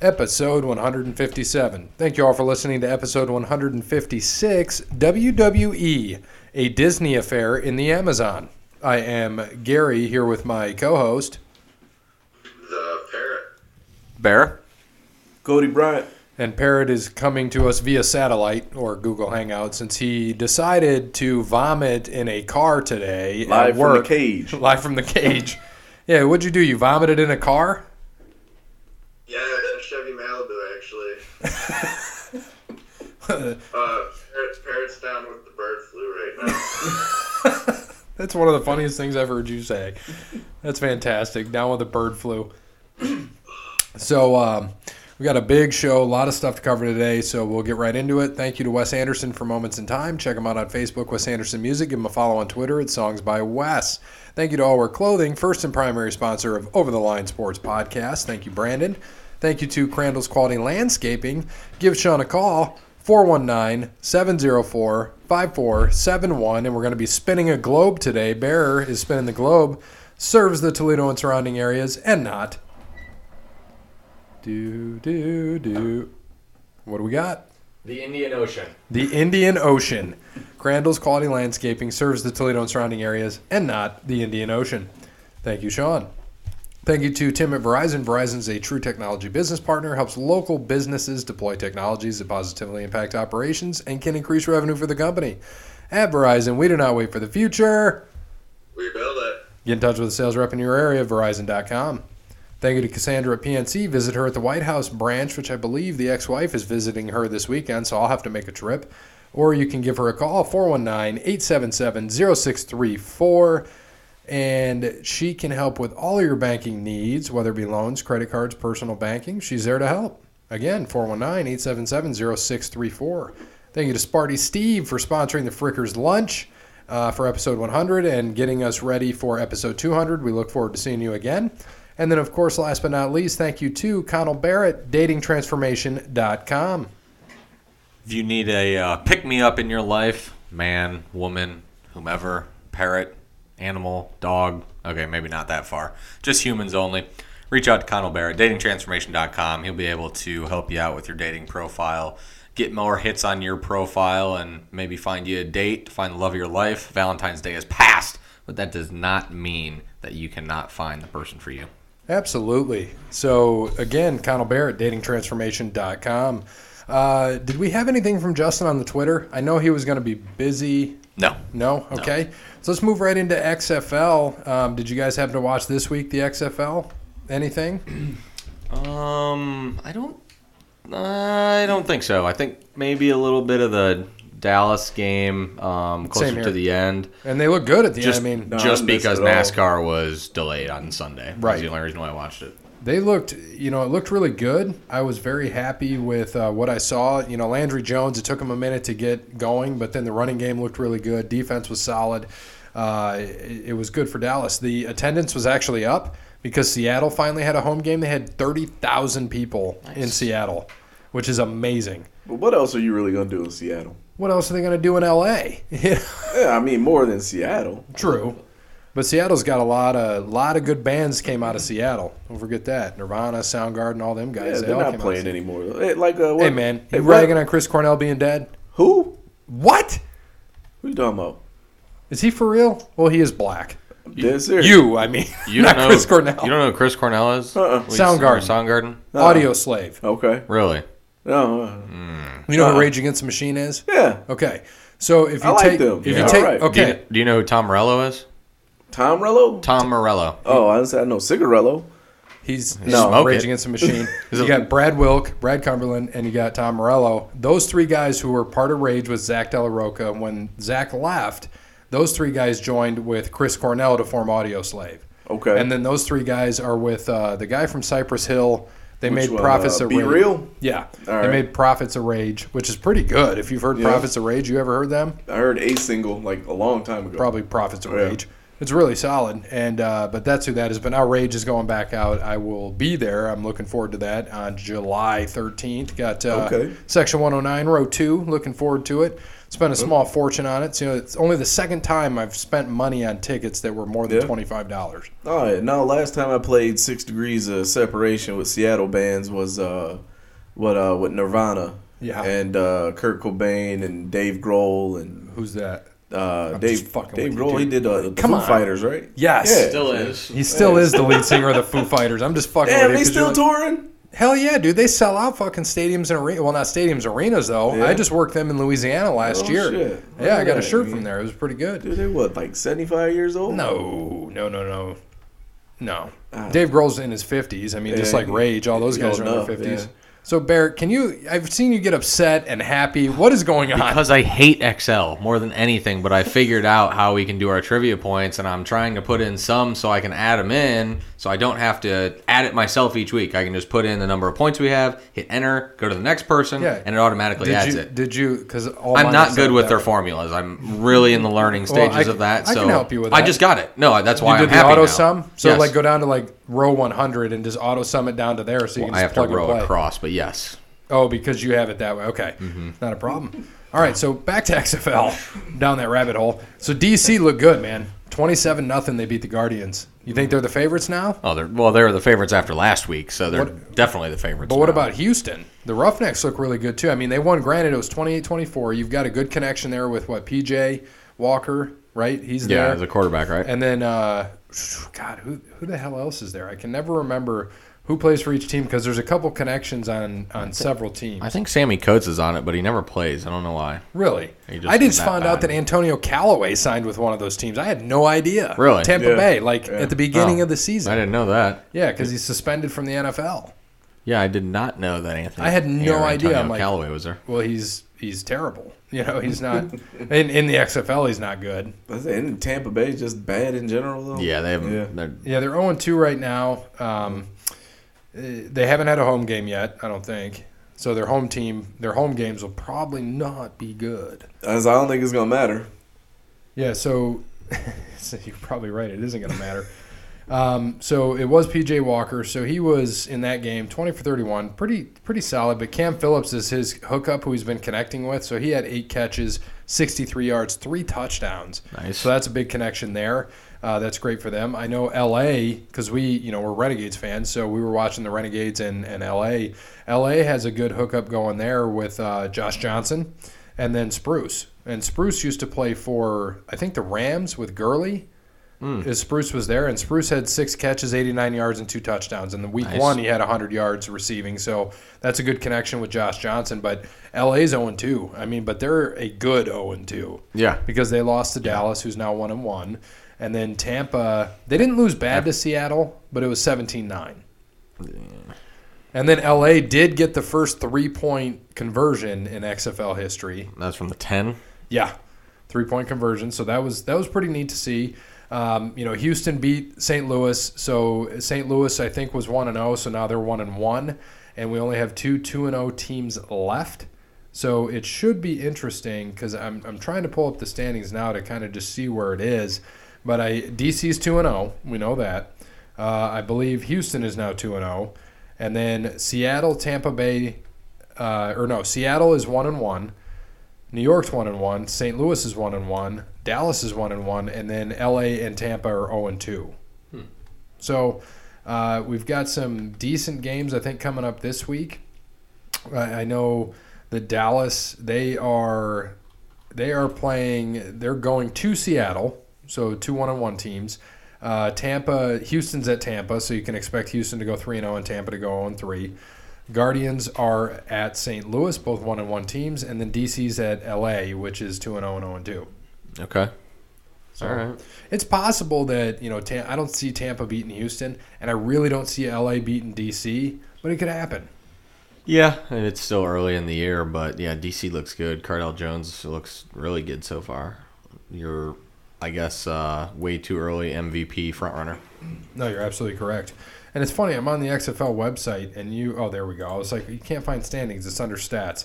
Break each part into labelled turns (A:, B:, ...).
A: episode 157. Thank you all for listening to episode 156 WWE, E, a Disney affair in the Amazon. I am Gary here with my co host.
B: The parrot.
C: Bear?
D: Cody Bryant.
A: And Parrot is coming to us via satellite or Google Hangout since he decided to vomit in a car today. at
D: Live from the
A: work.
D: cage.
A: Live from the cage. Yeah, what'd you do? You vomited in a car?
B: Yeah, it's a Chevy Malibu actually. uh, parrot's, parrot's down with the bird flu right now.
A: That's one of the funniest things I've heard you say. That's fantastic. Down with the bird flu. So um, we got a big show, a lot of stuff to cover today. So we'll get right into it. Thank you to Wes Anderson for Moments in Time. Check him out on Facebook, Wes Anderson Music. Give him a follow on Twitter at Songs by Wes. Thank you to All Wear Clothing, first and primary sponsor of Over the Line Sports Podcast. Thank you, Brandon. Thank you to Crandall's Quality Landscaping. Give Sean a call, 419 704 5471. And we're going to be spinning a globe today. Bearer is spinning the globe, serves the Toledo and surrounding areas, and not. Do, do, do. What do we got?
E: The Indian Ocean.
A: The Indian Ocean. Crandall's Quality Landscaping serves the Toledo and surrounding areas and not the Indian Ocean. Thank you, Sean. Thank you to Tim at Verizon. Verizon's a true technology business partner, helps local businesses deploy technologies that positively impact operations and can increase revenue for the company. At Verizon, we do not wait for the future.
B: We build it.
A: Get in touch with a sales rep in your area, Verizon.com. Thank you to Cassandra at PNC. Visit her at the White House branch, which I believe the ex wife is visiting her this weekend, so I'll have to make a trip. Or you can give her a call, 419 877 0634, and she can help with all your banking needs, whether it be loans, credit cards, personal banking. She's there to help. Again, 419 877 0634. Thank you to Sparty Steve for sponsoring the Frickers Lunch uh, for episode 100 and getting us ready for episode 200. We look forward to seeing you again. And then, of course, last but not least, thank you to Connell Barrett, datingtransformation.com.
C: If you need a uh, pick me up in your life, man, woman, whomever, parrot, animal, dog, okay, maybe not that far, just humans only, reach out to Connell Barrett, datingtransformation.com. He'll be able to help you out with your dating profile, get more hits on your profile, and maybe find you a date, find the love of your life. Valentine's Day is past, but that does not mean that you cannot find the person for you.
A: Absolutely. So, again, Connell Barrett, datingtransformation.com. Uh, did we have anything from Justin on the Twitter? I know he was going to be busy.
C: No.
A: No? Okay. So let's move right into XFL. Um, did you guys happen to watch this week the XFL? Anything?
C: Um, I don't. I don't think so. I think maybe a little bit of the Dallas game um,
A: Same
C: closer
A: here.
C: to the end,
A: And they look good at the
C: just
A: end. I mean,
D: no.
C: just
D: I didn't miss
C: because
D: it at all.
C: NASCAR was delayed on Sunday. That's
A: Right.
C: the only reason why I watched it.
A: they looked you know it looked really good i was very happy with uh, what i saw you know landry jones it took him a minute to get going but then the running game looked really good defense was solid uh, it, it was good for dallas the attendance was actually up because seattle finally had a home game they had 30000 people in seattle which is amazing
D: But what else are you really going to do in Seattle?
A: what else are they going to do in la You know?
D: Yeah, I mean, more than Seattle.
A: True. But Seattle's got a lot of lot of good bands came out of Seattle. Don't forget that. Nirvana, Soundgarden, all them
D: Yeah,
A: guys. they
D: they're
A: all
D: not
A: came out of
D: playing
A: Seattle.
D: anymore. Hey, like, uh, what?
A: Hey man,
D: Hey,
A: you
D: what?
A: ragging on Chris Cornell being dead?
D: Who?
A: What?
D: Who you talking about?
A: Is he for real? Well, he is black.
D: I'm dead serious.
A: You, I mean,
C: You
A: not
C: don't know
A: Chris Cornell.
C: You don't know who Chris Cornell is?
D: Uh-uh.
C: What, you-
A: Soundgarden.
C: Soundgarden.
A: Audio slave.
D: Okay.
C: Really?
D: No. uh,
A: You know who
D: Uh-uh.
A: Rage Against the Machine is?
D: Yeah.
A: Okay, so if
D: I
A: you
D: like
A: take,
D: them.
A: if
D: Yeah.
A: you take,
D: Alright.
C: Do you-
A: okay,
C: Do you, know who Tom Morello is?
D: Tom Rello?
C: Tom Morello.
D: Oh, I said no. Cigarello.
A: he's
D: No.
A: no,
C: Smoke
A: Rage
C: it.
A: Against the Machine.
C: Is
A: you
C: it-
A: got Brad Wilk, Brad Cumberland, and you got Tom Morello. Those three guys who were part of Rage with Zach Della Roca. When Zach left, those three guys joined with Chris Cornell to form Audio Slave.
D: Okay.
A: And then those three guys are with uh, the guy from Cypress Hill. They
D: Which
A: made
D: one,
A: Prophets
D: uh,
A: of
D: Be
A: Rage.
D: Real?
A: Yeah. they
D: All right.
A: made Prophets of Rage, which is pretty good. If you've heard
D: Yeah.
A: Prophets of Rage, you ever heard them?
D: I heard a single like a long time ago.
A: Probably Prophets of
D: Oh, Yeah.
A: Rage. It's really solid, and uh, but that's who that is. But now Rage is going back out. I will be there. I'm looking forward to that on July 13th. Got uh, oh
D: Okay.
A: Section 109, Row Two. Looking forward to it. Spent a small fortune on it. So you know, it's only the second time I've spent money on tickets that were more than
D: Yeah.
A: twenty five dollars.
D: All right. Now, last time I played Six Degrees of Separation with Seattle bands was uh, what uh, with Nirvana.
A: Yeah.
D: And uh, Kurt Cobain and Dave Grohl and
A: Who's that?
D: uh,
A: I'm
D: Dave
A: just fucking
D: Dave
A: with you,
D: Grohl. He did uh, the
A: Come
D: Foo
A: on.
D: Fighters, right?
A: Yes.
D: Yeah.
C: Still is.
A: He still is the lead singer of the Foo Fighters. I'm just fucking.
D: Damn,
A: with you
D: they
A: 'cause
D: still
A: you're like-
D: touring.
A: Hell yeah, dude! They sell out fucking stadiums and arenas. Well, not stadiums, arenas though.
D: Yeah.
A: I just worked them in Louisiana last
D: Oh,
A: year.
D: shit.
A: Yeah, I got a
D: Alright,
A: shirt
D: man.
A: from there. It was pretty good.
D: Dude, they what like seventy five years old?
A: No, no, no, no, no.
D: Ah.
A: Dave Grohl's in his fifties. I mean, just
D: Yeah,
A: like Rage, all those
D: he's
A: guys are in
D: old
A: their
D: enough,
A: fifties.
D: yeah.
A: So Barrett, can you? I've seen you get upset and happy. What is going on?
C: Because I hate Excel more than anything, but I figured out how we can do our trivia points, and I'm trying to put in some so I can add them in, so I don't have to add it myself each week. I can just put in the number of points we have, hit enter, go to the next person,
A: Yeah.
C: and it automatically
A: did
C: adds
A: you?
C: it.
A: Did you? Because
C: I'm not good with their formulas. I'm really in the learning
A: Well,
C: stages
A: I c-
C: of that.
A: I
C: so
A: can help you with
C: I
A: that.
C: just got it. No, that's
A: You
C: why
A: did
C: I'm
A: the
C: happy
A: auto
C: now.
A: sum, so
C: Yes.
A: like go down to like row 100 and just auto sum it down to there, so you can
C: I
A: just
C: have to
A: plug and
C: row
A: play.
C: across, Mm-hmm. but yes.
A: Oh, because you have it that way. Okay, not a problem. All right, so back to XFL down that rabbit hole. So DC looked good, man. 27 nothing. They beat the Guardians. You think they're the favorites now?
C: Oh, they're well. They were the favorites after last week, so they're
A: What-
C: definitely the favorites.
A: But what
C: now.
A: about Houston? The Roughnecks look really good too. I mean, they won. Granted, it was 28-24. You've got a good connection there with what PJ Walker, right? He's
C: yeah,
A: there.
C: the quarterback, right?
A: And then, uh, God, who who the hell else is there? I can never remember who plays for each team because there's a couple connections on on several teams.
C: I think Sammy Coates is on it, but he never plays. I don't know why.
A: Really?
C: He just
A: I
C: was
A: just
C: that
A: found out
C: bad.
A: that Antonio Callaway signed with one of those teams. I had no idea.
C: Really?
A: Tampa
D: Yeah.
A: Bay, like
D: Yeah.
A: at the beginning
C: Oh.
A: of the
C: I
A: season.
C: didn't know that.
A: Yeah, because he's suspended from the NFL.
C: Yeah, I did not know that Anthony.
A: I had no
C: or
A: idea.
C: Antonio
A: I'm like-
C: Callaway was there.
A: Well, he's he's terrible. You know, he's not in, in the XFL. He's not good.
D: That's it. Isn't Tampa Bay just bad in general though?
C: Yeah, they haven't.
D: Yeah.
C: they're-
A: Yeah, they're 0 2 right now. Um, eh, they haven't had a home game yet, I don't think. So their home team, their home games will probably not be good.
D: As I don't think it's gonna matter.
A: Yeah, so, so you're probably right. It isn't going to matter. Um, so it was PJ Walker. So he was in that game, 20 for 31, pretty pretty solid. But Cam Phillips is his hookup, who he's been connecting with. So he had eight catches, 63 yards, three touchdowns.
C: Nice.
A: So that's a big connection there. Uh, that's great for them. I know LA because we, you know, we're Renegades fans, so we were watching the Renegades and and LA. LA has a good hookup going there with uh, Josh Johnson, and then Spruce. And Spruce used to play for I think the Rams with Gurley
C: Mm.
A: is Spruce was there, and Spruce had six catches, 89 yards, and two touchdowns. In the week
C: Nice.
A: one, he had 100 yards receiving, so that's a good connection with Josh Johnson. But LA's 0 2. I mean, but they're a good 0 2
C: Yeah.
A: because they lost to Dallas, who's now 1 1. And then Tampa, they didn't lose bad to Seattle, but it was 17 9. And then LA did get the first three point conversion in XFL history.
C: That's from the ten.
A: Yeah, three point conversion. So that was that was pretty neat to see. Um, you know, Houston beat St. Louis, so St. Louis I think was one and zero, so now they're one and one, and we only have two two and zero teams left. So it should be interesting because I'm I'm trying to pull up the standings now to kind of just see where it is. But I DC's two and zero, we know that. Uh, I believe Houston is now two and zero, and then Seattle, Tampa Bay, uh, or no, Seattle is one and one. New York's one and one, St. Louis is one and one, Dallas is one and one, and then L.A. and Tampa are zero and two. So uh, we've got some decent games I think coming up this week. I, I know that Dallas they are they are playing. They're going to Seattle, so two one and one teams. Uh, Tampa, Houston's at Tampa, so you can expect Houston to go three and zero and Tampa to go zero and three. Guardians are at St. Louis, both one and one teams, and then DC's at LA, which is two and zero and zero and two.
C: Okay.
A: So
C: All right.
A: It's possible that you know Tam- I don't see Tampa beating Houston, and I really don't see LA beating DC, but it could happen.
C: Yeah, and it's still early in the year, but yeah, DC looks good. Cardell Jones looks really good so far. You're, I guess, uh, way too early MVP front runner.
A: No, you're absolutely correct. And it's funny, I'm on the XFL website, and you, oh, there we go. I was like, you can't find standings, it's under stats.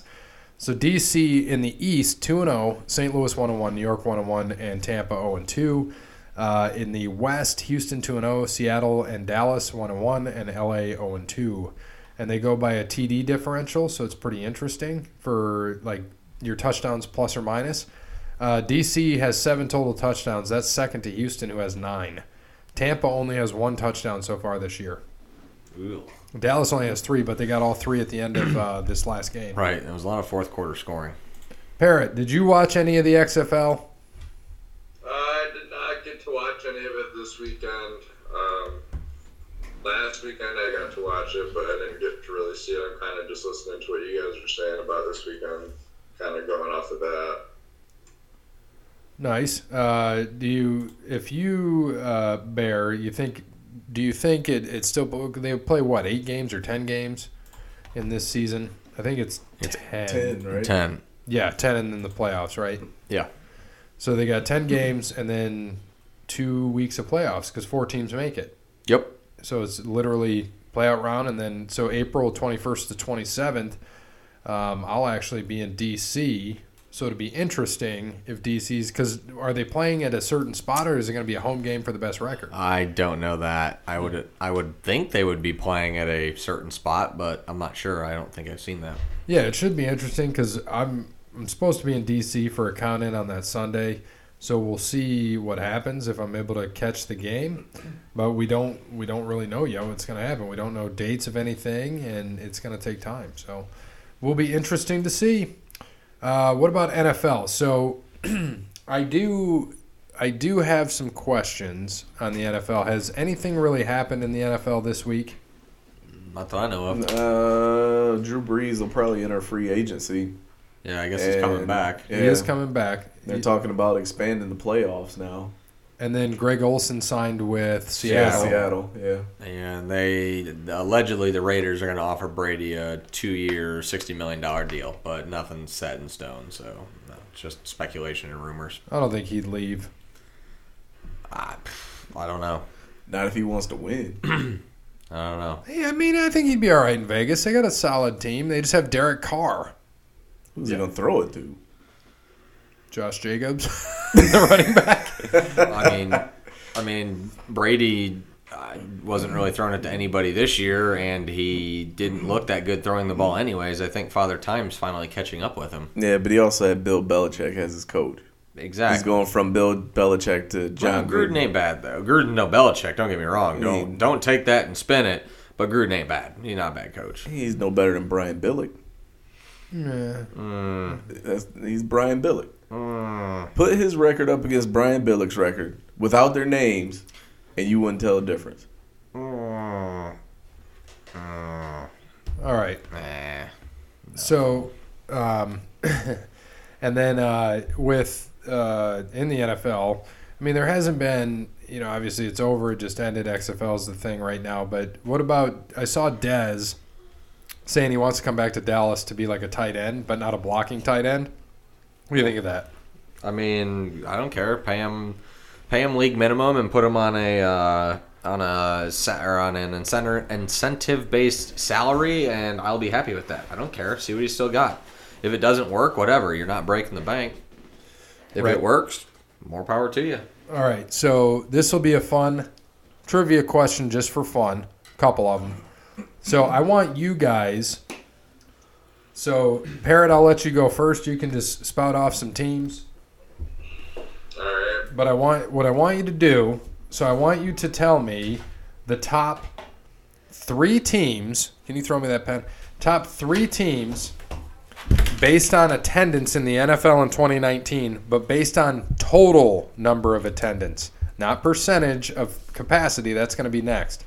A: So DC in the East, 2 0, St. Louis 1 1, New York 1 1, and Tampa 0 2. Uh, in the West, Houston 2 0, Seattle and Dallas 1 1, and LA 0 2. And they go by a TD differential, so it's pretty interesting for like your touchdowns plus or minus. Uh, DC has seven total touchdowns. That's second to Houston, who has nine. Tampa only has one touchdown so far this year. Dallas only has three, but they got all three at the end of uh, this last game.
C: Right. There was a lot of fourth quarter scoring.
A: Parrot, did you watch any of the XFL?
B: I did not get to watch any of it this weekend. Um, last weekend I got to watch it, but I didn't get to really see it. I'm kind of just listening to what you guys are saying about this weekend, kind of going off the bat.
A: Nice. Uh, do you, if you uh, bear, you think, do you think it, it's still they play what eight games or ten games in this season? I think it's, ten.
D: Ten, right?
C: Ten.
A: Yeah, ten and then the playoffs, right?
C: Yeah.
A: So they got ten games and then two weeks of playoffs because four teams make it.
C: Yep.
A: So it's literally playout round and then so April twenty first to twenty seventh. Um, I'll actually be in DC, so it'll be interesting if DC's because are they playing at a certain spot or is it going to be a home game for the best record?
C: I don't know that. I would I would think they would be playing at a certain spot, but I'm not sure. I don't think I've seen that.
A: Yeah, it should be interesting because I'm I'm supposed to be in DC for a count in on that Sunday, so we'll see what happens if I'm able to catch the game. But we don't we don't really know yet what's going to happen. We don't know dates of anything, and it's going to take time. So, will be interesting to see. Uh, what about NFL? So, I do I do have some questions on the NFL. Has anything really happened in the NFL this week?
C: Not that I know of.
D: Uh, Drew Brees will probably enter free agency.
C: Yeah, I guess he's coming
D: And-
C: back.
D: yeah,
A: He is coming back.
D: They're talking about expanding the playoffs now.
A: And then Greg Olson signed with
D: Yeah,
A: Seattle.
D: Seattle. Yeah.
C: And they allegedly the Raiders are going to offer Brady a two-year, sixty million dollar deal, but nothing's set in stone. So no, it's just speculation and rumors.
A: I don't think he'd leave.
C: I, I don't know.
D: Not if he wants to win.
C: I don't know.
A: Yeah, I mean, I think he'd be all right in Vegas. They got a solid team. They just have Derek Carr,
D: Who's he gonna throw it to?
A: Josh Jacobs, the running back.
C: I mean, I mean Brady uh, wasn't really throwing it to anybody this year, and he didn't look that good throwing the ball. Anyways, I think Father Time's finally catching up with him.
D: Yeah, but he also had Bill Belichick as his coach. He's
C: Exactly.
D: going from Bill Belichick to John
C: Gruden.
D: Gruden.
C: ain't bad though. Gruden, no Belichick. Don't get me wrong. Don't don't take that and spin it. But Gruden ain't bad. He's not a bad coach.
D: He's no better than Brian Billick. That's, he's Brian Billick.
C: Mm,
D: Put his record up against Brian Billick's record without their names, and you wouldn't tell a difference.
C: mm,
A: All right.
C: Nah.
A: So, um, and then uh, with uh, in the NFL, I mean, there hasn't been. You know, obviously it's over. It just ended. XFL is the thing right now. But what about? I saw Dez saying he wants to come back to Dallas to be like a tight end, but not a blocking tight end. What do you think of that?
C: I mean, I don't care. Pay him, pay him league minimum and put him on a uh, on a sa- or on an incentive incentive based salary, and I'll be happy with that. I don't care. See what he's still got. If it doesn't work, whatever. You're not breaking the bank. If
A: Right.
C: it works, more power to you.
A: All right, so this will be a fun trivia question just for fun. Couple of them. So I want you guys. So Parrot, I'll let you go first. You can just spout off some teams,
B: All right.
A: but I want what I want you to do. So I want you to tell me the top three teams. Can you throw me that pen? Top three teams based on attendance in the NFL in 2019, but based on total number of attendance, not percentage of capacity. That's going to be next,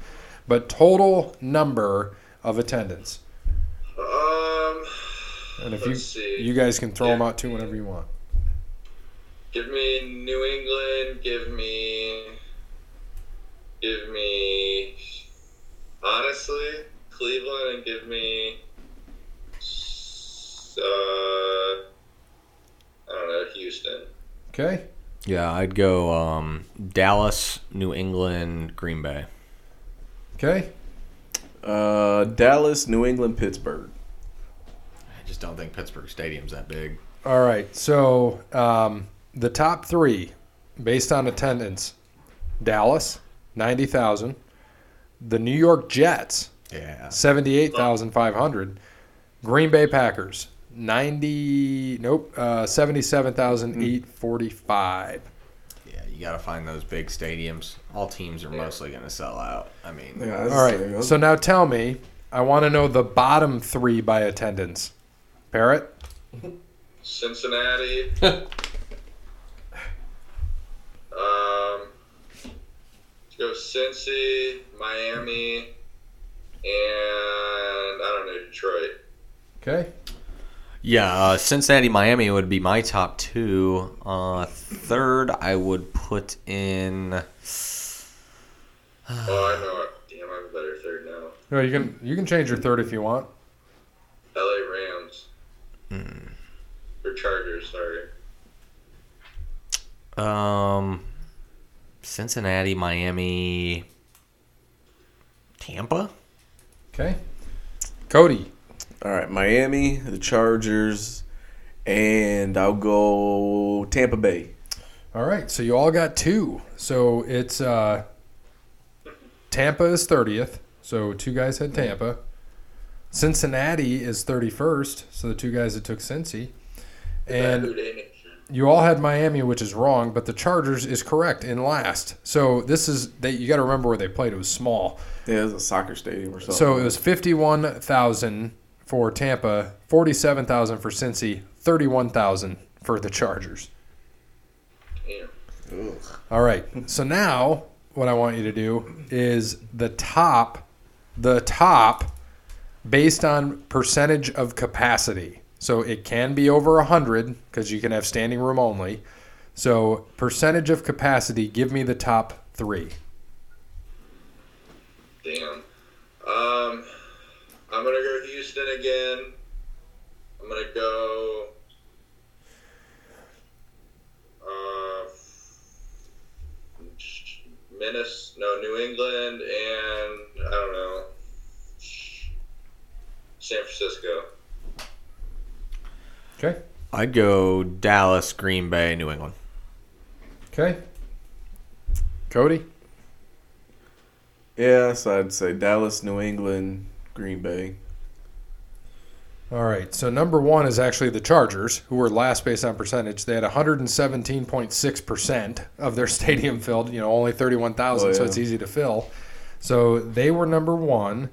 A: but total number of attendance.
B: Um,
A: And if
B: Let's
A: you
B: see.
A: you guys can throw them out too whenever you want.
B: give me New England. Give me. Give me. Honestly, Cleveland, and give me. Uh, I don't know, Houston.
A: Okay.
C: Yeah, I'd go um, Dallas, New England, Green Bay.
A: Okay.
D: Uh, Dallas, New England, Pittsburgh.
C: I just don't think Pittsburgh Stadium's that big.
A: All right. So um, the top three, based on attendance, Dallas ninety thousand, the New York Jets
C: Yeah.
A: seventy-eight thousand five hundred, Green Bay Packers ninety nope uh, seventy seven thousand eight forty five.
C: Yeah, you got to find those big stadiums. All teams are mostly going to sell out. I mean,
D: Yeah, that's-
A: All right. So now tell me, I want to know the bottom three by attendance. Parrot.
B: Cincinnati. um, let's go Cincy, Miami, and I don't know Detroit.
A: Okay.
C: yeah, uh, Cincinnati, Miami would be my top two. Uh, third, I would put in.
B: Oh, I know. it. Damn, I'm better third now.
A: No, you can you can change your third if you want.
B: L.A. Rams. Or Chargers, sorry.
C: Um, Cincinnati, Miami, Tampa.
A: Okay. Cody.
D: All right, Miami, the Chargers, and I'll go Tampa Bay.
A: All right. So you all got two. So it's uh, Tampa is thirtieth. So two guys had Tampa. Cincinnati is thirty first. So the two guys that took Cincy. And
B: Who they named?
A: You all had Miami, which is wrong, but the Chargers is correct in last. So this is that you got to remember where they played. It was small,
D: Yeah, it's a soccer stadium or something.
A: so it was fifty-one thousand for Tampa, forty-seven thousand for Cincy, thirty-one thousand for the Chargers.
B: Damn.
A: All right. So now what I want you to do is the top, the top, based on percentage of capacity. So it can be over hundred because you can have standing room only. So percentage of capacity. Give me the top three.
B: Damn. Um, I'm gonna go Houston again. I'm gonna go. Uh, Minnesota, no, New England, and I don't know. San Francisco.
A: Okay.
C: I'd go Dallas, Green Bay, New England.
A: Okay. Cody.
D: yeah, so I'd say Dallas, New England, Green Bay.
A: All right. So number one is actually the Chargers, who were last based on percentage. They had 117.6% of their stadium filled, you know, only 31,000,
D: Oh,
A: so
D: yeah.
A: it's easy to fill. So they were number one.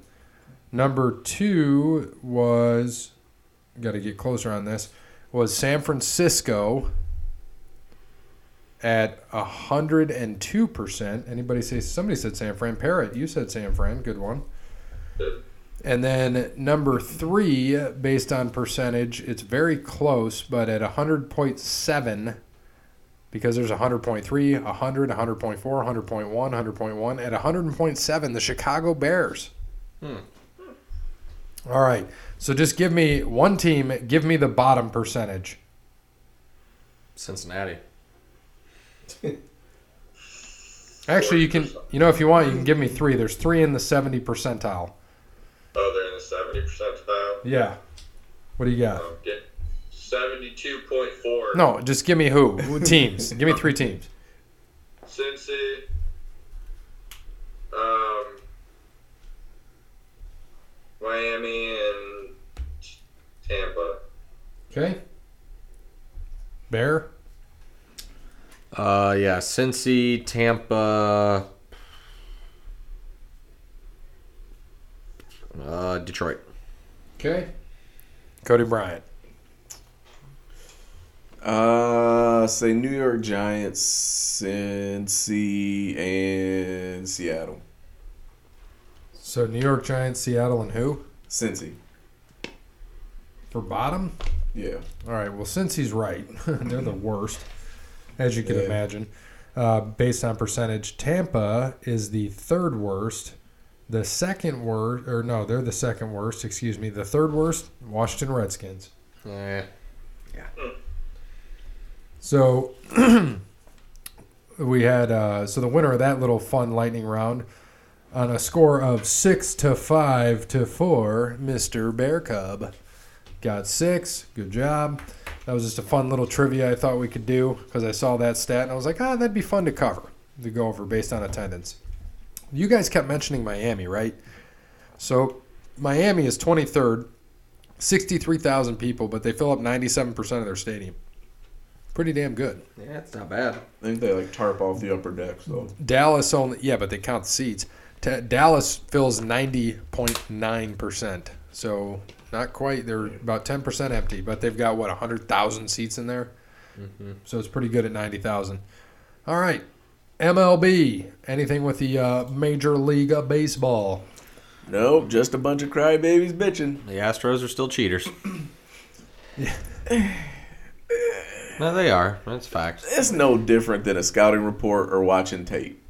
A: Number two was, got to get closer on this, was San Francisco at 102%. Anybody say, somebody said San Fran. Parrot, you said San Fran. Good one. And then number three, based on percentage, it's very close, but at 100.7, because there's 100.3, 100, 100.4, 100.1, 100.1, at 100.7, the Chicago Bears. All right. So just give me one team, give me the bottom percentage.
C: Cincinnati.
A: Actually, you can, you know, if you want, you can give me three. There's three in the 70 percentile.
B: Oh, they're in the seventy percentile.
A: Yeah. What do you got?
B: Okay. Seventy-two point four.
A: No, just give me who? Who- Teams. give me three teams.
B: Cincy. Um, Miami and Tampa.
A: Okay. Bear.
C: Uh, yeah, Cincy, Tampa, uh, Detroit.
A: Okay. Cody Bryant.
D: Uh, say New York Giants, Cincy, and Seattle.
A: So New York Giants, Seattle, and who
D: Cincy,
A: for bottom?
D: yeah.
A: All right. Well, since he's right, they're the worst, as you can
D: Yeah.
A: imagine. Uh, based on percentage, Tampa is the third worst. The second worst, or no, they're the second worst. Excuse me. The third worst, Washington Redskins.
C: Yeah.
A: So we had uh, so the winner of that little fun lightning round on a score of six to five to four, Mister Bear Cub got six. Good job. That was just a fun little trivia I thought we could do because I saw that stat and I was like, ah, that'd be fun to cover to go over based on attendance. You guys kept mentioning Miami, right? So Miami is 23rd 63,000 people, but they fill up 97% of their stadium. Pretty damn good.
C: Yeah, it's not bad.
D: I think they like tarp off the upper decks though.
A: Dallas only, yeah, but they count the seats. Ta Dallas fills 90.9%. So not quite. They're about 10% empty, but they've got, what, 100,000 seats in there?
D: Mm-hmm.
A: So it's pretty good at 90,000. All right. MLB. Anything with the uh, Major League of Baseball?
D: Nope, just a bunch of crybabies bitching.
C: The Astros are still cheaters. no, they are. That's facts.
D: It's no different than a scouting report or watching tape.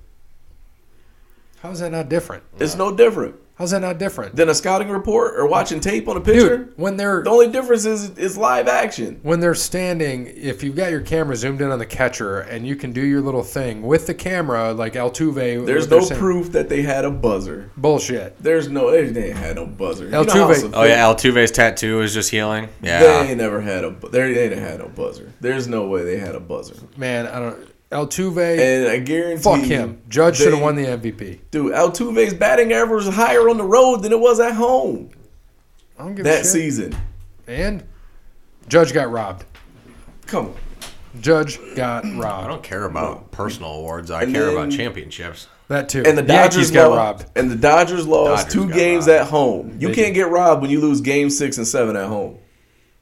A: How is that not different?
D: It's no different
A: How's that not different?
D: than a scouting report or watching tape on a picture.
A: Dude, when they're
D: The only difference is is live action.
A: when they're standing, if you've got your camera zoomed in on the catcher and you can do your little thing with the camera, like Altuve,
D: There's
A: what they're
D: no
A: saying-
D: proof that they had a buzzer.
A: Bullshit.
D: There's no they they ain't had no buzzer. You know
A: Altuve.
D: how some
C: Oh yeah, Altuve's tattoo is just healing.
D: They
C: Yeah,
D: ain't never had a bu- they ain't had no buzzer. There's no way they had a buzzer.
A: Man, I don't. Altuve,
D: And I guarantee
A: fuck him. Judge
D: they-
A: should have won the MVP.
D: Dude, Altuve's batting average was higher on the road than it was at home
A: I don't give a
D: that
A: shit.
D: season.
A: And Judge got robbed.
D: Come on.
A: Judge got
C: I
A: robbed.
C: don't care about personal awards. I
D: And
C: care
D: then-
C: about championships.
A: That too.
D: And the Dodgers
A: Yankees got
D: lost,
A: robbed.
D: And the Dodgers lost
C: Dodgers
D: two
C: got
D: games
C: robbed.
D: at home. You can't get robbed when you lose game six and seven at home.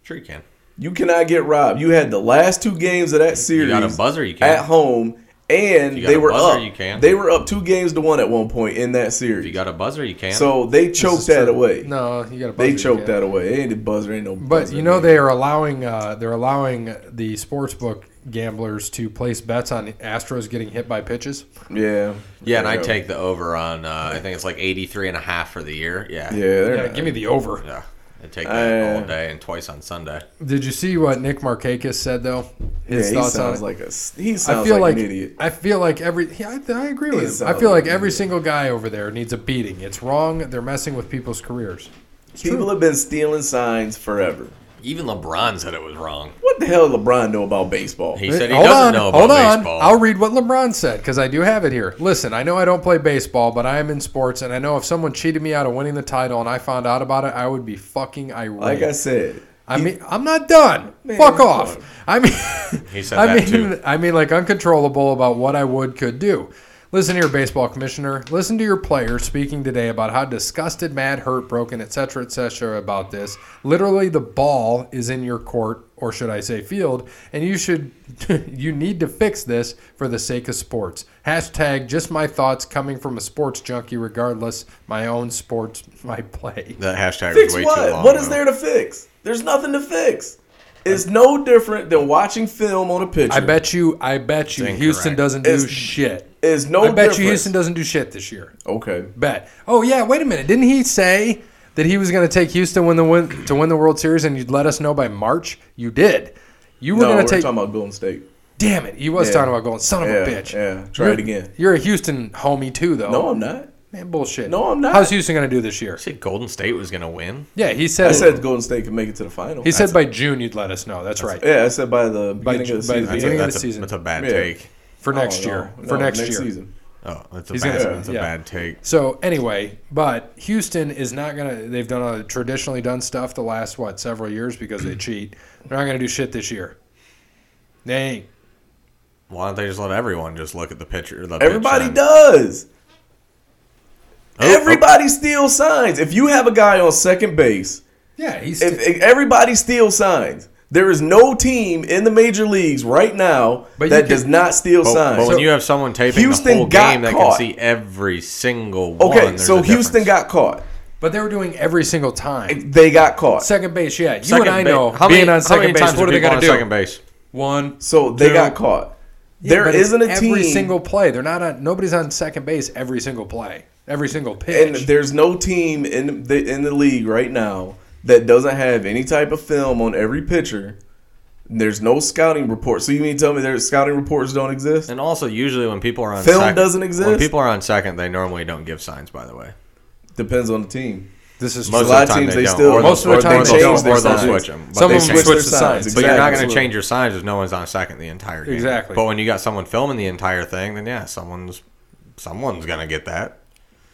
C: Sure, you can.
D: You cannot get robbed. You had the last two games of that series.
C: got a buzzer, you can.
D: at home, and
C: you got
D: they
C: a
D: were
C: buzzer,
D: up.
C: you can.
D: They were up two games to one at one point in that
C: If you
D: series.
C: got a buzzer, you can.
D: so they
A: This is
D: choked that
A: true.
D: away.
A: No, you got to.
D: they choked that away. Ain't the buzzer ain't no.
A: But
D: buzzer,
A: you know
D: man.
A: they are allowing uh, they're allowing the sportsbook gamblers to place bets on Astros getting hit by pitches.
D: Yeah.
C: yeah, and I take the over on. Uh, I think it's like 83 and a half for the year. Yeah.
D: Yeah. They're
A: Yeah,
D: not-
A: give me the over.
C: Yeah. I take that
D: Uh,
C: all day and twice on Sunday.
A: Did you see what Nick Markakis said though?
D: yeah, he
A: thoughts on
D: sounds
A: it?
D: like a. He sounds
A: I feel
D: like,
A: like,
D: an idiot.
A: I feel like every yeah, I, I agree
D: He
A: with him. I
D: sounds
A: feel
D: like
A: like
D: an
A: every
D: idiot.
A: single guy over there needs a beating. It's wrong. They're messing with people's careers.
D: People have been stealing signs forever.
C: Even LeBron said it was wrong.
D: What the hell, LeBron know about baseball?
C: He said he
A: hold
C: doesn't
A: on,
C: know about
A: hold on.
C: baseball.
A: I'll read what LeBron said because I do have it here. Listen, I know I don't play baseball, but I am in sports, and I know if someone cheated me out of winning the title and I found out about it, I would be fucking irate.
D: like I said,
A: I mean, I'm not done.
D: Man,
A: Fuck
D: come
A: off.
D: on.
A: I mean,
C: He said
A: I
C: that
A: mean,
C: too.
A: I mean, like uncontrollable about what I would could do. Listen here, baseball commissioner. Listen to your players speaking today about how disgusted, mad, hurt, broken, etc., etc. about this. Literally, the ball is in your court, or should I say, field, and you should, you need to fix this for the sake of sports. Hashtag just my thoughts coming from a sports junkie, regardless my own sports, my play.
C: That hashtag
D: fix
C: was way
D: what?
C: too long.
D: what is
C: though.
D: there to fix? There's nothing to fix. It's no different than watching film on a pitcher.
A: I bet you. I bet you.
C: It's
A: Houston
C: incorrect.
A: doesn't do
D: It's-
A: shit.
D: It's no
A: I bet
D: difference.
A: you Houston doesn't do shit this year.
D: Okay.
A: Bet. Oh yeah. Wait a minute. Didn't he say that he was going to take Houston win the win to win the World Series and you'd let us know by March? You did. You were
D: no, we're
A: going to take.
D: talking about Golden State.
A: damn it. He was
D: Yeah.
A: talking about going. Son of
D: Yeah,
A: a bitch.
D: yeah. Try
A: You're-
D: it again.
A: You're a Houston homie too, though.
D: No, I'm not.
A: man, bullshit.
D: No, I'm not.
A: How's Houston going to do this year?
C: I said Golden State was going to win.
A: Yeah, he said.
D: I said Golden State could make it to the final.
A: he said by June you'd let us know. That's, right.
D: yeah, I said by the beginning
A: Ju-
D: of the
A: by the
D: season.
C: That's,
A: Beginning
C: a,
A: of the
C: that's, a,
A: season.
C: that's a bad
D: Yeah.
C: take.
A: For
D: Oh,
A: next
D: no,
A: year.
D: no,
A: For next, year.
D: season.
C: Oh, that's a,
A: He's
C: bad,
A: gonna-
C: that's a
A: yeah.
C: bad take.
A: So anyway, but Houston is not gonna. They've done uh traditionally done stuff the last what several years because they cheat. They're not gonna do shit this year. They ain't.
C: Why don't they just let everyone just look at the picture? The pitch
D: Everybody
C: sign?
D: does.
C: Oh, oh.
D: everybody steals signs. If you have a guy on second base,
A: Yeah, he's.
D: if, if everybody steals signs. There is no team in the major leagues right now
A: But you
D: that
A: can-
D: does not steal
C: oh, But,
D: signs.
C: but when you have someone taping
D: Houston
C: the whole
D: got
C: game, they can
D: caught.
C: see every single one.
D: okay,
C: There's
D: so
C: a
D: Houston
C: difference.
D: got caught.
A: but they were doing every single time.
D: They got caught.
A: Second base, yeah. You
C: Second
A: and I
C: ba-
A: know
C: how
A: being
C: many-
A: on
C: how many
A: second base.
C: times
A: What are they
C: people
A: gonna
C: on
A: do?
C: Second base.
A: One.
D: so they
A: two.
D: got caught.
A: Yeah,
D: there
A: but it's
D: isn't a team
A: every single play. They're not on. Nobody's on second base every single play. Every single pitch.
D: and there's no team in the in the league right now that doesn't have any type of film on every pitcher. There's no scouting report. So you mean to tell me their scouting reports don't exist?
C: And also, usually when people are on
D: Film
C: second,
D: doesn't
C: When
D: exist?
C: people are on second, they normally don't give signs. By the way,
D: Depends on the team.
A: this is
C: most
A: true.
D: a lot of
C: of the time
D: teams,
C: they,
D: they
C: don't.
D: still-
C: or th
A: most of the
C: they'll-
A: time they
C: or they'll-
A: change their
C: or they'll
D: signs.
C: switch them.
A: Some
D: they
A: of them
D: change
A: switch
D: their
A: the signs.
D: signs.
C: But you're not
D: Exactly.
C: going to change your signs if no one's on second the entire game.
A: Exactly.
C: But when you got someone filming the entire thing, then yeah, someone's someone's going to get that.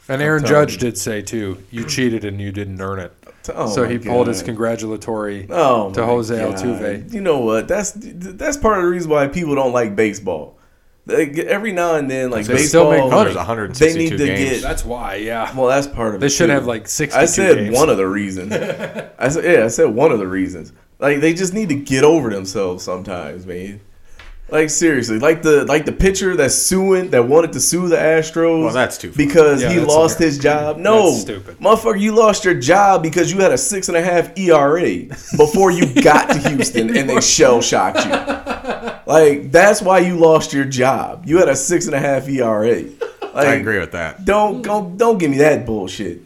A: And Aaron
D: telling
A: Judge did say too, you cheated and you didn't earn it.
D: Oh
A: so
D: my
A: he pulled his
D: God.
A: congratulatory
D: oh,
A: to
D: my
A: Jose
D: God.
A: Altuve.
D: You know what? That's that's part of the reason why people don't like baseball. Like, every now and then, like
A: They still
D: baseball,
A: make money.
C: There's
D: They
C: 162
D: need to
C: games.
D: get-
A: That's why, yeah.
D: Well, that's part of it.
A: They should
D: too.
A: have like sixty.
D: I said one of the reasons. I said yeah, I said one of the reasons. Like they just need to get over themselves sometimes, man. Like seriously, like the like the pitcher that's suing that wanted to sue the Astros.
C: Well, that's too far.
D: because
A: Yeah,
D: he
A: that's
D: lost
A: American.
D: his job. No,
A: That's stupid.
D: motherfucker, you lost your job because you had a six and a half ERA before you got to Houston and they shell shocked you. Like that's why you lost your job. You had a six and a half ERA. Like,
C: I agree with that.
D: don't don't don't give me that bullshit.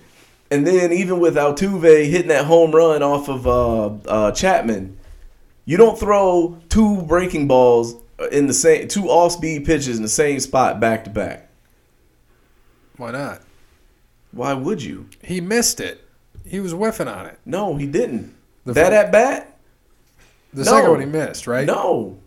D: And then even with Altuve hitting that home run off of uh, uh, Chapman, you don't throw two breaking balls in the same two off-speed pitches in the same spot back to back.
A: Why not?
D: Why would you?
A: He missed it. He was whiffing on it.
D: No, he didn't.
A: The
D: that
A: fir-
D: at bat?
A: The
D: No.
A: second one he missed, right?
D: No,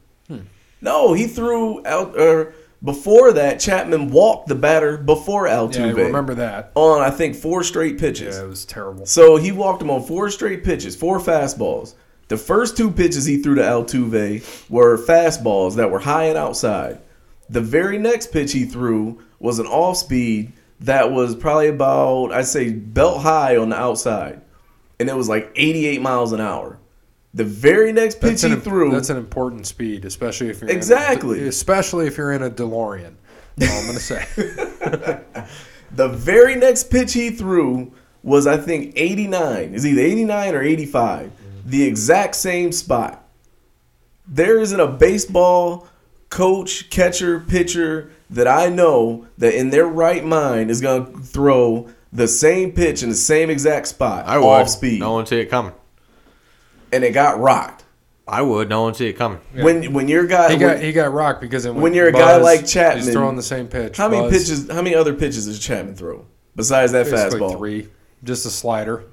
D: no, he threw out. Or before that, Chapman walked the batter before Altuve
A: yeah, I remember that.
D: on I think four straight pitches.
A: Yeah, it was terrible.
D: So he walked him on four straight pitches, four fastballs. The first two pitches he threw to Altuve were fastballs that were high and outside. The very next pitch he threw was an off speed that was probably about, I'd say, belt high on the outside. And it was like 88 miles an hour. The very next pitch
A: That's an,
D: he
A: im-
D: threw.
A: That's an important speed, especially if you're in a-
D: Exactly.
A: especially if you're in a DeLorean. That's all I'm gonna say.
D: The very next pitch he threw was, I think, 89. It's either 89 or 85. The exact same spot. There isn't a baseball coach, catcher, pitcher that I know that in their right mind is going to throw the same pitch in the same exact spot
C: I would.
D: off speed.
C: No one see it coming.
D: And it got rocked.
C: I would. No one see it coming.
D: When when your guy
A: He got
D: when-
A: he got rocked because it went
D: when you're a guy
A: buzz,
D: like Chapman,
A: he's throwing the same pitch.
D: how many
A: buzz,
D: pitches how many other pitches does Chapman throw besides that
A: Basically
D: fastball?
A: three, just a slider.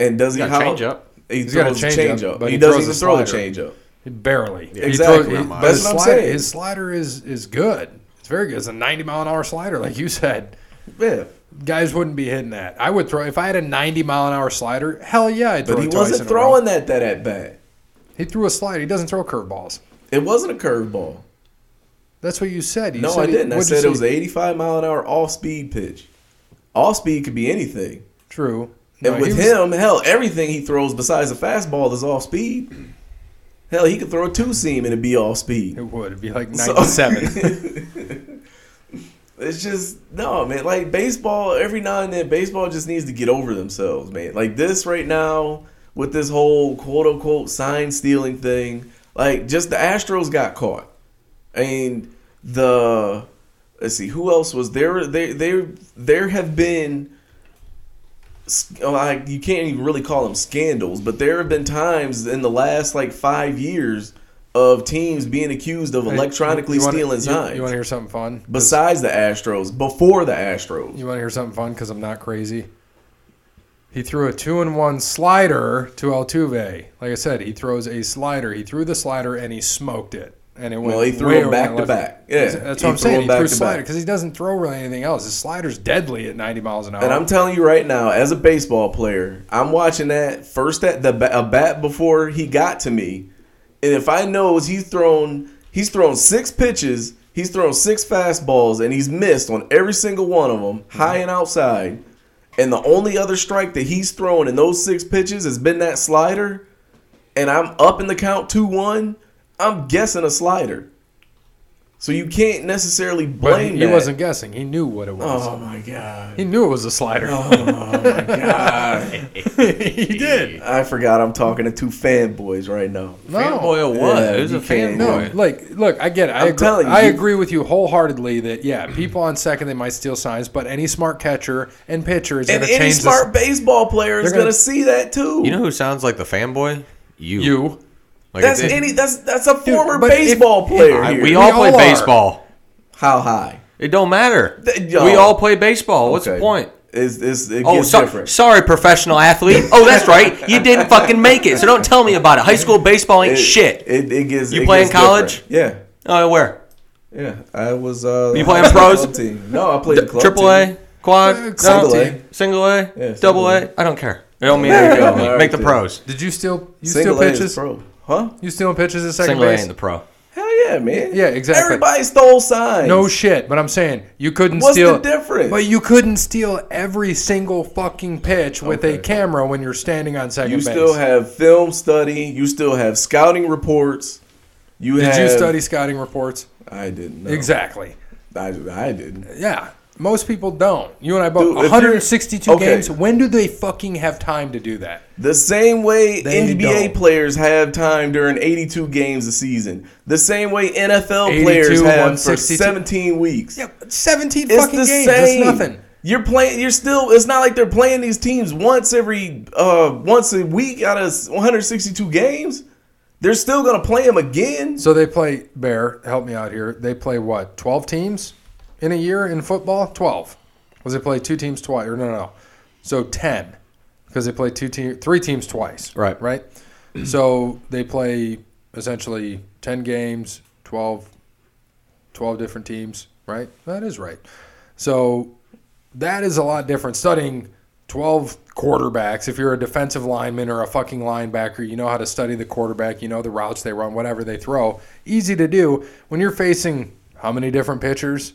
D: And does he
C: Got
D: how-
C: change up.
D: He
A: got a
D: throws a
A: changeup,
D: change up,
A: but
D: he,
A: he
D: doesn't even
A: throws a
D: throw a
A: slider.
D: change up.
A: Barely. He
D: Exactly.
A: throws- he-
D: That's
A: but his
D: what I'm
A: slider,
D: saying.
A: His slider is is good. It's very good. It's a 90 mile an hour slider, like you said.
D: Yeah,
A: Guys wouldn't be hitting that. I would throw if I had a 90 mile an hour slider. Hell yeah, I'd throw
D: but he
A: it twice
D: wasn't
A: in a row.
D: throwing that that at bat.
A: He threw a slider. He doesn't throw curveballs.
D: It wasn't a curveball.
A: That's what you said. You
D: No,
A: said
D: I
A: he-
D: didn't. I
A: what'd you
D: said
A: say?
D: it was an 85 mile an hour off speed pitch. Off speed could be anything.
A: true.
D: And
A: No, he
D: with
A: was-
D: him, hell, everything he throws besides a fastball is off speed. Hell, he could throw a two seam and it'd be off speed.
A: it would It'd be like
D: So-
A: 97.
D: it's just no, man. Like baseball, every now and then, baseball just needs to get over themselves, man. Like this right now with this whole quote unquote sign stealing thing. Like just the Astros got caught, and the let's see who else was there. There, there, there have been sc- like you can't even really call them scandals, but there have been times in the last like five years of teams being accused of
A: Hey,
D: electronically
A: you wanna-
D: stealing
A: you-
D: signs
A: You, want to hear something fun?
D: besides the Astros, before the Astros.
A: You want to hear something fun? Because I'm not crazy. He threw a two and one slider to Altuve. Like I said, he throws a slider. He threw the slider and he smoked it. And it went
D: Well, he threw
A: way
D: them
A: over
D: back
A: that
D: to
A: left-
D: back. Yeah,
A: that's
D: he
A: what I'm
D: threw
A: saying.
D: them
A: He
D: back
A: threw
D: to
A: slider
D: back.
A: because he doesn't throw really anything else. His slider's deadly at 90 miles an hour.
D: And I'm telling you right now, as a baseball player, I'm watching that first at the ba- a bat before he got to me, and if I knows he's thrown he's thrown six pitches, he's thrown six fastballs, and he's missed on every single one of them,
A: Mm-hmm.
D: high and outside. And the only other strike that he's thrown in those six pitches has been that slider, and I'm up in the count two one. I'm guessing a slider, so you can't necessarily
A: but
D: blame.
A: he, he
D: that.
A: wasn't guessing. He knew what it was.
D: Oh my god!
A: He knew it was a slider. he did.
D: I forgot I'm talking to two fanboys right now.
A: No.
C: Fanboy of what?
D: Yeah,
C: Who's
D: you
C: a
D: can't.
A: No,
C: fanboy?
A: like, look, I get it. I,
D: I'm
A: agree,
D: telling you,
A: I
D: you-
A: agree with you wholeheartedly that yeah, people on second they might steal signs, but any smart catcher and pitcher is going
D: And
A: to
D: any
A: change
D: smart baseball player is
A: They're gonna-
D: gonna, see that too.
C: You know who sounds like the fanboy? You.
A: this. You,
C: Like
D: that's
C: it's-
D: any that's that's a former
A: but if-
D: baseball player.
C: I-
D: here.
C: we all
A: We
C: play
A: all are.
C: baseball.
D: how high?
C: It don't matter.
D: Th- yo.
C: we all play baseball. What's
D: Okay.
C: the point?
D: Is is it
C: Oh,
D: gets
C: so,
D: different?
C: sorry, professional athlete. Oh, that's right. You didn't fucking make it, so don't tell me about it. High school baseball ain't
D: It-
C: shit.
D: It, it gets.
C: You
D: it
C: play
D: gets
C: in college?
D: different.
C: oh, where?
D: Yeah, yeah. I was. Uh,
C: You
D: I
C: playing
D: was on the
C: pros?
D: club Team. No, I played the club
C: Triple A?
D: team.
C: quad,
A: Uh,
C: no,
A: single
D: A.
C: single A,
D: Yeah, single
C: double A.
D: A.
C: I don't care. It don't mean
D: There
C: anything
D: you
C: to
D: go.
C: me. Make the
D: Alright,
C: pros.
A: Did you steal you
D: Single
A: steal
D: A is
A: pitches?
D: pro. Huh?
A: You stealing pitches at second
C: Single A
A: base?
C: ain't the pro.
D: Hell yeah, man.
A: Yeah, exactly.
D: Everybody stole signs.
A: No shit, but I'm saying you couldn't
D: What's
A: steal.
D: the difference?
A: But you couldn't steal every single fucking pitch with a
D: Okay.
A: camera when you're standing on second
D: you
A: base.
D: still have film study. You still have scouting reports. You
A: Did
D: have,
A: you study scouting reports?
D: I didn't. know.
A: Exactly.
D: I, I didn't.
A: Yeah. Most people don't. You and I both.
D: Dude, if you're-
A: 162
D: okay.
A: games. When do they fucking have time to do that?
D: The same way
A: They
D: NBA
A: don't.
D: players have time during 82 games a season. The same way NFL
A: 82,
D: players have for
A: 162.
D: 17 weeks.
A: Yeah, 17
D: It's
A: fucking
D: the
A: games.
D: same.
A: That's nothing.
D: You're playing. You're still. It's not like they're playing these teams once every uh once a week out of 162 games. They're still gonna play them again.
A: So they play Bear. Help me out here. They play what? 12 teams in a year in football. 12. Was they play two teams twice? Or no, no, no. So 10 because they play two team, three teams twice.
C: Right.
A: Right. so they play essentially 10 games, 12, 12 different teams. Right. That is right. So that is a lot different. Studying 12 quarterbacks, if you're a defensive lineman or a fucking linebacker, you know how to study the quarterback, you know the routes they run, whatever they throw. Easy to do. When you're facing how many different pitchers,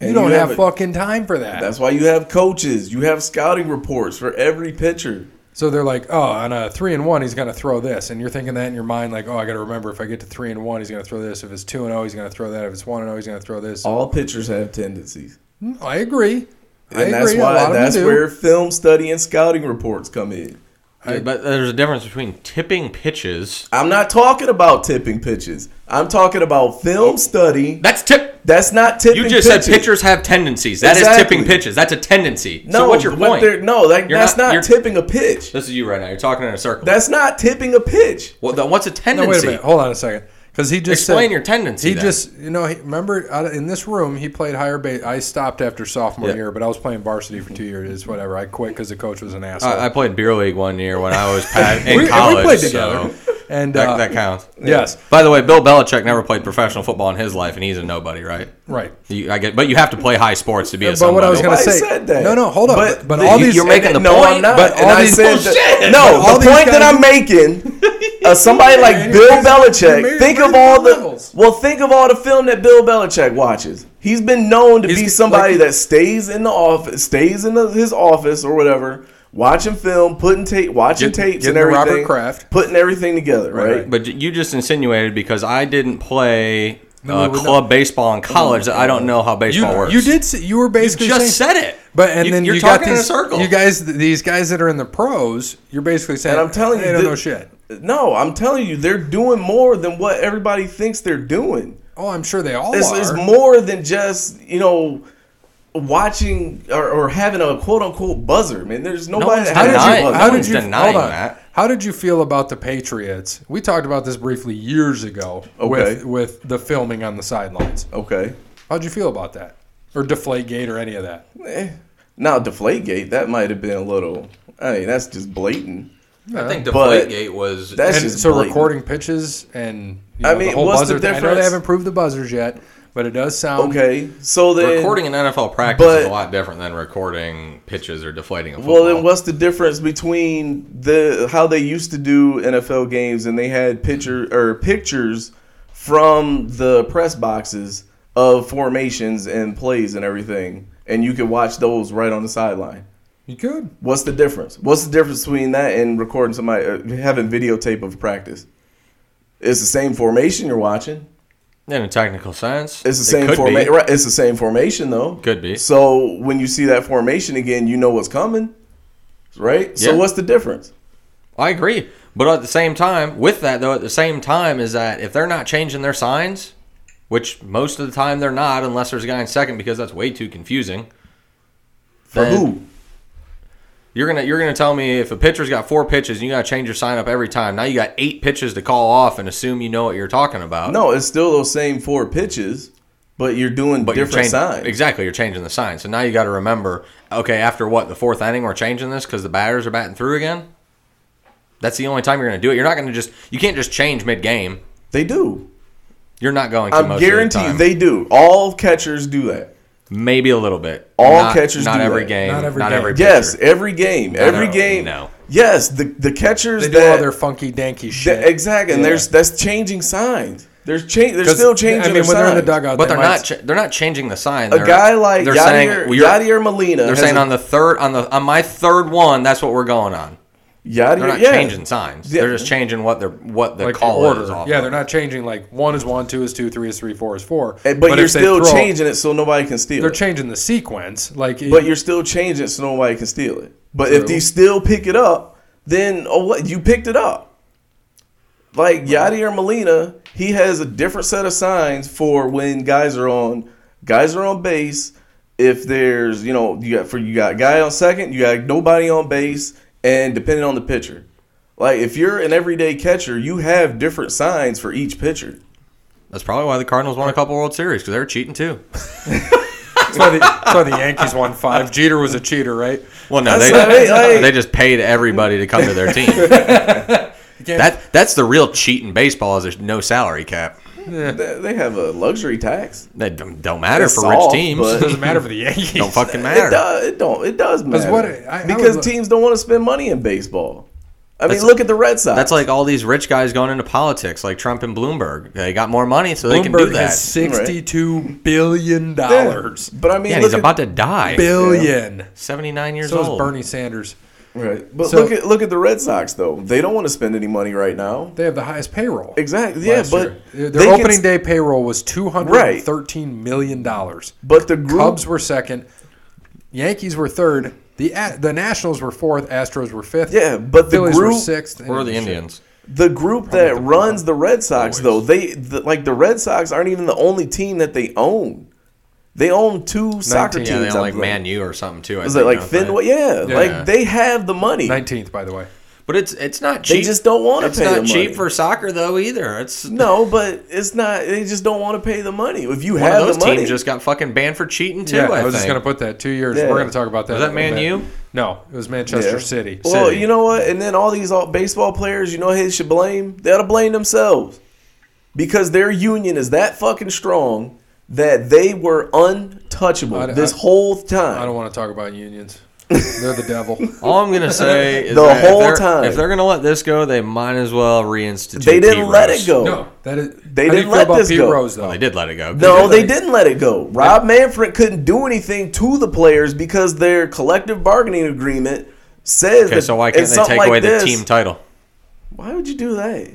A: you
D: And
A: don't
D: you
A: have,
D: have a-
A: fucking time for that.
D: That's why you have coaches. You have scouting reports for every pitcher.
A: So they're like, oh, on a three and one, he's going to throw this. And you're thinking that in your mind, like, oh, I got to remember if I get to three and one, he's going to throw this. If it's two and oh, he's going to throw that. If it's one and oh, he's going to throw this.
D: All pitchers have tendencies,
A: I agree. I
D: and
A: agree.
D: that's
A: A lot
D: why
A: of them
D: that's
A: do.
D: where film study and scouting reports come in.
A: I-
C: but there's a difference between tipping pitches.
D: I'm not talking about tipping pitches. I'm talking about film study.
C: That's tip.
D: That's not tipping.
C: Oh. You just
D: pitches.
C: said pitchers have tendencies. That is
D: Exactly.
C: tipping pitches. That's a tendency.
D: No,
C: so what's your
D: what
C: point?
D: they're- No, that,
C: You're
D: that's not,
C: not- you're-
D: tipping a pitch.
C: This is you right now. You're talking in a circle.
D: That's not tipping a pitch.
C: Well, then what's a
A: No,
C: tendency?
A: wait a minute. Hold on a second. Because he just
C: Explain
A: said-
C: your tendency.
A: He
C: then.
A: just, you know, he, remember out of- in this room he played higher base. I stopped after sophomore
C: Yeah.
A: year, but I was playing varsity for two years. It's whatever. I quit because the coach was an asshole.
C: I, I played beer league one year when I was pa-
A: We-
C: Uh, in
A: and
C: college.
A: we played together,
C: So
A: and
C: that,
A: uh,
C: that counts.
A: yes,
C: By the way, Bill Belichick never played professional football in his life, and he's a nobody, right?
A: right.
C: You, I get, but you have to play high sports to be a
A: But
C: somebody.
A: what I was going to
D: Nobody
A: say,
D: said that.
A: no, no, hold on. But,
D: But
A: but
D: the-
A: all
D: you-
A: these,
C: you're making the
D: no,
C: point.
D: I'm not.
C: But
D: and
C: all
D: I
C: these-
D: said
C: Bullshit!
D: that, no.
A: But all
D: the
A: these
D: point that
A: guys-
D: I'm making, uh, somebody like Bill
A: You're
D: Belichick,
A: raising
D: think of
A: your
D: all the
A: levels.
D: well, think of all the film that Bill Belichick watches. He's been known to
A: He's
D: be somebody
A: like-
D: that stays in the office, stays in the, his office or whatever, watching film, putting tape, watching
A: Get-
D: tapes
A: getting
D: and
A: the Robert
D: everything,
A: Kraft.
D: putting everything together, right?
A: right.
C: But you just insinuated because I didn't play
A: we
C: uh,
A: would know.
C: club baseball in college that I don't know how baseball
A: you,
C: works.
A: you did, say, you were basically
C: just
A: saying,
C: said it.
A: But and
C: You-
A: then
C: you're
A: you
C: talking
A: got these,
C: in a circle.
A: You guys, these guys that are in the pros, you're basically saying,
D: And I'm telling you,
A: they don't
D: thi-
A: know shit.
D: No, I'm telling you, they're doing more than what everybody thinks they're doing.
A: Oh, I'm sure they all
D: It's,
A: are.
D: it's more than just you know watching or, or having a quote unquote buzzer. Man, there's nobody.
C: one's
D: that
A: How
D: has
A: did
D: a
A: you?
C: denying-
D: buzzer.
A: How
C: No
A: did
C: one's
A: you?
C: denying
A: Hold on.
C: that.
A: How did you feel about the Patriots? We talked about this briefly years ago with
D: Okay.
A: with the filming on the sidelines.
D: Okay.
A: How'd you feel about that? Or Deflategate or any of that?
D: Eh. Now Deflategate, that might have been a little. I mean, that's just blatant.
C: I think
D: But
C: Deflategate was.
D: That's
A: And
D: just
A: so
D: blatant.
A: recording pitches and you
D: I
A: know,
D: mean,
A: the whole
D: what's
A: buzzer.
D: the
A: thing. I know they
D: difference?
A: haven't proved the buzzers yet, but it does sound
D: Okay, so then
C: recording an NFL practice is a
D: But-
C: lot different than recording pitches or deflating a football.
D: Well, then what's the difference between the how they used to do NFL games and they had picture or pictures from the press boxes of formations and plays and everything, and you could watch those right on the sideline.
A: You could.
D: What's the difference? What's the difference between that and recording somebody uh, having videotape of practice? It's the same formation you're watching.
C: In a technical sense,
D: It's the
C: it
D: same
C: could be.
D: formation. Right, it's the same formation though.
C: Could be.
D: So when you see that formation again, you know what's coming, right?
C: Yeah.
D: So what's the difference?
C: I agree. But at the same time, with that though, at the same time is that if they're not changing their signs, which most of the time they're not, unless there's a guy in second because that's way too confusing.
D: For
C: then
D: who?
C: You're gonna you're gonna tell me if a pitcher's got four pitches and you gotta change your sign up every time. Now you got eight pitches to call off and assume you know what you're talking about.
D: No, it's still those same four pitches, but you're doing
C: But
D: different
C: you're chang-
D: signs.
C: Exactly, you're changing the sign. So now you got to remember. Okay, after what the fourth inning, we're changing this because the batters are batting through again. That's the only time you're going to do it. You're not going to just. You can't just change mid game.
D: They do.
C: You're not going. to
D: I'm
C: most of the
D: guaranteed
C: time.
D: they do. All catchers do that.
C: Maybe a little bit.
D: All
C: Not-
D: catchers
C: Not
D: do
C: every
D: that.
C: game.
A: Not
C: Not
A: every
C: every.
A: game.
C: pitcher.
D: Yes, every game, every
C: No,
D: game.
C: no.
D: Yes, the the catchers
A: They do
D: that
A: all their funky danky shit.
D: that- exactly, and
A: Yeah.
D: there's that's changing signs. There's change. They're
A: 'Cause,
D: still
A: I
D: changing.
A: mean,
D: their
A: when they're in the
D: signs.
A: dugout,
C: But
A: they
C: they're
A: might-
C: not. Ch- they're not changing the sign.
D: A
C: They're-
D: guy like
C: they're
D: Yadier,
C: saying well, you're-
D: Yadier Molina.
C: They're
D: has
C: saying
D: a-
C: on the third on the on my third one. That's what we're going on.
D: Yadier,
C: They're not
D: yeah.
C: changing signs.
D: Yeah.
C: They're just changing what they're what the
A: like
C: call
A: order.
C: is. Off
A: yeah,
C: of.
A: they're not changing like one is one, two is two, three is three, four is four.
D: And- Eh, But,
A: if
D: you're
A: they
D: still
A: throw-
D: changing it so nobody can steal.
A: They're
D: it.
A: changing the sequence. Like,
D: But you're still changing it so nobody can steal it. But if
A: True.
D: they still pick it up, then oh what you picked it up. Like Yadier Molina, he has a different set of signs for when guys are on guys are on base. If there's you know you got for you got guy on second, you got nobody on base, and depending on the pitcher. Like if you're an everyday catcher, you have different signs for each pitcher.
C: That's probably why the Cardinals won a couple World Series because they were cheating too.
A: that's, why the, that's why the Yankees won five. Jeter was a cheater, right?
C: Well, no,
D: That's
C: they,
D: not right, like-
C: they just paid everybody to come to their team. that that's the real cheat in baseball is there's no salary cap.
D: They they have a luxury tax.
C: That don't don't matter
D: It's
C: for
D: soft,
C: rich teams.
D: but-
A: Doesn't matter for the Yankees.
C: don't fucking
D: It
C: matter.
D: does. It don't. It does matter.
A: what it- I- I
D: because
A: would-
D: teams don't want to spend money in baseball. I mean,
C: That's-
D: look at the Red Sox.
C: That's like all these rich guys going into politics, like Trump and Bloomberg. They got more money, so they can do
A: Bloomberg has
C: that.
A: sixty-two billion
D: Yeah.
A: dollars.
D: But I mean,
C: Yeah, and
D: look
C: he's
D: at,
C: about to die.
A: Billion.
C: Seventy nine years
A: So is
C: old.
A: Bernie Sanders.
D: right. But
A: So-
D: look at look at the Red Sox though. They don't want to spend any money right now.
A: They have the highest payroll.
D: Exactly. Yeah,
A: last
D: but
A: year.
D: they
A: their
D: can-
A: opening day payroll was two hundred thirteen million dollars.
D: But the group.
A: Cubs were second, Yankees were third, the A- the Nationals were fourth, Astros were fifth.
D: Yeah, but the
A: Phillies were
D: group-
A: sixth.
C: Or the
A: shit.
C: Indians.
D: the group that
A: the-
D: runs the Red Sox, though, they the, like the Red Sox aren't even the only team that they own. They own two soccer
A: 19,
D: teams.
C: Yeah, they
D: I
C: own like
D: believe.
C: Man U or something too. I
D: Is
C: think,
D: it like
C: don't they?
D: Fenway? Yeah,
A: Yeah.
D: like they have the money.
A: Nineteenth, by the way.
C: But it's it's not cheap.
D: They just don't want to
C: It's
D: pay
C: not
D: the money.
C: cheap for soccer though either. It's
D: No, but it's not. They just don't want to pay the money. If you
C: one
D: have
C: of those
D: the money,
C: teams just got fucking banned for cheating too.
A: yeah,
C: I,
A: I, was
C: think.
A: just gonna put that two years.
D: Yeah.
A: We're gonna talk about that.
C: Was that
A: in a little
C: Man
A: bit.
C: U?
A: No, it was Manchester
D: Yeah.
A: City.
D: well,
C: City.
D: you know what? And then all these all baseball players, you know, who they should blame. They ought to blame themselves because their union is that fucking strong that they were untouchable
A: I-
D: this
A: I-
D: whole
A: I don't
D: time.
A: want to talk about unions. They're the devil.
C: All I'm gonna say is
D: The
C: that
D: whole
C: if they're,
D: time.
C: if they're gonna let this go, they might as well reinstitute.
D: They didn't
C: Pete
D: let
C: Rose.
D: it go.
A: No, that is.
D: They
A: how do
D: didn't
A: you feel
D: let
A: about
D: this
A: Pete
D: go.
A: Rose though.
C: Well, they did let it go.
D: No,
A: They
D: they
A: did.
D: didn't let it go. Rob Manfred couldn't do anything to the players because their collective bargaining agreement says
C: Okay,
D: that.
C: so why
D: and
C: can't they
D: something
C: take
D: like
C: away
D: this- Oh,
C: the team Oh. title?
D: Why would you do that?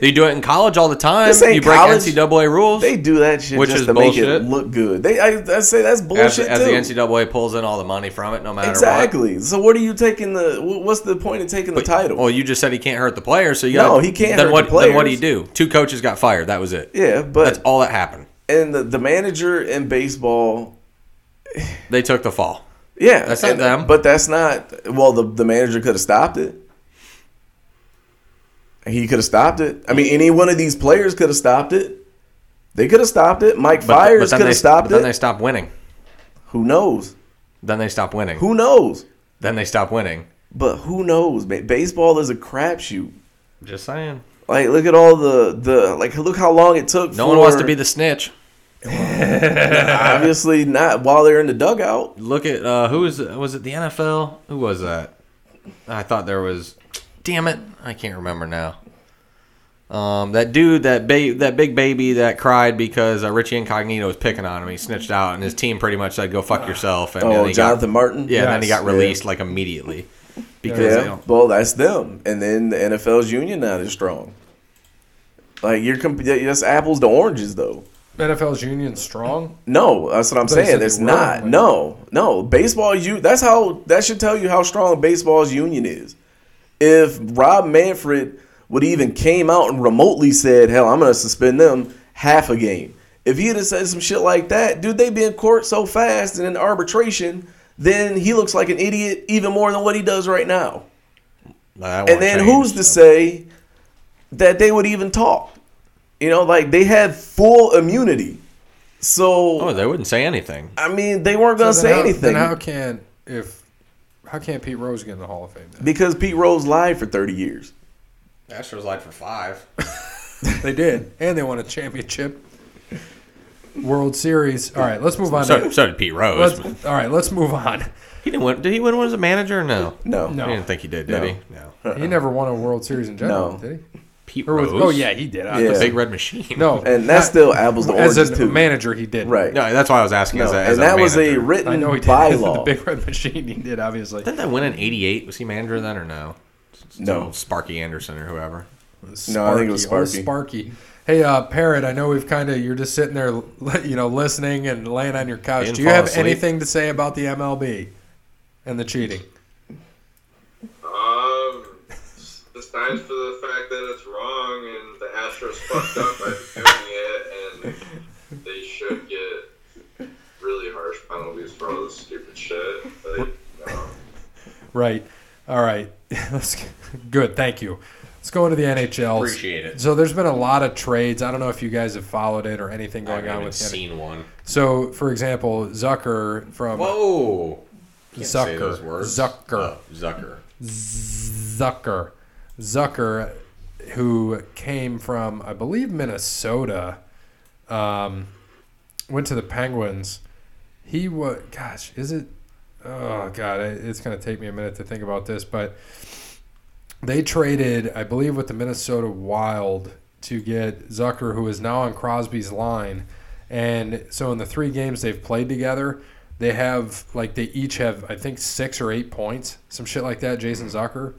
C: They do it in college all the time.
D: This ain't
C: You break
D: college.
C: NCAA rules.
D: They do that shit
C: Which
D: just
C: is
D: to make
C: bullshit.
D: it look good. They, I, I say that's
C: as,
D: bullshit
C: as
D: too.
C: the NCAA pulls in all the money from it, no matter what.
D: exactly. So what are you taking the? wh- What's the point of taking the title?
C: Well, you oh, just said he can't hurt the players, so you
D: No,
C: gotta-
D: he can't
C: Then
D: hurt
C: what?
D: the
C: Then what do you do?
D: players.
C: Two coaches got fired. That was it.
D: yeah,
C: That's
D: but
C: all that happened.
D: and the, the manager in baseball.
C: They took the fall.
D: Yeah,
C: That's not
D: and-
C: them.
D: But that's not. Well, the the manager could have stopped it. He could have stopped it. I mean, any one of these players could have stopped it. They could have stopped it. Mike
C: But,
D: Fires
C: but then
D: could
C: they
D: have stopped
C: But
D: it.
C: then they stopped winning.
D: who knows?
C: Then they stopped winning.
D: Who knows?
C: Then they stopped winning.
D: But who knows? man? Baseball is a crapshoot.
C: Just saying.
D: Like, look at all the the like. Look how long it took.
C: No one wants to be the snitch.
D: obviously not while they're in the dugout.
C: Look at uh, who was was it the NFL? Who was that? I thought there was. Damn it, I can't remember now. Um, that dude, that ba- that big baby that cried because uh, Richie Incognito was picking on him. He snitched out, and his team pretty much said, "Go fuck yourself." And
D: Oh,
C: then he
D: Jonathan
C: got,
D: Martin.
C: Yeah, and then he
A: Yes,
C: got
D: yeah.
C: released like immediately because they
D: yeah.
C: don't-
D: Well, that's them, and then the NFL's union not as strong. Like you're comp- that's apples to oranges, though.
A: NFL's union strong.
D: No, that's what I'm
A: thought you said
D: saying.
A: they
D: It's
A: were,
D: not.
A: like-
D: no, no. Baseball, you. That's how. That should tell you how strong baseball's union is. If Rob Manfred would even came out and remotely said, "Hell, I'm gonna suspend them half a game," if he had said some shit like that, dude, they'd be in court so fast and in arbitration. Then he looks like an idiot even more than what he does right now.
C: that
D: And
C: won't
D: then
C: change,
D: who's to
C: so.
D: say that they would even talk? You know, like they had full immunity. So
C: Oh, they wouldn't say anything.
D: I mean, they weren't going to
A: So
D: say
A: then how-
D: anything
A: Then how can if how can Pete Rose get in the Hall of Fame? Then?
D: because Pete Rose lied for 30 years.
C: Astros lied for five.
A: They did, and they won a championship. World Series. All right, let's move on.
C: So,
A: to,
C: so did Pete Rose.
A: let's, all right, let's move on.
C: He didn't win. Did he win one as a manager? or No.
D: No.
A: No.
C: I didn't think he did. Did
D: No.
C: he? No.
A: He never won a World Series in general,
D: No.
A: did
C: Pete
A: he? Or
C: Rose.
A: was- oh yeah, he did. I-
D: Yeah.
C: The big red machine.
A: No,
D: And that's
A: not-
D: still apples to
A: as
D: oranges
A: a
D: too.
A: manager, he did.
D: Right.
C: No, that's why I was asking.
D: No,
C: as a, as
D: and that was a
C: manager.
D: written
A: I know he did. the
D: bylaw.
A: Big Red Machine, he did obviously.
C: Didn't that win in '88? Was he manager then or no?
D: No.
C: Sparky Anderson or whoever.
D: No, I think it was
A: old
D: Sparky.
A: Sparky. Hey, uh, Parrot, I know we've kind of, you're just sitting there, li- you know, listening and laying on your couch.
C: Didn't
A: Do you
C: fall
A: have
C: asleep.
A: anything to say about the MLB and the cheating?
B: Um, it's nice for the fact that it's wrong and the Astros fucked up by doing it, and they should get really harsh penalties for all this stupid shit. Like, um,
A: Right. All right. Let's, good. Thank you. Let's go into the NHL.
C: Appreciate it.
A: So there's been a lot of trades. I don't know if you guys have followed it or anything
C: I
A: going on
C: haven't
A: with the
C: seen one.
A: So, for example, Zucker from
C: Whoa. Can't say
A: Zucker.
C: those words.
A: Zucker.
C: Oh, Zucker.
A: Zucker. Zucker, who came from, I believe, Minnesota, um, went to the Penguins. He was, gosh, is it? Oh, God, it- it's going to take me a minute to think about this, but they traded, I believe, with the Minnesota Wild to get Zucker, who is now on Crosby's line. And so in the three games they've played together, they have like they each have I think six or eight points, some shit like that. Jason Zucker,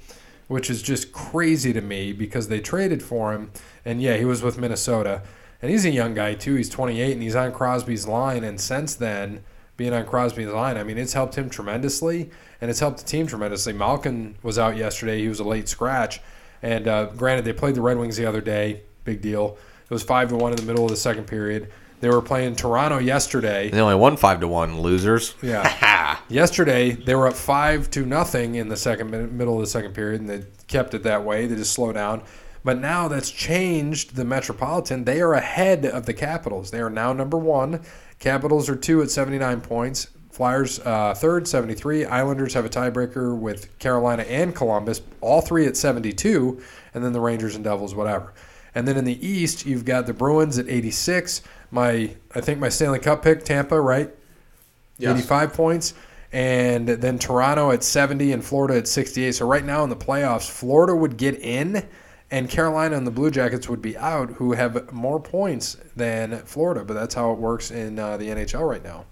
A: which is just crazy to me because they traded for him, and yeah, he was with Minnesota, and he's a young guy too. He's 28 and he's on Crosby's line, and since then. Being on Crosby's line, I mean, it's helped him tremendously, and it's helped the team tremendously. Malkin was out yesterday; he was a late scratch, and uh, granted, they played the Red Wings the other day. Big deal. It was five to one in the middle of the second period. They were playing Toronto yesterday.
C: They only won five to one. Losers.
A: Yeah. Yesterday they were up five to nothing in the second minute, middle of the second period, and they kept it that way. They just slowed down. But now that's changed. The Metropolitan they are ahead of the Capitals. They are now number one. Capitals are two at seventy nine points. Flyers uh, third, seventy three. Islanders have a tiebreaker with Carolina and Columbus, all three at seventy two, and then the Rangers and Devils, whatever. And then in the East, you've got the Bruins at eighty six. My I think my Stanley Cup pick, Tampa, right? 85 points. And then Toronto at 70 and Florida at 68. So right now in the playoffs, Florida would get in and Carolina and the Blue Jackets would be out, who have more points than Florida. But that's how it works in uh, the NHL right now.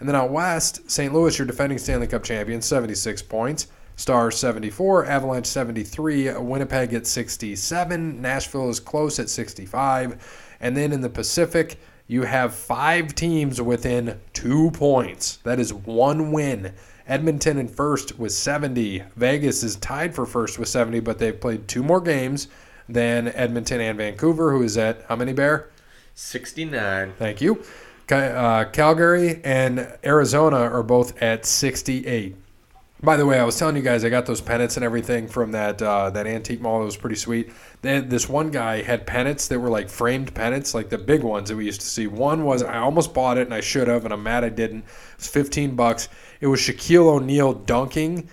A: And then out west, St. Louis, your defending Stanley Cup champions, 76 points. Stars 74, Avalanche 73, Winnipeg at 67, Nashville is close at 65. And then in the Pacific, you have five teams within two points. That is one win. Edmonton in first with 70. Vegas is tied for first with 70, but they've played two more games than Edmonton and Vancouver, who is at how many, Bear?
C: Sixty nine.
A: Thank you. Ca- Uh, Calgary and Arizona are both at 68. By the way, I was telling you guys I got those pennants and everything from that uh, that antique mall. It was pretty sweet. Then this one guy had pennants that were like framed pennants, like the big ones that we used to see. One was I almost bought it and I should have, and I'm mad I didn't. It was 15 bucks. It was Shaquille O'Neal dunking,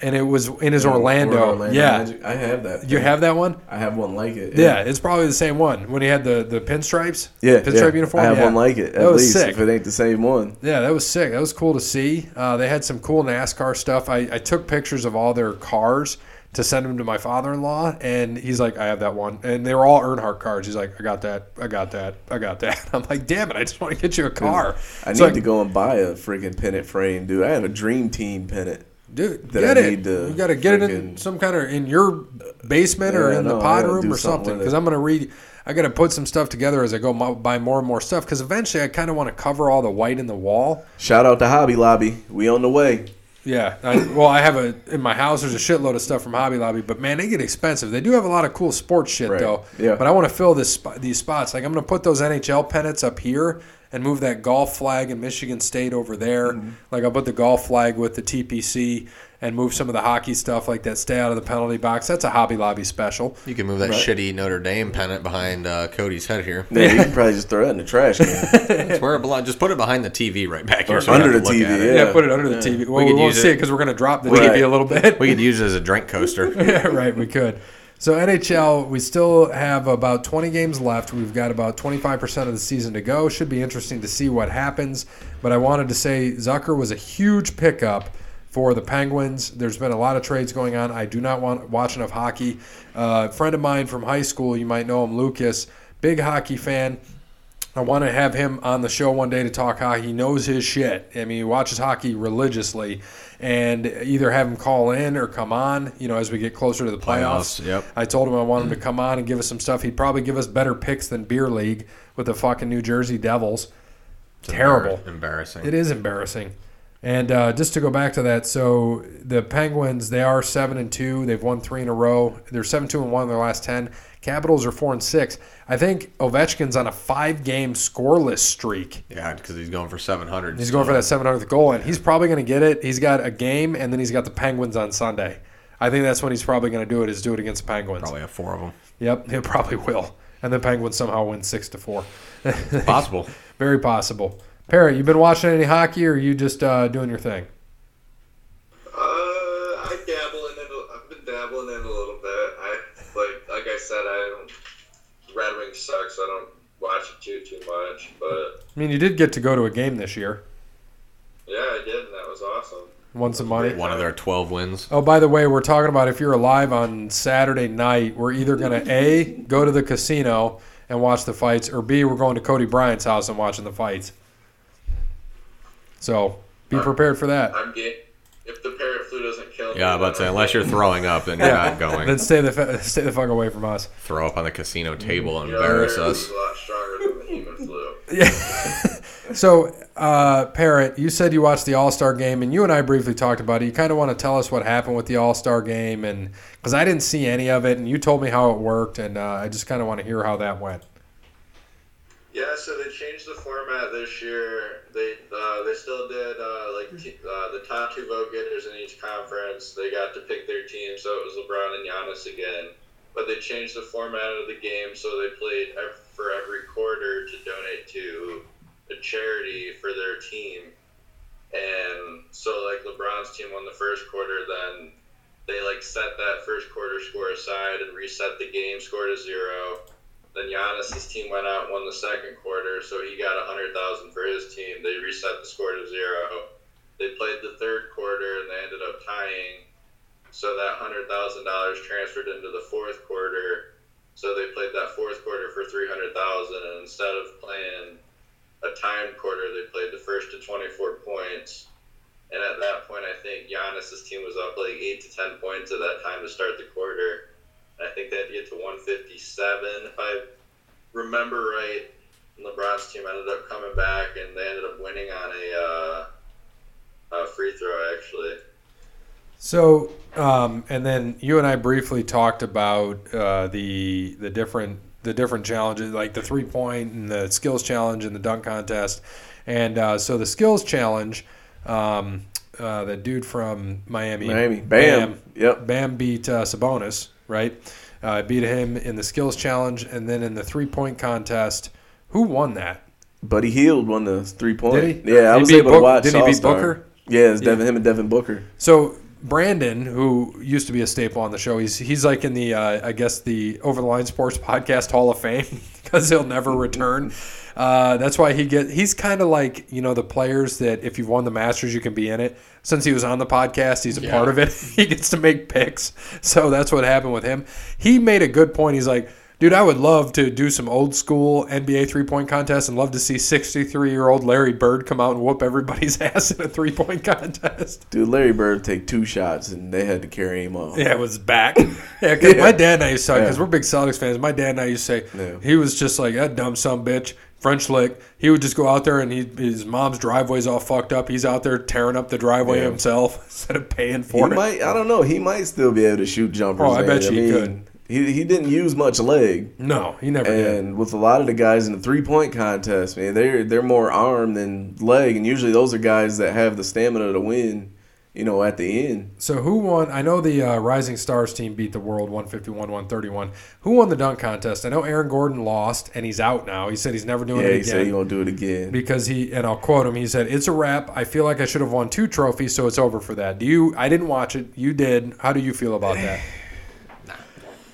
A: and it was in his Orlando. Yeah,
D: Magic. I have that.
A: you
D: thing.
A: have that one.
D: I have one like it.
A: Yeah, it's probably the same one when he had the the pinstripes.
D: Yeah.
A: pinstripe
D: yeah.
A: uniform.
D: I have
A: yeah.
D: one like it. At
A: That was
D: least
A: sick.
D: if it ain't the same one.
A: Yeah, that was sick. That was cool to see. Uh, they had some cool NASCAR stuff. I, I took pictures of all their cars to send them to my father-in-law, and he's like, "I have that one." And they were all Earnhardt cars. He's like, "I got that. I got that. I got that." I'm like, "Damn it! I just want to get you a car."
D: I
A: It's
D: need
A: like,
D: to go and buy a freaking pennant frame, dude. I have a dream team pennant.
A: dude.
D: that
A: Get
D: I
A: it.
D: need to
A: You got to get it in
D: freaking-
A: some kind of in your basement or
D: Yeah,
A: in the
D: no, I
A: pod
D: gotta
A: room
D: do
A: or
D: something
A: something.
D: with it.
A: Because I'm gonna read. I got to put some stuff together as I go mo- buy more and more stuff. Because eventually, I kind of want to cover all the white in the wall.
D: Shout out to Hobby Lobby. We on the way.
A: Yeah, I, well, I have a in my house. There's a shitload of stuff from Hobby Lobby, but man, they get expensive. They do have a lot of cool sports shit
D: Right.
A: though.
D: Yeah.
A: But I want to fill this spot, these spots. Like I'm going to put those NHL pennants up here and move that golf flag in Michigan State over there.
D: Mm-hmm.
A: Like I'll put the golf flag with the TPC and move some of the hockey stuff like that. Stay out of the penalty box. That's a Hobby Lobby special.
C: You can move that shitty Notre Dame pennant behind uh, Cody's head here.
D: Man, you can probably just throw that in the trash can.
C: It's where it belongs. Just put it behind the TV right back here.
D: Or
C: so we don't
D: under
C: have to
D: the
C: look
D: TV,
C: at it.
D: Yeah.
A: Yeah, put it under the TV. Well, we,
C: could
A: won't
C: use
A: see it
C: it-
A: because we're going to drop the
D: Right.
A: TV a little bit.
C: We could use it as a drink coaster.
A: yeah, right. We could. So NHL, we still have about 20 games left. We've got about 25% of the season to go. Should be interesting to see what happens. But I wanted to say Zucker was a huge pickup for the Penguins. There's been a lot of trades going on. I do not want watch enough hockey. Uh, a friend of mine from high school, you might know him, Lucas, big hockey fan. I want to have him on the show one day to talk hockey. He knows his shit. I mean, he watches hockey religiously, and either have him call in or come on. You know, as we get closer to the playoffs.
C: Playoffs, yep.
A: I told him I want him to come on and give us some stuff. He'd probably give us better picks than Beer League with the fucking New Jersey Devils. Terrible.
C: Embar- Embarrassing.
A: It is embarrassing. And uh, just to go back to that, so the Penguins they are seven and two. They've won three in a row. They're seven two and one in their last ten. Capitals are four and six. I think Ovechkin's on a five game scoreless streak.
C: Yeah, because he's going for 700.
A: He's going for that 700th goal, and he's probably going to get it. He's got a game, and then he's got the Penguins on Sunday. I think that's when he's probably going to do it. Is do it against the Penguins.
C: Probably have four of them.
A: Yep, he probably will. And the Penguins somehow win six to four.
C: Possible.
A: Very possible. Parrot, you been watching any hockey, or you just uh, doing your thing?
B: Uh, I dabble in it. a- I've been dabbling in a little bit. I like, like I said, I don't. Red Wings sucks. I don't watch it too too much, but
A: I mean, you did get to go to a game this year.
B: yeah, I did, and that was awesome.
A: Won some money.
C: One of their 12 wins.
A: Oh, by the way, we're talking about if you're alive on Saturday night, we're either going to A, go to the casino and watch the fights, or B, we're going to Cody Bryant's house and watching the fights. So be prepared for that.
B: I'm game. If the parrot flu doesn't kill me,
C: Yeah, I'm about to say, unless you're throwing up, then you're not
A: Then
C: going.
A: stay the, fa- stay the fuck away from us.
C: Throw up on the casino table and
B: you know, the
C: embarrass
B: parrot
C: us.
B: flu's A lot stronger than the human flu.
A: Yeah. so, uh, Parrot, you said you watched the All Star game, and you and I briefly talked about it. You kind of want to tell us what happened with the All Star game, and because I didn't see any of it, and you told me how it worked, and uh, I just kind of want to hear how that went.
B: Yeah, so they changed the format this year. They uh, they still did uh, like t- uh, the top two vote getters in each conference. They got to pick their team, so it was LeBron and Giannis again. But they changed the format of the game, so they played ev- for every quarter to donate to a charity for their team. And so, like LeBron's team won the first quarter, then they like set that first quarter score aside and reset the game score to zero. Then Giannis' team went out and won the second quarter, so he got a hundred thousand for his team. They reset the score to zero. They played the third quarter and they ended up tying. So that hundred thousand dollars transferred into the fourth quarter. So they played that fourth quarter for three hundred thousand, and instead of playing a timed quarter, they played the first to twenty-four points. And at that point, I think Giannis' team was up like eight to ten points at that time to start the quarter. I think they had to get to 157, if I remember right. And LeBron's team ended up coming back, and they ended up winning on a, uh, a free throw, actually.
A: So, um, and then you and I briefly talked about uh, the the different the different challenges, like the three point and the skills challenge and the dunk contest. And uh, so the skills challenge, um, uh, the dude from Miami,
D: Miami. Bam. Yep.
A: Bam beat uh, Sabonis, right? Uh, beat him in the skills challenge, and then in the three point contest, who won that?
D: Buddy Heald won the three point.
A: Did he?
D: Yeah, I
A: He
D: was
A: beat
D: able
A: Book-
D: to watch.
A: didn't he beat
D: All-Star.
A: Booker?
D: Yeah, it's Devin him and Devin Booker.
A: So Brandon, who used to be a staple on the show, he's he's like in the uh, I guess the Over the Line Sports Podcast Hall of Fame because he'll never return. Uh, that's why he get he's kind of like you know the players that if you've won the Masters you can be in it. Since he was on the podcast, he's a part of it. he gets to make picks, so that's what happened with him. He made a good point. He's like. Dude, I would love to do some old school NBA three point contest and love to see 63 year old Larry Bird come out and whoop everybody's ass in a three point contest.
D: Dude, Larry Bird take two shots and they had to carry him off.
A: Yeah, it was back. Yeah, because
D: Yeah.
A: my dad and I used to, because
D: Yeah.
A: we're big Celtics fans. My dad and I used to say
D: Yeah.
A: he was just like that dumb son of a bitch French lick. He would just go out there and he, his mom's driveway's all fucked up. He's out there tearing up the driveway
D: Yeah.
A: himself instead of paying
D: He
A: for it.
D: might. I don't know. He might still be able to shoot jumpers.
A: Oh, I
D: man.
A: bet you he could. Oh,
D: He he didn't use much leg,
A: No, he never did.
D: and with a lot of the guys in the three point contest, man, they're they're more arm than leg, and usually those are guys that have the stamina to win. You know, at the end.
A: So who won? I know the uh, Rising Stars team beat the world 151-131. Who won the dunk contest? I know Aaron Gordon lost and he's out now. He said he's never doing
D: Yeah,
A: it
D: he
A: again.
D: said he gonna do it again.
A: because he and I'll quote him. He said, "It's a wrap. I feel like I should have won two trophies, so it's over for that." Do you? I didn't watch it. You did. How do you feel about that?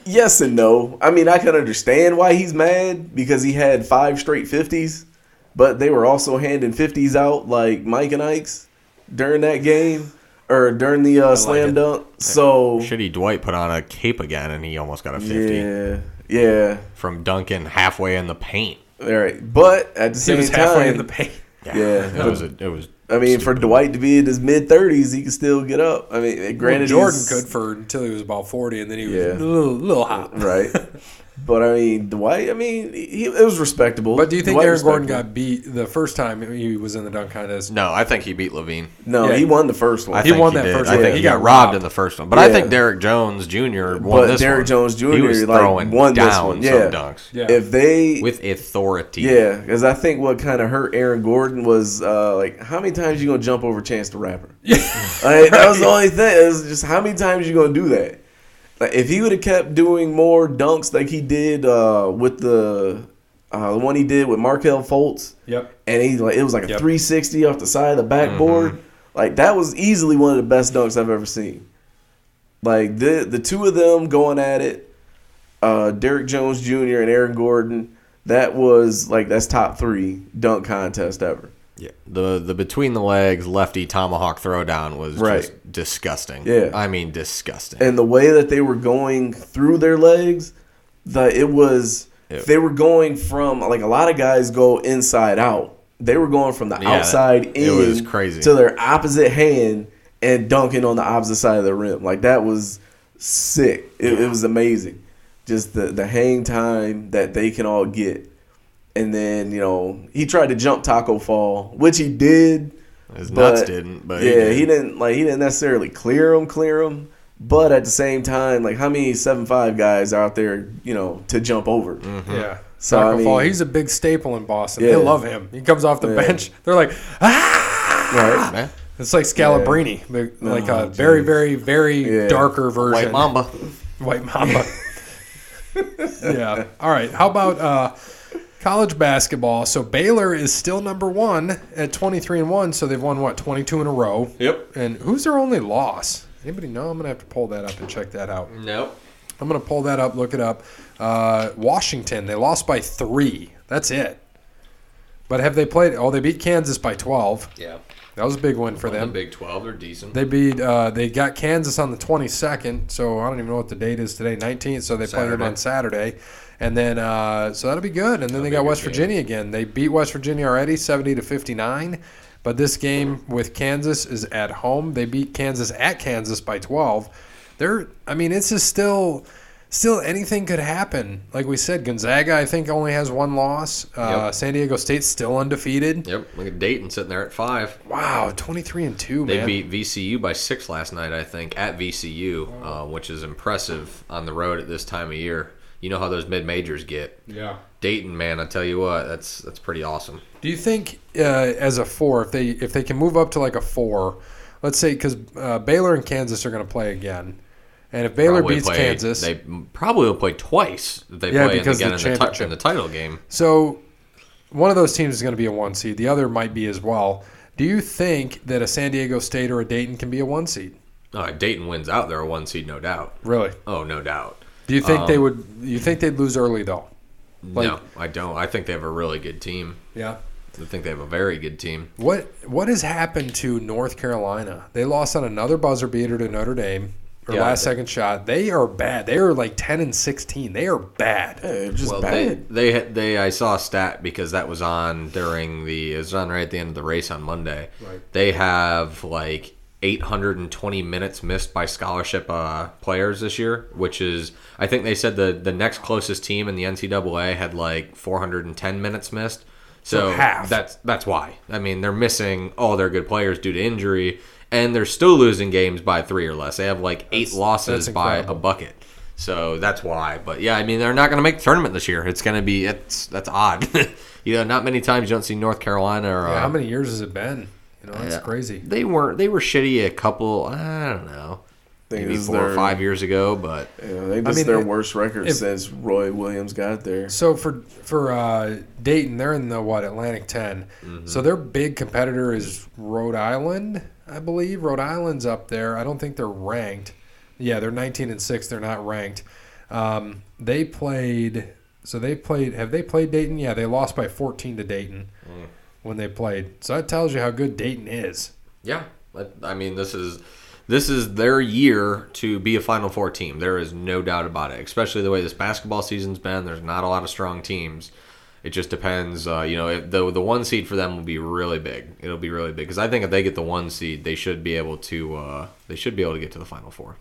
D: yes and no. I mean, I can understand why he's mad because he had five straight 50s, but they were also handing 50s out like Mike and Ike's during that game or during the uh, slam
C: it.
D: dunk. So,
C: Shitty Dwight put on a cape again, and he almost got a 50
D: yeah, yeah.
C: from Duncan halfway in the paint.
D: All right. But at the
A: He
D: same
A: was
D: time,
A: halfway in the paint.
D: Yeah.
C: it was. A, it was.
D: I mean, for Dwight to be in his mid 30s, he can still get up. I mean,
A: Granted,
D: granted,
A: Jordan
D: he's-
A: could for until he was about forty, and then he was
D: Yeah.
A: a little, little hot.
D: right? But I mean, Dwight. I mean, he, it was respectable.
A: But do you think
D: Dwight
A: Aaron Gordon
D: respectable.
A: got beat the first time he was in the dunk contest?
C: No, I think he beat Levine.
D: No,
A: Yeah.
D: he won the first
C: I
D: one.
A: He
C: think
A: won that
C: did.
A: first
C: I
A: one.
C: think
A: He
C: he
A: got
C: got robbed
A: robbed.
C: in the first one, but I
D: Yeah.
C: think Derrick Jones Jr. won
D: But
C: this
D: Derrick
C: one.
D: Jones Jr.,
C: He was
D: like,
C: throwing
D: won this
C: down
D: one.
C: some
D: Yeah.
C: dunks
A: Yeah.
D: If they,
C: with authority.
D: yeah, because I think what kind of hurt Aaron Gordon was uh, like, how many times you gonna jump over Chance the Rapper? Yeah, that was the only thing. It was just how many times you gonna do that? Like, if he would have kept doing more dunks like he did uh, with the uh, the one he did with Markel Fultz,
A: Yep.
D: and he like it was like a
A: Yep.
D: 360 off the side of the backboard. Like that was easily one of the best dunks I've ever seen. Like the the two of them going at it, uh, Derek Jones Jr. and Aaron Gordon. That was like that's top three dunk contest ever.
C: Yeah. The the between the legs lefty tomahawk throwdown was just
D: Right.
C: disgusting.
D: Yeah.
C: I mean disgusting.
D: And the way that they were going through their legs, that it was
C: Yeah.
D: they were going from like a lot of guys go inside out. They were going from the
C: Yeah,
D: outside
C: it
D: in
C: was crazy.
D: to their opposite hand and dunking on the opposite side of the rim. Like that was sick. It, it was amazing. Just the the hang time that they can all get. And then, you know, he tried to jump taco fall, which he did
C: His nuts
D: but-
C: didn't, but
D: yeah, he,
C: did.
D: didn't like he didn't necessarily clear him, clear him. But at the same time, like how many seven five guys are out there, you know, to jump over?
C: Mm-hmm.
A: Yeah.
D: So, I
A: Taco Fall,
D: mean-
A: he's a big staple in Boston.
D: Yeah.
A: They love him. He comes off the
D: Yeah.
A: bench. They're like, ah!
D: Right?
C: Man,
A: It's like Scalabrini, but like
D: Oh,
A: a very, very, very
D: Yeah.
A: darker version.
C: White Mamba.
A: White Mamba. yeah. All right. How about uh, college basketball? So Baylor is still number one at twenty three and one. So they've won what twenty two in a row.
C: Yep.
A: And who's their only loss? Anybody know? I'm gonna have to pull that up and check that out.
C: Nope.
A: I'm gonna pull that up, look it up. Uh, Washington, they lost by three. That's it. But have they played? Oh, they beat Kansas by 12.
C: Yeah.
A: That was a big win for them.
C: Big Twelve, they're decent.
A: They beat. Uh, they got Kansas on the 22nd, so I don't even know what the date is today. 19th, so they play them
C: Saturday.
A: on Saturday, and then uh, so that'll be good. And then they
C: be a
A: got
C: good
A: West
C: game.
A: Virginia again. They beat West Virginia already, 70 to 59. But this game with Kansas is at home. They beat Kansas at Kansas by 12. They're. I mean, it's just still. Still, anything could happen. Like we said, Gonzaga, I think, only has one loss. Uh,
C: Yep.
A: San Diego State's still undefeated.
C: Yep. Look at Dayton sitting there at five.
A: Wow, twenty-three and two,
C: They
A: man.
C: beat VCU by six last night, I think, at VCU, uh, which is impressive on the road at this time of year. You know how those mid majors get.
A: yeah.
C: Dayton, man, I tell you what, that's that's pretty awesome.
A: Do you think uh, as a four, if they if they can move up to like a four, let's say because uh, Baylor and Kansas are going to play again, and if Baylor beats
C: play,
A: Kansas,
C: They probably will play twice. If they
A: Yeah,
C: play
A: because
C: again
A: the
C: in, the ti-
A: championship.
C: in the title game.
A: so one of those teams is going to be a one seed, the other might be as well. Do you think that a San Diego State or a Dayton can be a one seed?
C: Uh, Dayton wins out. They're a one seed, no doubt.
A: Really?
C: Oh, no doubt.
A: Do you think they
C: Um,
A: would? You think they'd lose early though?
C: no, I don't. I think they have a really good team.
A: Yeah.
C: I think they have a very good team.
A: What What has happened to North Carolina? They lost on another buzzer beater to Notre Dame. Or
C: Yeah,
A: last
C: they-
A: second shot. They are bad. They are like ten and sixteen. They are bad.
D: Yeah, it was just
C: well,
D: bad.
C: they they they I saw a stat because that was on during the it was on right at the end of the race on Monday.
A: Right.
C: They have like 820 minutes missed by scholarship uh, players this year, which is I think they said the the next closest team in the NCAA had like 410 minutes missed. So,
A: half.
C: that's that's why. I mean, they're missing all their good players due to injury, and they're still losing games by three or less. They have like eight losses
A: that's
C: by a
A: incredible.
C: bucket. So that's why. But yeah, I mean they're not going to make the tournament this year. It's going to be it's that's odd. you know, not many times you don't see North Carolina or
A: Yeah,
C: uh,
A: how many years has it been? You know, that's
C: Yeah.
A: crazy.
C: they weren't they were shitty a couple I don't know
D: I think
C: maybe
D: this is
C: four or
D: their-
C: five years ago, but
D: Yeah, I think
A: I
D: this
A: mean,
D: is their
A: it-
D: worst record
A: if-
D: since Roy Williams got there.
A: So for for uh, Dayton, they're in the what Atlantic 10 So their big competitor is Rhode Island, I believe. Rhode Island's up there. I don't think they're ranked. Yeah, they're nineteen and six. They're not ranked. Um, they played. So they played. Have they played Dayton? Yeah, they lost by 14 to Dayton when they played. So that tells you how good Dayton is.
C: Yeah, but, I mean this is this is their year to be a Final Four team. There is no doubt about it. Especially the way this basketball season's been. There's not a lot of strong teams. It just depends. Uh, you know, if the the one seed for them will be really big. It'll be really big because I think if they get the one seed, they should be able to uh, they should be able to get to the Final Four.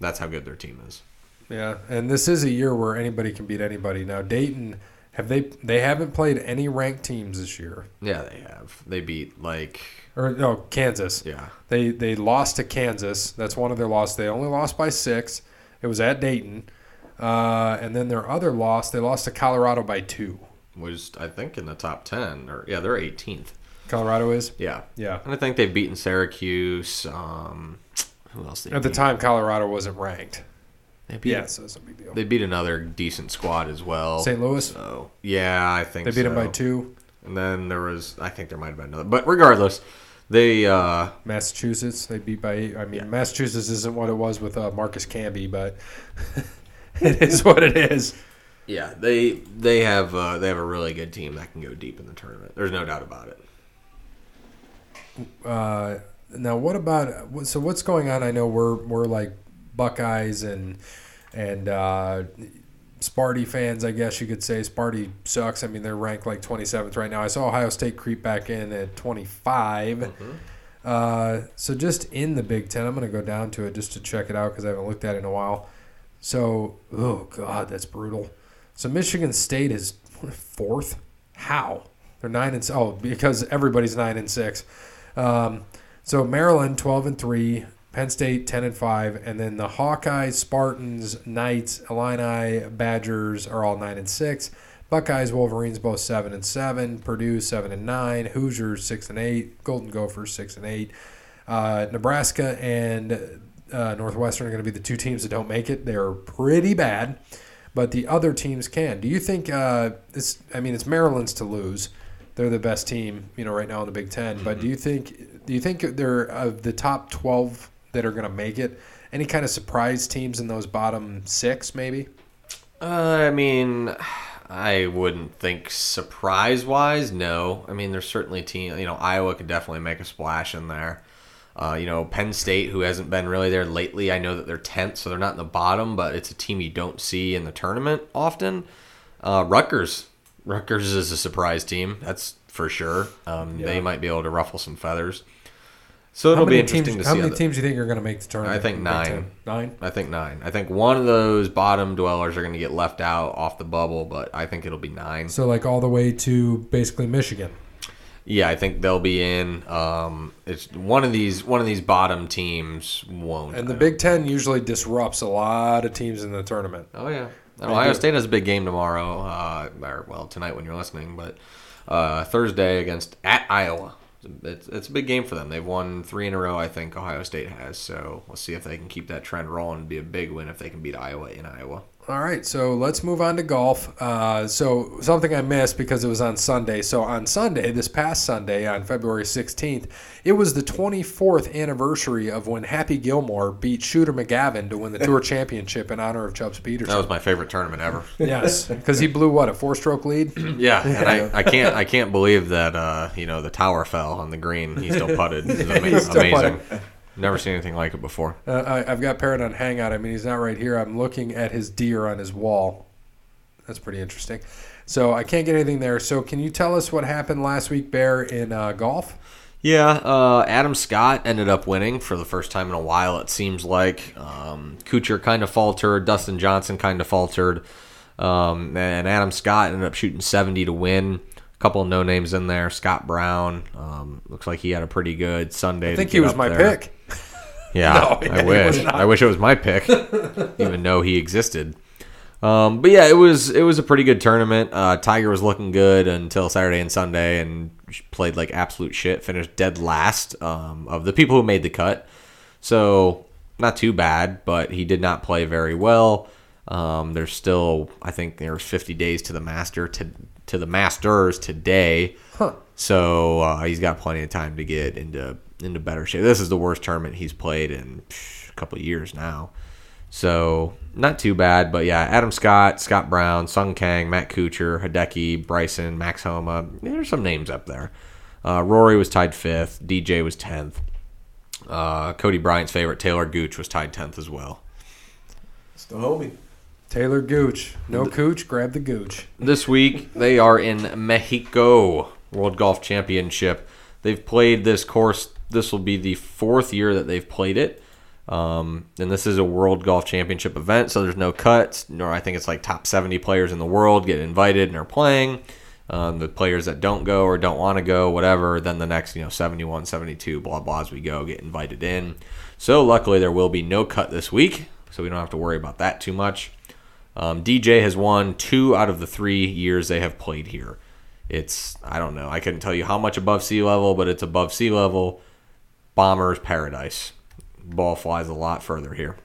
C: That's how good their team is.
A: Yeah, and this is a year where anybody can beat anybody. Now Dayton, have they? They haven't played any ranked teams this year.
C: Yeah, they have. They beat like
A: Or no, Kansas.
C: yeah.
A: They they lost to Kansas. That's one of their losses. They only lost by six. It was at Dayton, uh, and then their other loss, they lost to Colorado by two.
C: was I think in the top ten or yeah they're 18th.
A: Colorado is
C: Yeah,
A: yeah.
C: and I think they've beaten Syracuse. Um, who else? They
A: At the
C: beat?
A: time, Colorado wasn't ranked.
C: they beat,
A: Yeah, so it's a big deal.
C: they beat another decent squad as well.
A: St. Louis,
C: So yeah, I think
A: they beat them by
C: so.
A: two.
C: And then there was I think there might have been another, but regardless, they uh,
A: Massachusetts, they beat by eight. I mean,
C: Yeah.
A: Massachusetts isn't what it was with uh, Marcus Camby, but it is what it is.
C: yeah they they have uh, they have a really good team that can go deep in the tournament. There's no doubt about it.
A: Uh, now, what about what- so? What's going on? I know we're we're like Buckeyes and and uh, Sparty fans, I guess you could say. Sparty sucks. I mean, they're ranked like 27th right now. I saw Ohio State creep back in at 25. Uh, so just in the Big Ten, I'm going to go down to it just to check it out because I haven't looked at it in a while. So, oh god, that's brutal. So Michigan State is fourth. How? They're nine and s- oh because everybody's nine and six. Um, so Maryland twelve and three, Penn State ten and five, and then the Hawkeyes, Spartans, Knights, Illini, Badgers are all nine and six. Buckeyes, Wolverines both seven and seven, Purdue seven and nine, Hoosiers six and eight, Golden Gophers six and eight. Uh, Nebraska and uh, Northwestern are going to be the two teams that don't make it. They're pretty bad, but the other teams can. Do you think uh, it's? I mean, it's Maryland's to lose. They're the best team, you know, right now in the Big 10
C: Mm-hmm.
A: But do you think? Do you think they're of the top twelve that are going to make it? Any kind of surprise teams in those bottom six, maybe?
C: Uh, I mean, I wouldn't think surprise wise. No, I mean there's certainly team. You know, Iowa could definitely make a splash in there. Uh, you know, Penn State, who hasn't been really there lately. I know that they're tenth, so they're not in the bottom, but it's a team you don't see in the tournament often. Uh, Rutgers, Rutgers is a surprise team. That's for sure. Um, They might be able to ruffle some feathers. So
A: how
C: it'll
A: many
C: be interesting
A: teams?
C: to
A: how
C: see.
A: many
C: the-
A: teams do you think are going to make the tournament?
C: I think
A: in the Big
C: nine.
A: Ten? Nine.
C: I think nine. I think one of those bottom dwellers are going to get left out off the bubble, but I think it'll be nine.
A: So like all the way to basically Michigan.
C: Yeah, I think they'll be in. Um, it's one of these one of these bottom teams won't.
A: And
C: I
A: the
C: don't-
A: Big Ten usually disrupts a lot of teams in the tournament.
C: Oh yeah, Ohio
A: do.
C: State has a big game tomorrow. Uh, or well, tonight when you're listening, but uh, Thursday against at Iowa. It's, it's a big game for them. They've won three in a row. I think Ohio State has. So we'll see if they can keep that trend rolling. It'd be a big win if they can beat Iowa in Iowa.
A: All right, so let's move on to golf. Uh, so something I missed because it was on Sunday. So on Sunday, this past Sunday, on February 16th, it was the 24th anniversary of when Happy Gilmore beat Shooter McGavin to win the Tour Championship in honor of Chubbs
C: That
A: Peterson.
C: was my favorite tournament ever.
A: Yes, because he blew what a four-stroke lead.
C: Yeah, and I, I can't I can't believe that uh, you know the tower fell on the green. He still putted. It was ama-
A: He still
C: amazing. Never seen anything like it before.
A: Uh, I, I've got Parrot on Hangout. I mean, he's not right here. I'm looking at his deer on his wall. That's pretty interesting. So I can't get anything there. So can you tell us what happened last week, Bear, in uh, golf?
C: Yeah, uh, Adam Scott ended up winning for the first time in a while. It seems like um, Kuchar kind of faltered, Dustin Johnson kind of faltered, um, and Adam Scott ended up shooting 70 to win. A couple of no names in there. Scott Brown um, looks like he had a pretty good Sunday.
A: I think he was my pick.
C: Yeah,
A: No,
C: I
A: it was
C: wish. I wish it was my pick, even though he existed. Um, but yeah, it was it was a pretty good tournament. Uh, Tiger was looking good until Saturday and Sunday, and played like absolute shit. Finished dead last um, of the people who made the cut, so not too bad. But he did not play very well. Um, there's still, I think, there's 50 days to the master to to the Masters today.
A: Huh.
C: So uh, he's got plenty of time to get into into better shape. This is the worst tournament he's played in psh, a couple of years now. So not too bad, but yeah, Adam Scott, Scott Brown, Sung Kang, Matt Kuchar, Hideki, Bryson, Max Homa. There's some names up there. Uh, Rory was tied fifth. DJ was tenth. Uh, Cody Bryant's favorite, Taylor Gooch, was tied tenth as well.
D: It's the homie.
A: Taylor Gooch. No Cooch, grab the Gooch.
C: This week they are in Mexico World Golf Championship. They've played this course. This will be the fourth year that they've played it, um, and this is a World Golf Championship event. So there's no cuts. Nor I think it's like top 70 players in the world get invited and are playing. Um, the players that don't go or don't want to go, whatever, then the next, you know, 71, 72, blah, blah, as we go, get invited in. So luckily there will be no cut this week, so we don't have to worry about that too much. Um, DJ has won two out of the three years they have played here. It's I don't know. I couldn't tell you how much above sea level, but it's above sea level. Bombers paradise. Ball flies a lot further here.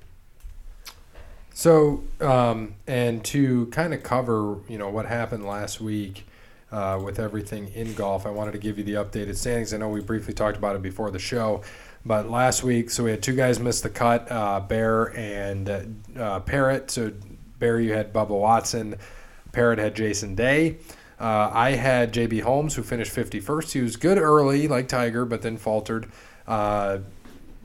A: So, um, and to kind of cover, you know, what happened last week uh, with everything in golf, I wanted to give you the updated standings. I know we briefly talked about it before the show, but last week, so we had two guys miss the cut, uh, Bear and uh, uh, Parrot. So, Bear, you had Bubba Watson. Parrot had Jason Day. Uh, I had JB Holmes, who finished 51st. He was good early, like Tiger, but then faltered. Uh,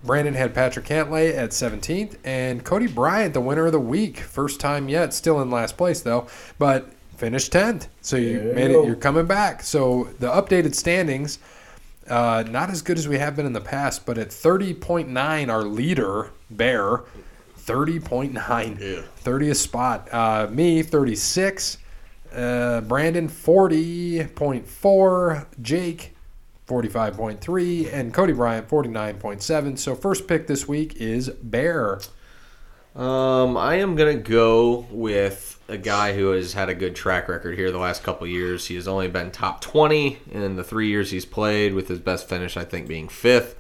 A: Brandon had Patrick Cantlay at 17th, and Cody Bryant, the winner of the week, first time yet, still in last place though, but finished 10th. So you
D: There you
A: made
D: go.
A: it. You're coming back. So the updated standings, uh, not as good as we have been in the past, but at 30.9, our leader Bear, 30.9, 30th spot. Uh, me 36. Uh, Brandon 40.4, Jake 45.3, and Cody Bryant 49.7. So first pick this week is Bear.
C: Um, I am gonna go with a guy who has had a good track record here the last couple years. He has only been top twenty in the three years he's played, with his best finish I think being fifth.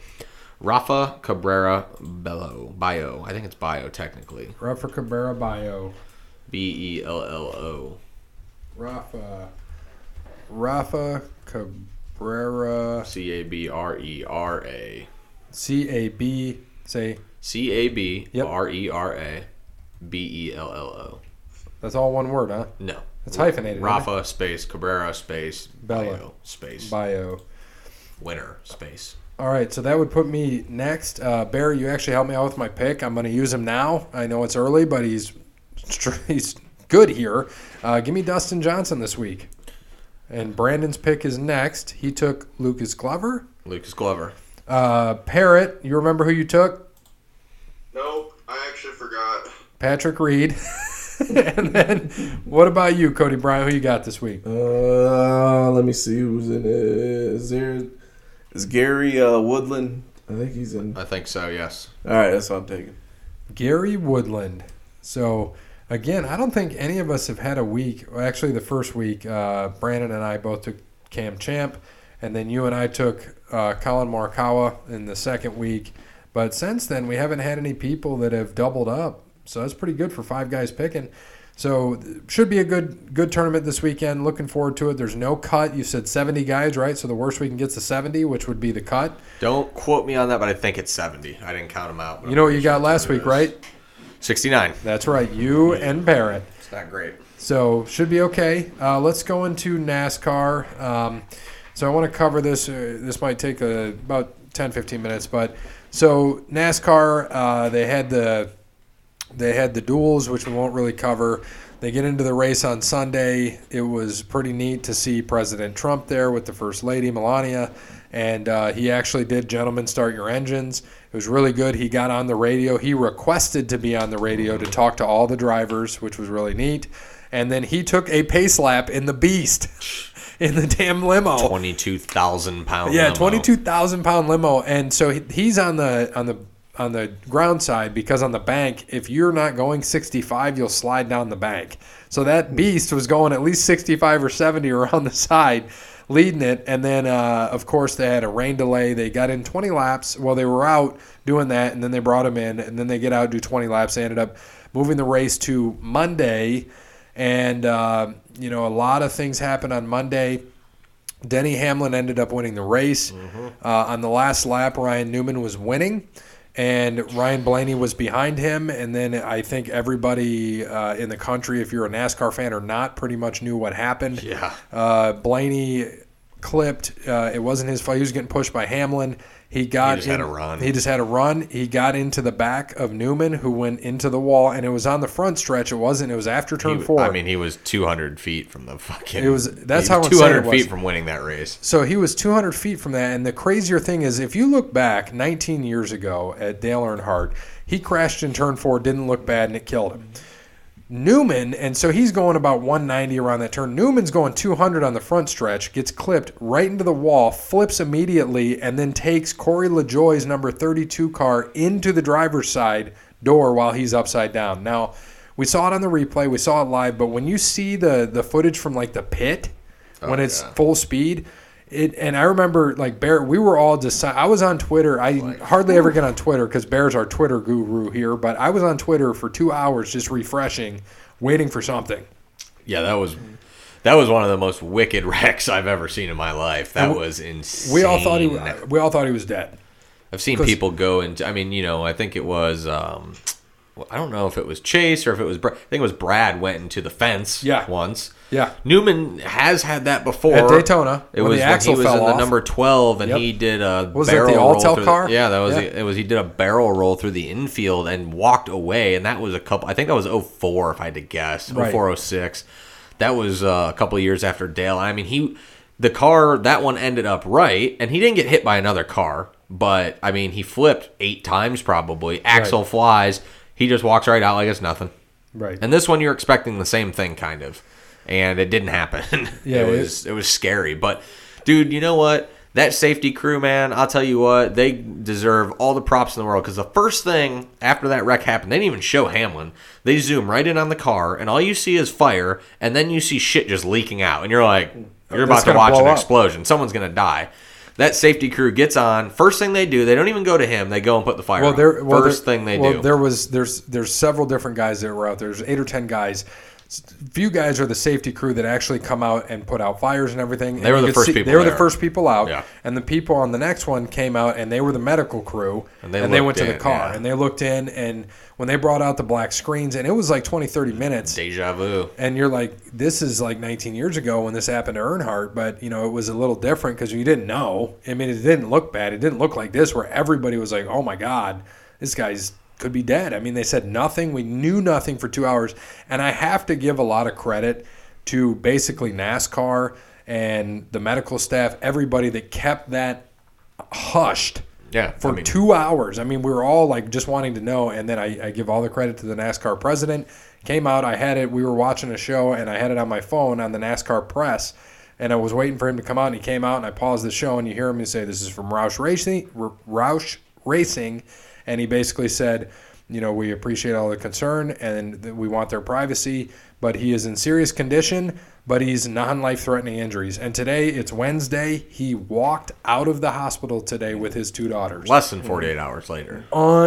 C: Rafa Cabrera Bello Bio. I think it's Bio technically.
A: Rafa Cabrera Bio.
C: B E L L O.
A: Rafa. Rafa Cabrera
C: C A B R E R A.
A: C A B. Say
C: C A B R E R A B E L L O.
A: that's all one word, huh?
C: No.
A: It's hyphenated. isn't it?
C: Rafa space Cabrera space
A: Bello.
C: Bio space
A: Bio.
C: winner space.
A: All right, so that would put me next. Uh, Barry, you actually helped me out with my pick. I'm going to use him now. I know it's early, but he's he's good here. Uh, give me Dustin Johnson this week. And Brandon's pick is next. He took Lucas Glover.
C: Lucas Glover.
A: Uh, Parrot, you remember who you took?
B: Nope, I actually forgot.
A: Patrick Reed. and then what about you, Cody Bryant? Who you got this week?
D: Uh, let me see who's in it. Is there? Is Gary uh, Woodland? I think he's in.
C: I think so, yes.
D: All right, that's what I'm taking.
A: Gary Woodland. So again, I don't think any of us have had a week. well, Actually, the first week, uh, Brandon and I both took Cam Champ, and then you and I took uh, Colin Morikawa in the second week. But since then, we haven't had any people that have doubled up. So that's pretty good for five guys picking. So th- should be a good good tournament this weekend. Looking forward to it. There's no cut. You said 70 guys, right? So the worst we can get to 70, which would be the cut.
C: Don't quote me on that, but I think it's 70. I didn't count them out. but
A: You
C: I'm
A: know what you
C: pretty sure
A: got last
C: that's what
A: week,
C: it
A: right?
C: is. 69.
A: That's right. You and Barrett.
C: It's not great.
A: So should be okay. Uh, let's go into NASCAR. Um, so I want to cover this. Uh, this might take uh about 10, 15 minutes, but so NASCAR uh, they had the they had the duels, which we won't really cover. They get into the race on Sunday. It was pretty neat to see President Trump there with the First Lady Melania, and uh, he actually did "Gentlemen, Start Your Engines." It was really good. He got on the radio. He requested to be on the radio to talk to all the drivers, which was really neat. And then he took a pace lap in the Beast, in the damn limo.
C: 22,000 pounds.
A: Yeah, twenty two thousand pound limo, and so he, he's on the on the on the ground side because on the bank, if you're not going sixty five, you'll slide down the bank. So that beast was going at least sixty five or seventy around the side, leading it, and then uh, of course they had a rain delay. They got in twenty laps. Well, they were out doing that, and then they brought him in, and then they get out do twenty laps. They ended up moving the race to Monday, and uh, you know a lot of things happened on Monday.
C: Mm-hmm.
A: Denny Hamlin ended up winning the race. Uh, on the last lap, Ryan Newman was winning. and Ryan Blaney was behind him. And then I think everybody uh, in the country, if you're a NASCAR fan or not, pretty much knew what happened.
C: Yeah.
A: Uh, Blaney clipped. Uh, it wasn't his fault. He was getting pushed by Hamlin. He got
C: He just had
A: in-
C: a run.
A: He just had a run. He got into the back of Newman, who went into the wall, and it was on the front stretch. It wasn't. It was after turn
C: He-
A: four.
C: I mean, he was 200 feet from the fucking.
A: It was- that's
C: he was
A: how insane
C: 200
A: it was.
C: feet from winning that race.
A: So he was 200 feet from that. And the crazier thing is, if you look back 19 years ago at Dale Earnhardt, he crashed in turn four, didn't look bad, and it killed him. Newman, and so he's going about 190 around that turn. Newman's going 200 on the front stretch, gets clipped right into the wall, flips immediately, and then takes Corey LaJoy's number 32 car into the driver's side door while he's upside down. Now, we saw it on the replay, we saw it live, but when you see the the footage from like the pit when it's full speed, it and I remember like Bear, we were all just. I was on Twitter. I hardly ever get on Twitter because Bear's our Twitter guru here. But I was on Twitter for two hours just refreshing, waiting for something.
C: Yeah, that was that was one of the most wicked wrecks I've ever seen in my life. That was insane.
A: We all thought he. We all thought he was dead.
C: I've seen
A: 'cause-
C: people go and I mean, you know, I think it was. Um, well, I don't know if it was Chase or if it was. Bra- I think it was Brad went into the fence.
A: Yeah.
C: Once.
A: Yeah.
C: Newman has had that before
A: At Daytona,
C: It
A: when
C: was
A: the
C: when
A: axle
C: he was
A: fell
C: in the
A: off.
C: number twelve, and
A: Yep.
C: he did a
A: Was that the
C: barrel roll
A: Alltel
C: through-
A: car?
C: Yeah, that was
A: Yeah.
C: the- it. Was he did a barrel roll through the infield and walked away, and that was a couple. I think that was 04, if I had to guess,
A: Right.
C: 04, 06. That was uh, a couple years after Dale. I mean, he the car that one ended up right, and he didn't get hit by another car, but I mean, he flipped eight times probably. Axle flies. He just walks right out like it's nothing.
A: Right.
C: And this one, you're expecting the same thing, kind of, and it didn't happen.
A: Yeah,
C: it
A: it-
C: was it was scary. But dude, you know what? That safety crew, man, I'll tell you what, they deserve all the props in the world because the first thing after that wreck happened, they didn't even show Hamlin. They zoom right in on the car, and all you see is fire, and then you see shit just leaking out, and you're like, you're
A: Oh, That's
C: about to
A: gonna
C: watch
A: blow
C: an
A: up.
C: explosion. Someone's gonna die. That safety crew gets on. First thing they do, they don't even go to him. They go and put the fire.
A: Well,
C: out.
A: there. Well,
C: First
A: there-
C: thing they
A: well,
C: do.
A: There was there's there's several different guys that were out there. There's eight or ten guys. S- Few guys are the safety crew that actually come out and put out fires and everything. And
C: were
A: you
C: the
A: could
C: first people
A: They were the
C: there.
A: first people out,
C: Yeah.
A: and the people on the next one came out, and they were the medical crew,
C: And they
A: went
C: looked
A: to the
C: in,
A: car,
C: yeah.
A: and they looked in, and when they brought out the black screens, and it was like 20, 30 minutes,
C: Deja vu.
A: and you're like, this is like 19 years ago when this happened to Earnhardt, but you know it was a little different because you didn't know. I mean, it didn't look bad. It didn't look like this, where everybody was like, "Oh my God, this guy's could be dead." I mean, they said nothing. We knew nothing for two hours, and I have to give a lot of credit to basically NASCAR and the medical staff, everybody that kept that hushed
C: Yeah,
A: for
C: I mean-
A: two hours. I mean, we were all like just wanting to know, and then I, I give all the credit to the NASCAR president. Came out, I had it. We were watching a show, and I had it on my phone on the NASCAR press, and I was waiting for him to come out. And he came out, and I paused the show, and you hear him say, "This is from Roush Racing." R- Roush Racing, and he basically said, "You know, we appreciate all the concern, and that we want their privacy, but he is in serious condition." But he's non-life-threatening injuries, and today it's Wednesday. He walked out of the hospital today with his two daughters
C: Less than 48 hours later.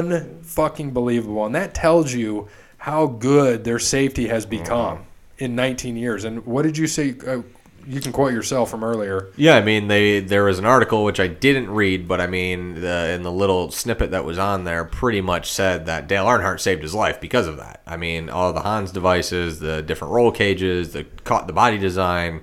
A: unfucking believable, and that tells you how good their safety has
D: Mm-hmm.
A: become in 19 years. And what did you say? Uh, you can quote yourself from earlier.
C: Yeah, I mean, they there was an article which I didn't read, but I mean, the, in the little snippet that was on there, pretty much said that Dale Earnhardt saved his life because of that. I mean, all the Hans devices, the different roll cages, the caught the body design.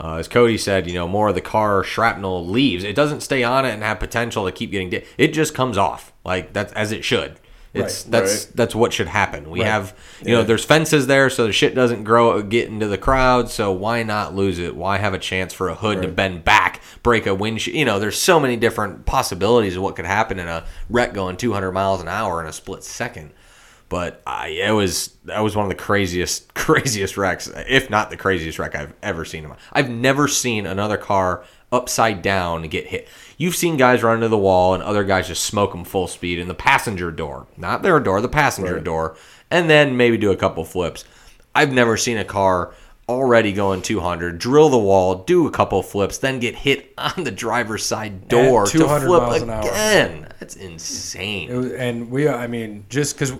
C: Uh, as Cody said, you know, more of the car shrapnel leaves. It doesn't stay on it and have potential to keep getting. Di- it just comes off like that's as it should. It's
A: Right.
C: that's that's what should happen. We have you know there's fences there so the shit doesn't grow get into the crowd. So why not lose it? Why have a chance for a hood to bend back, break a windshield? You know there's so many different possibilities of what could happen in a wreck going 200 miles an hour in a split second. But I it was that was one of the craziest craziest wrecks, if not the craziest wreck I've ever seen. In my, I've never seen another car upside down and get hit. You've seen guys run into the wall and other guys just smoke them full speed in the passenger door, not their door, the passenger door, and then maybe do a couple flips. I've never seen a car already going 200, drill the wall, do a couple flips, then get hit on the driver's side door to
A: 200
C: flip
A: miles an hour.
C: again. That's insane.
A: It was, and we, I mean, just because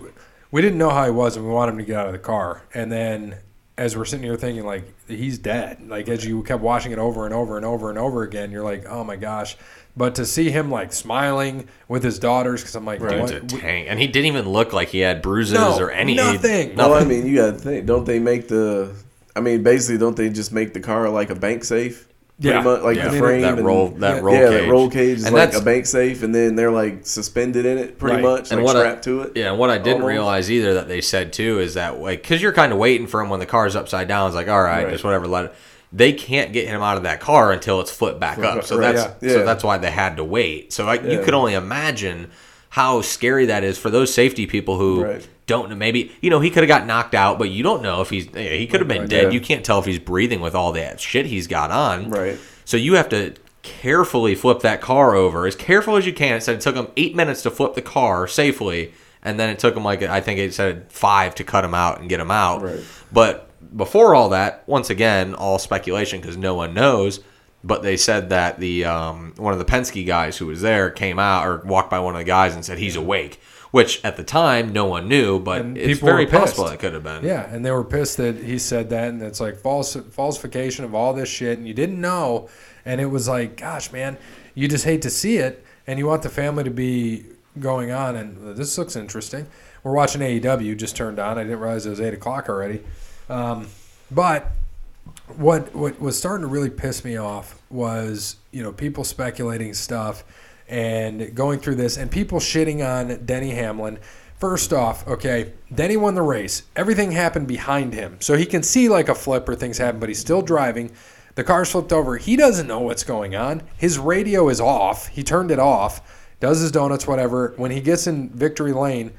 A: we didn't know how he was, and we wanted him to get out of the car, and then as we're sitting here thinking like he's dead like as you kept watching it over and over and over and over again you're like oh my gosh but to see him like smiling with his daughters because i'm like
D: Right.
A: what?
C: Dude's a tank, and he didn't even look like he had bruises
A: No,
C: or any
A: nothing.
D: No,
C: nothing.
D: I mean you gotta think. Don't they make the? I mean, basically, don't they just make the car like a bank safe? Pretty
A: Yeah.
D: much, like
A: Yeah. I
D: the
A: mean,
D: frame.
C: that
D: and-
C: roll, that
A: yeah,
C: roll,
D: yeah,
C: cage.
D: that roll cage is
C: and
D: like
C: that's-
D: a bank safe, and then they're like suspended in it, pretty
A: Right.
D: much,
C: and
D: like
C: what I-
D: strapped to it.
C: Yeah, and what I didn't
D: Almost.
C: realize either that they said too is that like because you're kind of waiting for him when the car's upside down. It's like all right,
D: Right.
C: just whatever. Let it. They can't get him out of that car until it's flipped back up. So
D: right,
C: that's
D: yeah.
C: so
D: Yeah.
C: that's why they had to wait. So I, you
D: Yeah.
C: could only imagine how scary that is for those safety people who
D: Right.
C: don't know. Maybe you know he could have got knocked out, but you don't know if he's yeah, he could have been
A: Right,
C: dead.
D: yeah.
C: You can't tell if he's breathing with all that shit he's got on.
D: Right.
C: So you have to carefully flip that car over as careful as you can. It said it took them eight minutes to flip the car safely, and then it took them like I think it said five to cut him out and get him out.
D: Right.
C: But before all that, once again, all speculation because no one knows. But they said that the um, one of the Penske guys who was there came out or walked by one of the guys and said he's awake, which at the time no one knew, but
A: And
C: it's
A: people were
C: very possible
A: pissed.
C: it could have been.
A: Yeah, and they were pissed that he said that, and it's like false falsification of all this shit, and you didn't know, and it was like, gosh, man, you just hate to see it, and you want the family to be going on, and this looks interesting. We're watching AEW just turned on. I didn't realize it was eight o'clock already, um, but what what was starting to really piss me off was you know people speculating stuff and going through this and people shitting on Denny Hamlin. First off, okay, Denny won the race. Everything happened behind him, so he can see like a flip or things happen, but he's still driving. The car's flipped over. He doesn't know what's going on. His radio is off. He turned it off. Does his donuts, whatever. When he gets in victory lane,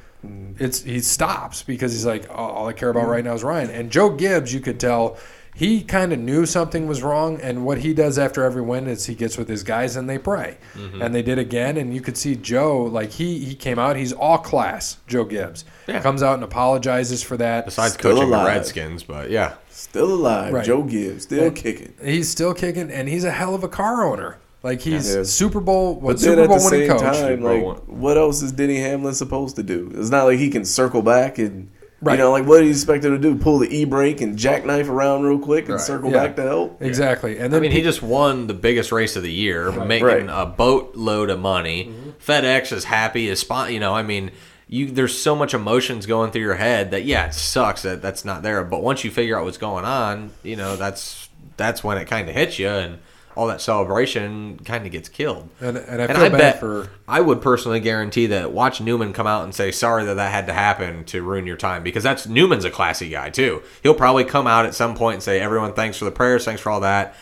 A: it's he stops because he's like, oh, all I care about right now is Ryan. And Joe Gibbs, you could tell he kind of knew something was wrong and what he does after every win is he gets with his guys and they pray
C: Mm-hmm.
A: and they did again and you could see joe like he he came out he's all class joe gibbs
C: Yeah.
A: comes out and apologizes for that
C: Besides
D: Still
C: coaching
D: alive.
C: the Redskins, but yeah.
D: Still alive,
A: Right.
D: Joe Gibbs, still kicking.
A: he's still kicking and he's a hell of a car owner like he's
D: Yeah.
A: super bowl what
D: But then
A: super
D: at the
A: bowl winning
D: same
A: coach
D: time,
C: Super
D: like,
C: Bowl
D: what else is Denny Hamlin supposed to do? It's not like he can circle back and
A: Right.
D: you know, like what do you expect him to do? Pull the e brake and jackknife around real quick and
C: Right.
D: circle
A: Yeah.
D: back to help?
A: exactly and then
C: I mean, he just won the biggest race of the year, making
D: Right.
C: a boatload of money.
A: Mm-hmm.
C: FedEx is happy as spot. You know, I mean, you there's so much emotions going through your head that yeah, it sucks that that's not there. But once you figure out what's going on, you know, that's that's when it kind of hits you, and all that celebration kind of gets killed.
A: and, and i
C: And
A: feel
C: I
A: bad
C: bet
A: for
C: I would personally guarantee that watch Newman come out and say sorry that that had to happen to ruin your time because that's Newman's a classy guy too. He'll probably come out at some point and say everyone thanks for the prayers, thanks for all that.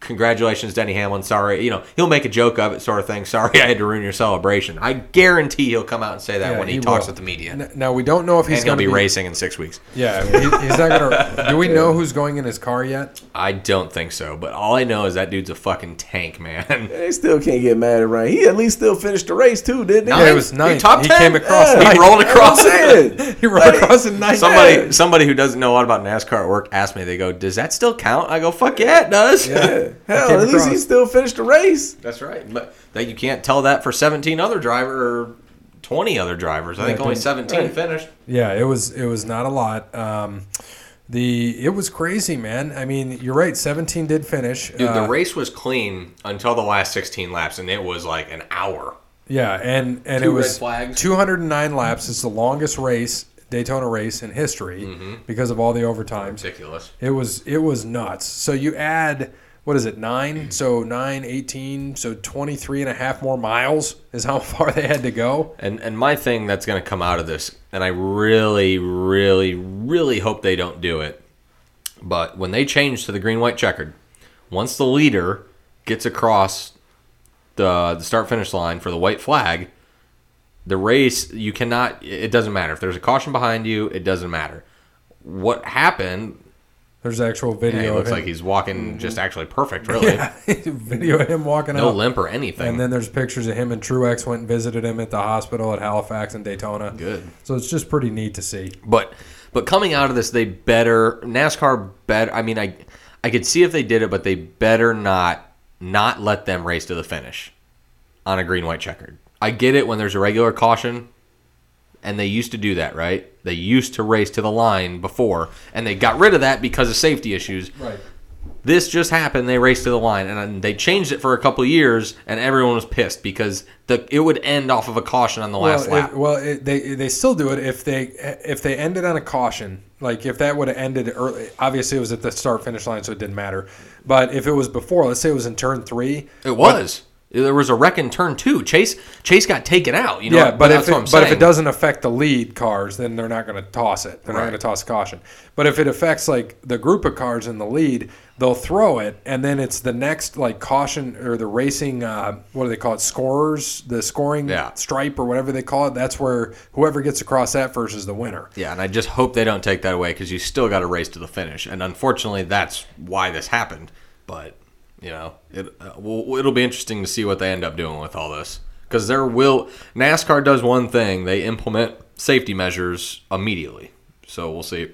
C: Congratulations, Denny Hamlin. Sorry, you know he'll make a joke of it, sort of thing. Sorry, I had to ruin your celebration. I guarantee he'll come out and say that
A: yeah,
C: when he, talks
A: will.
C: with the media,
A: N- now we don't know if he's
C: and he'll
A: going to
C: be,
A: be
C: racing in six weeks.
A: yeah he, he's not going to do we know who's going in his car yet
C: I don't think so, but all I know is that dude's a fucking tank, man.
D: They still can't get mad at Ryan. He at least still finished the race too, didn't he?
A: Yeah, it
C: Ninth.
A: was
C: He
A: ninth.
C: top
A: He
C: 10.
A: came across.
D: Yeah.
C: He rolled across.
D: That's what I'm saying.
A: He rolled
D: Like,
A: across in ninth.
C: Somebody,
D: Yeah.
C: somebody who doesn't know a lot about NASCAR at work asked me. They go, "Does that still count?" I go, "Fuck yeah, it does."
D: Yeah. Hell,
A: Came
D: at least he
A: across.
D: still finished the race.
C: That's right. But that you can't tell that for 17 other driver or 20 other drivers. I think
A: Right.
C: only 17 finished.
A: Yeah, it was it was not a lot. Um, the it was crazy, man. I mean, you're right. 17 did finish.
C: Dude,
A: Uh,
C: the race was clean until the last 16 laps, and it was like an hour.
A: yeah, and and
C: Two
A: it was
C: red flags.
A: 209 laps. It's the longest race Daytona race in history
C: Mm-hmm.
A: because of all the overtimes.
C: Ridiculous.
A: It was it was nuts. So you add what is it
C: Mm-hmm.
A: nine? So nine, 18, so 23 and a half more miles is how far they had to go.
C: And and my thing that's going to come out of this, and I really, really, really hope they don't do it. But when they change to the green white checkered, once the leader gets across the the start finish line for the white flag, the race you cannot. It doesn't matter if there's a caution behind you. It doesn't matter. What happened?
A: There's actual video.
C: Hey, it
A: of Mm-hmm.
C: looks
A: him.
C: like he's walking just actually perfect. Really,
A: video of him walking
C: no
A: out.
C: limp or anything.
A: And then there's pictures of him and Truex went and visited him at the hospital at Halifax and Daytona.
C: Good.
A: So it's just pretty neat to see.
C: But but coming out of this, they better NASCAR better. I mean, I I could see if they did it, but they better not not let them race to the finish on a green white checkered. I get it when there's a regular caution. and they used to do that, right? They used to race to the line before, and they got rid of that because of safety issues.
A: Right.
C: This just happened. They raced to the line, and then they changed it for a couple of years, and everyone was pissed because the it would end off of a caution on the last
A: well,
C: lap.
A: if- well, it, they they still do it if they if they ended on a caution. Like if that would have ended early, obviously it was at the start finish line, so it didn't matter. But if it was before, let's say it was in turn three.
C: It was. there was a wreck in turn two. Chase Chase got taken out. You know,
A: yeah, but
C: that's
A: if it,
C: what I'm
A: but if
C: saying.
A: it doesn't affect the lead cars, then they're not going to toss it. They're not
C: Right.
A: going to toss caution. But if it affects like the group of cars in the lead, they'll throw it, and then it's the next like caution or the racing. Uh, what do they call it? Scorers, the scoring
C: Yeah.
A: stripe or whatever they call it. That's where whoever gets across that first is the winner.
C: yeah, and I just hope they don't take that away because you still got to race to the finish. And unfortunately, that's why this happened. But you know, it uh, well, it'll be interesting to see what they end up doing with all this because there will NASCAR does one thing they implement safety measures immediately. So we'll see.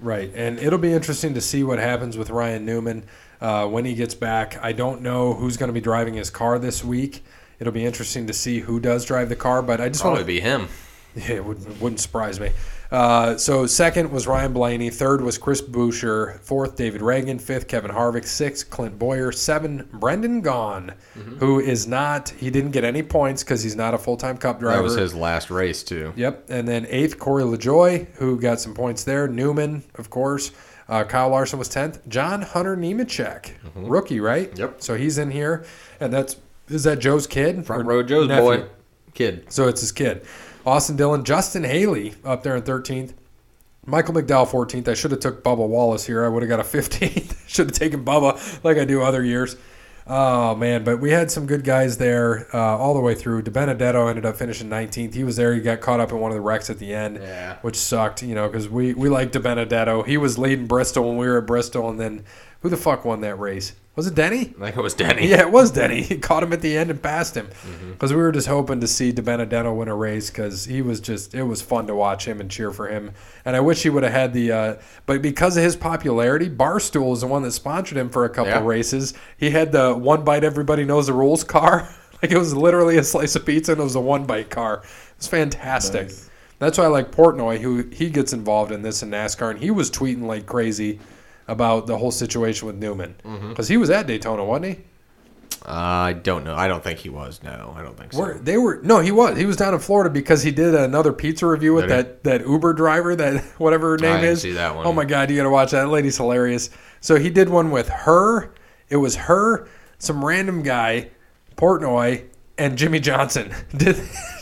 A: Right, and it'll be interesting to see what happens with Ryan Newman uh, when he gets back. I don't know who's going to be driving his car this week. It'll be interesting to see who does drive the car, but I just want to
C: Probably be him.
A: Yeah, it, would, it wouldn't surprise me. Uh, so second was Ryan Blaney. Third was Chris Boucher. Fourth, David Reagan. Fifth, Kevin Harvick. Sixth, Clint Boyer. Seven, Brendan Gaughan,
C: Mm-hmm.
A: who is not. He didn't get any points because he's not a full time Cup driver.
C: That was his last race too.
A: Yep. And then eighth, Corey LaJoy, who got some points there. Newman, of course. Uh, Kyle Larson was 10th. John Hunter Nemechek, rookie, right?
C: Mm-hmm. Yep.
A: So he's in here. And that's, is that Joe's kid?
C: Front
A: Or
C: row Joe's
A: nephew?
C: boy, kid.
A: So it's his kid. Austin Dillon, Justin Haley up there in 13th. Michael McDowell 14th. I should have took Bubba Wallace here. I would have got a 15th. should have taken Bubba like I do other years. Oh man, but we had some good guys there uh, all the way through. De Benedetto ended up finishing 19th. He was there. He got caught up in one of the wrecks at the end,
C: Yeah.
A: which sucked, you know, because we we liked De Benedetto. He was leading Bristol when we were at Bristol, and then who the fuck won that race? Was it Denny?
C: I think it was Denny. Mm-hmm.
A: Yeah, it was Denny. He caught him at the end and passed him because we were just hoping to see De Benedetto win a race because he was just it was fun to watch him and cheer for him. And I wish he would have had the uh, but because of his popularity, Barstool is the one that sponsored him for a couple
C: Yeah.
A: races. He had the one bite everybody knows the rules car. like it was literally a slice of pizza and it was a one bite car. It was fantastic.
D: Nice.
A: That's why I like Portnoy, who he gets involved in this in NASCAR, and he was tweeting like crazy about the whole situation with Newman
C: Mm-hmm.
A: because he was at Daytona, wasn't he?
C: I don't know. I don't think he was. No, I don't think so.
A: Were, they were no, he was. He was down in Florida because he did another pizza review with
C: Did he?
A: that, that Uber driver, that whatever her name
C: didn't
A: is.
C: see that one.
A: Oh my god, you got to watch that. that lady's hilarious. So he did one with her. It was her, some random guy, Portnoy, and Jimmy Johnson did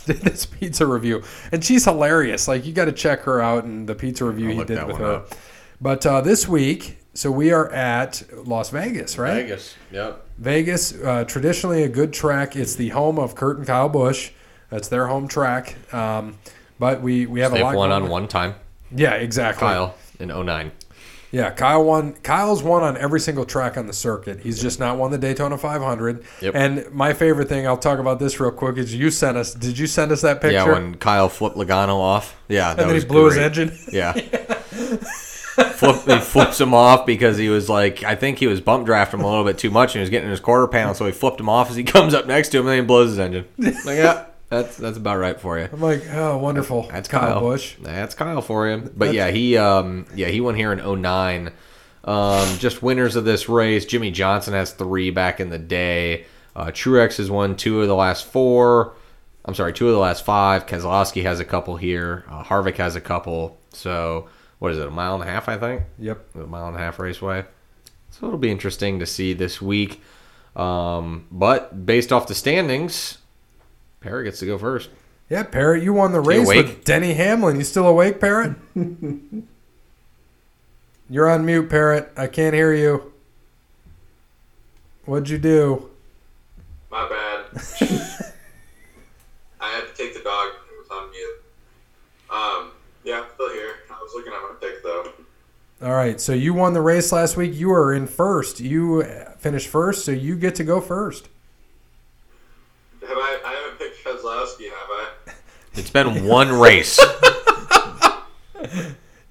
A: did this pizza review, and she's hilarious. Like you got to check her out and the pizza review he
C: look
A: did
C: that
A: with
C: one
A: her.
C: up.
A: But uh, this week, so we are at Las Vegas, right?
C: Vegas. Yep.
A: Vegas, uh, traditionally a good track. It's the home of Kurt and Kyle Busch. That's their home track. Um, but we, we have a
C: They've
A: lot.
C: won
A: going
C: on one time.
A: Yeah, exactly.
C: Kyle in 09.
A: Yeah, Kyle won. Kyle's won on every single track on the circuit. He's just not won the Daytona 500.
C: Yep.
A: And my favorite thing, I'll talk about this real quick, is you sent us. Did you send us that picture?
C: Yeah, when Kyle flipped Logano off. Yeah, that
A: and then
C: was
A: he blew his
C: great.
A: engine.
C: Yeah. Flip, he flips him off because he was like, I think he was bump drafting him a little bit too much and he was getting in his quarter pound, so he flipped him off as he comes up next to him and then he blows his engine. Like, yeah, that's that's about right for you.
A: I'm like, oh, wonderful.
C: That's
A: Kyle,
C: Kyle.
A: Busch.
C: That's Kyle for you. But
A: That's-
C: yeah, he um yeah, he won here in 09. Um just winners of this race. Jimmy Johnson has 3 back in the day. Uh Truex has won 2 of the last 4. I'm sorry, 2 of the last 5. Keselowski has a couple here. Uh, Harvick has a couple. So, what is it? A mile and a half, I think
A: Yep.
C: the mile and a half raceway. So it'll be interesting to see this week. Um, but based off the standings, Parrot gets to go first.
A: Yeah, Parrot, you won the race
C: awake?
A: with Denny Hamlin. You still awake, Parrot? You're on mute, Parrot. I can't hear you. What'd you do?
B: My bad. I had to take the dog. It was on mute. Um, yeah, I'm still here. I was looking at my pick though.
A: All right, so you won the race last week. You are in first. You uh, finished first, so you get to go first.
B: Have I? I haven't picked Keselowski, have I?
C: It's been one race.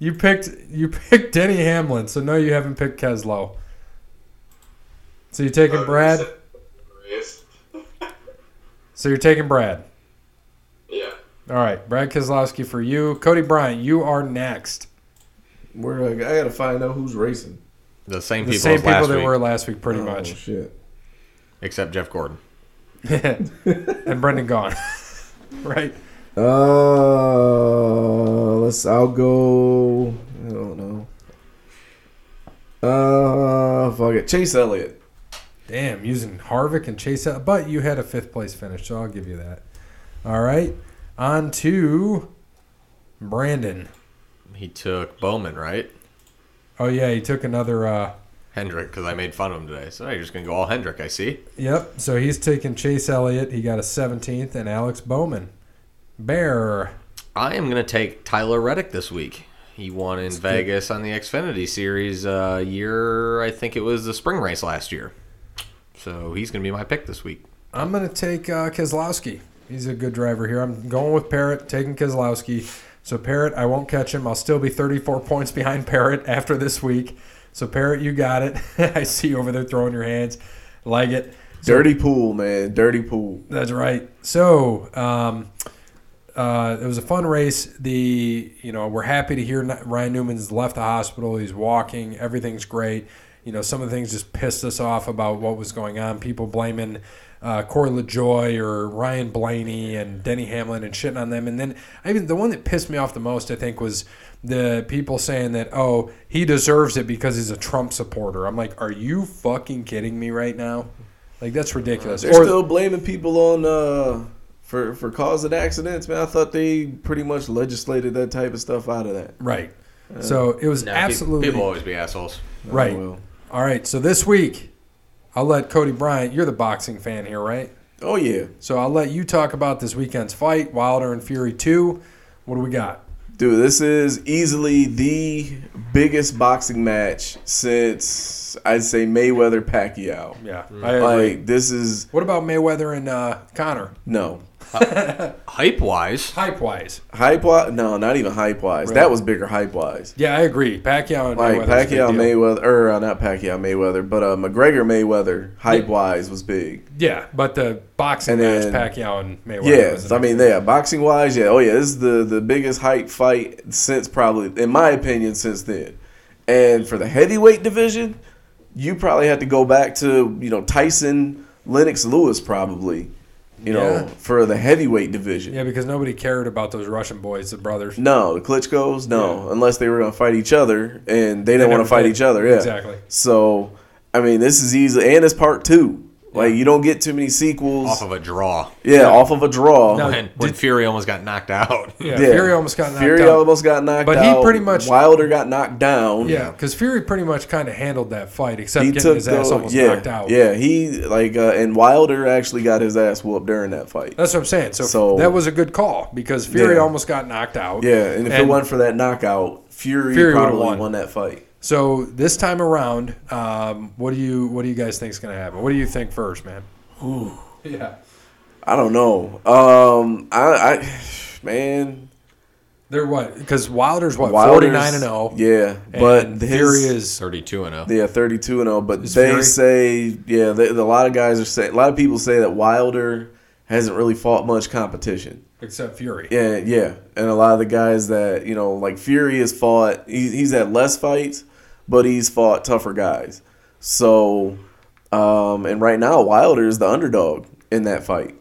A: You picked you picked Denny Hamlin, so no, you haven't picked Keslow. So you're taking
B: Uh,
A: Brad.
B: Race.
A: So you're taking Brad.
B: Yeah.
A: All right, Brad Keselowski for you. Cody Bryant, you are next.
D: Where uh, I gotta find out who's racing.
C: The same
A: The
C: people
A: same
C: as last
A: people that
C: week,
A: were last week, pretty
D: Oh,
A: much.
D: Shit.
C: except Jeff Gordon.
A: and Brendan gone. right?
D: Uh, let's. I'll go. I don't know. Uh, fuck it. Chase Elliott.
A: Damn, using Harvick and Chase out. But you had a fifth place finish, so I'll give you that. All right. On to Brandon.
C: He took Bowman, right?
A: Oh, yeah, he took another. Uh,
C: Hendrick, because I made fun of him today. So now you're just gonna go all Hendrick. I see.
A: yep, so he's taking Chase Elliott. He got a 17th, and Alex Bowman. Bear.
C: I am gonna take Tyler Reddick this week. He won in Vegas on the Xfinity Series uh, year. I think it was the spring race last year. So he's gonna be my pick this week.
A: I'm going to take uh, Keselowski. He's a good driver here. I'm going with Parrott, taking Keselowski. So, Parrott, I won't catch him. I'll still be 34 points behind Parrott after this week. So, Parrott, you got it. I see you over there throwing your hands. Like it.
D: Dirty pool, man. Dirty pool.
A: That's right. So, um, uh, it was a fun race. The you know we're happy to hear Ni- Ryan Newman's left the hospital. He's walking. Everything's great. You know some of the things just pissed us off about what was going on. People blaming uh, Corey LaJoy or Ryan Blaney and Denny Hamlin and shitting on them. And then I even the one that pissed me off the most I think was the people saying that oh he deserves it because he's a Trump supporter. I'm like, are you fucking kidding me right now? Like that's ridiculous.
D: They're
A: Or-
D: still blaming people on uh for for causing accidents, man. I thought they pretty much legislated that type of stuff out of that.
A: Right.
D: Uh,
A: So it was
C: No, pe-
A: absolutely
C: People always be assholes.
A: right.
D: Oh, well.
A: All right. So this week, I'll let Cody Bryant. You're the boxing fan here, right?
D: Oh yeah,
A: So I'll let you talk about this weekend's fight, Wilder and Fury two. What do we got?
D: dude. This is easily the biggest boxing match since I'd say Mayweather Pacquiao.
A: Yeah, I agree.
D: Mm. Like this is
A: what about Mayweather and uh, Connor?
D: no
C: Hype wise,
A: Hype wise,
D: hype wise. No, not even hype wise.
A: Really?
D: That was bigger hype wise.
A: yeah, I agree. Pacquiao and
D: Like
A: Mayweather's a big
D: Pacquiao
A: deal.
D: Mayweather, or uh, not Pacquiao Mayweather, but uh, McGregor Mayweather hype wise was big.
A: Yeah, but the boxing
D: And
A: match,
D: then-
A: Pacquiao and Mayweather. was
D: Yes,
A: the
D: I mean, yeah, boxing wise, yeah. Oh, yeah, this is the, the biggest hype fight since probably, in my opinion, since then. And for the heavyweight division, you probably have to go back to, you know, Tyson, Lennox Lewis, probably, you
A: Yeah.
D: know, for the heavyweight division.
A: yeah, because nobody cared about those Russian boys, the brothers.
D: No, the Klitschko's, no, unless they were going to fight each other, and they didn't want
A: never
D: to fight
A: did.
D: each other, yeah.
A: Exactly.
D: So, I mean, this is easy, and it's part two. Like, you don't get too many sequels.
C: off of a draw.
D: yeah, off of a draw.
A: No,
C: When, when Fury almost got knocked out.
A: Uh, Yeah,
D: Yeah.
A: Fury almost got knocked
D: Fury
A: out.
D: almost got knocked
A: But
D: out.
A: he pretty much-
D: Wilder got knocked down.
A: Yeah, because Fury pretty much kind of handled that fight, except
D: He
A: getting
D: took
A: his ass
D: the-
A: almost
D: yeah,
A: knocked out.
D: Yeah, he like uh, and Wilder actually got his ass whooped during that fight.
A: That's what I'm saying. So,
D: So-
A: that was a good call because Fury
D: Yeah.
A: almost got knocked out.
D: Yeah, and if it
A: And-
D: wasn't for that knockout, Fury,
A: Fury would've
D: probably
A: won.
D: won. that fight.
A: So this time around, um, what do you what do you guys think is going to happen? What do you think first, man? Yeah,
D: I don't know. Um, I, I man,
A: they're what? Because Wilder's what
D: Wilder's-
A: 49 and 0.
D: Yeah,
A: and
D: but
A: Fury
D: his,
A: is
C: 32 and 0.
D: Yeah, thirty-two and zero. But they
A: Fury-
D: say, yeah, they, a lot of guys are saying. A lot of people say that Wilder hasn't really fought much competition.
A: except Fury.
D: Yeah, yeah, and a lot of the guys that you know, like Fury, has fought. He's, he's had less fights, but he's fought tougher guys. So, um, and right now Wilder is the underdog in that fight.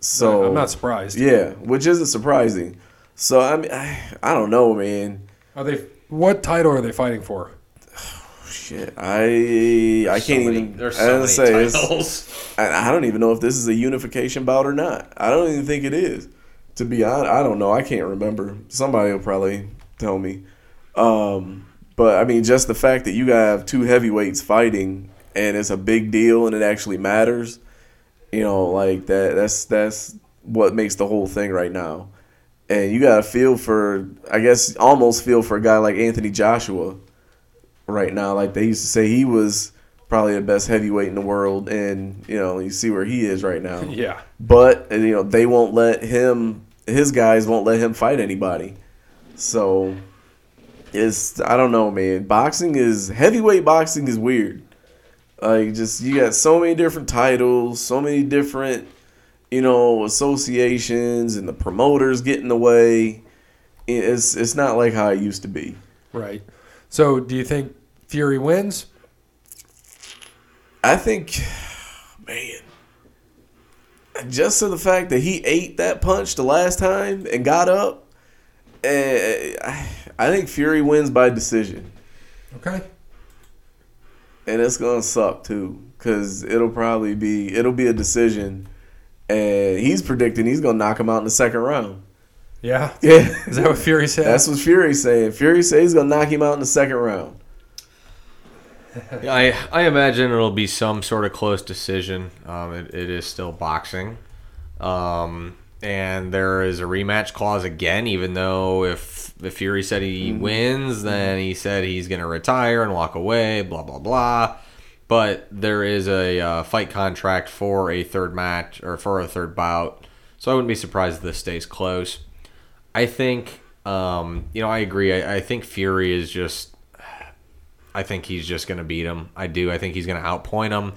D: So
A: I'm not surprised.
D: Yeah, which isn't surprising. So I mean, I, I don't know, man.
A: Are they? What title are they fighting for?
D: Shit, I I can't even.
C: There's
D: I
C: so many
D: gotta say, it's-
C: titles.
D: I, I don't even know if this is a unification bout or not. I don't even think it is. To be honest, I don't know. I can't remember. Somebody will probably tell me. Um, but I mean, just the fact that you have two heavyweights fighting and it's a big deal and it actually matters. You know, like that. That's that's what makes the whole thing right now. And you got to feel for, I guess, almost feel for a guy like Anthony Joshua right now. Like they used to say, he was probably the best heavyweight in the world, and you know you see where he is right now.
A: Yeah.
D: But and, you know they won't let him. His guys won't let him fight anybody. So it's I don't know, man. Boxing is heavyweight. Boxing is weird. Like just you got so many different titles, so many different you know, associations and the promoters get in the way. It's it's not like how it used to be.
A: Right. So do you think Fury wins?
D: I think, man, just to the fact that he ate that punch the last time and got up, eh, I I think Fury wins by decision,
A: Okay.
D: and it's gonna suck too, cause it'll probably be it'll be a decision, and he's predicting he's gonna knock him out in the second round.
A: Yeah.
D: Yeah.
A: Is that what Fury said?
D: That's what Fury's saying. Fury says he's gonna knock him out in the second round.
C: I I imagine it'll be some sort of close decision. Um, it, it is still boxing, um, and there is a rematch clause again. Even though if if Fury said he wins, then he said he's going to retire and walk away. Blah blah blah. But there is a uh, fight contract for a third match or for a third bout, so I wouldn't be surprised if this stays close. I think, um, you know, I agree. I, I think Fury is just I think he's just going to beat him. I do. I think he's going to outpoint him.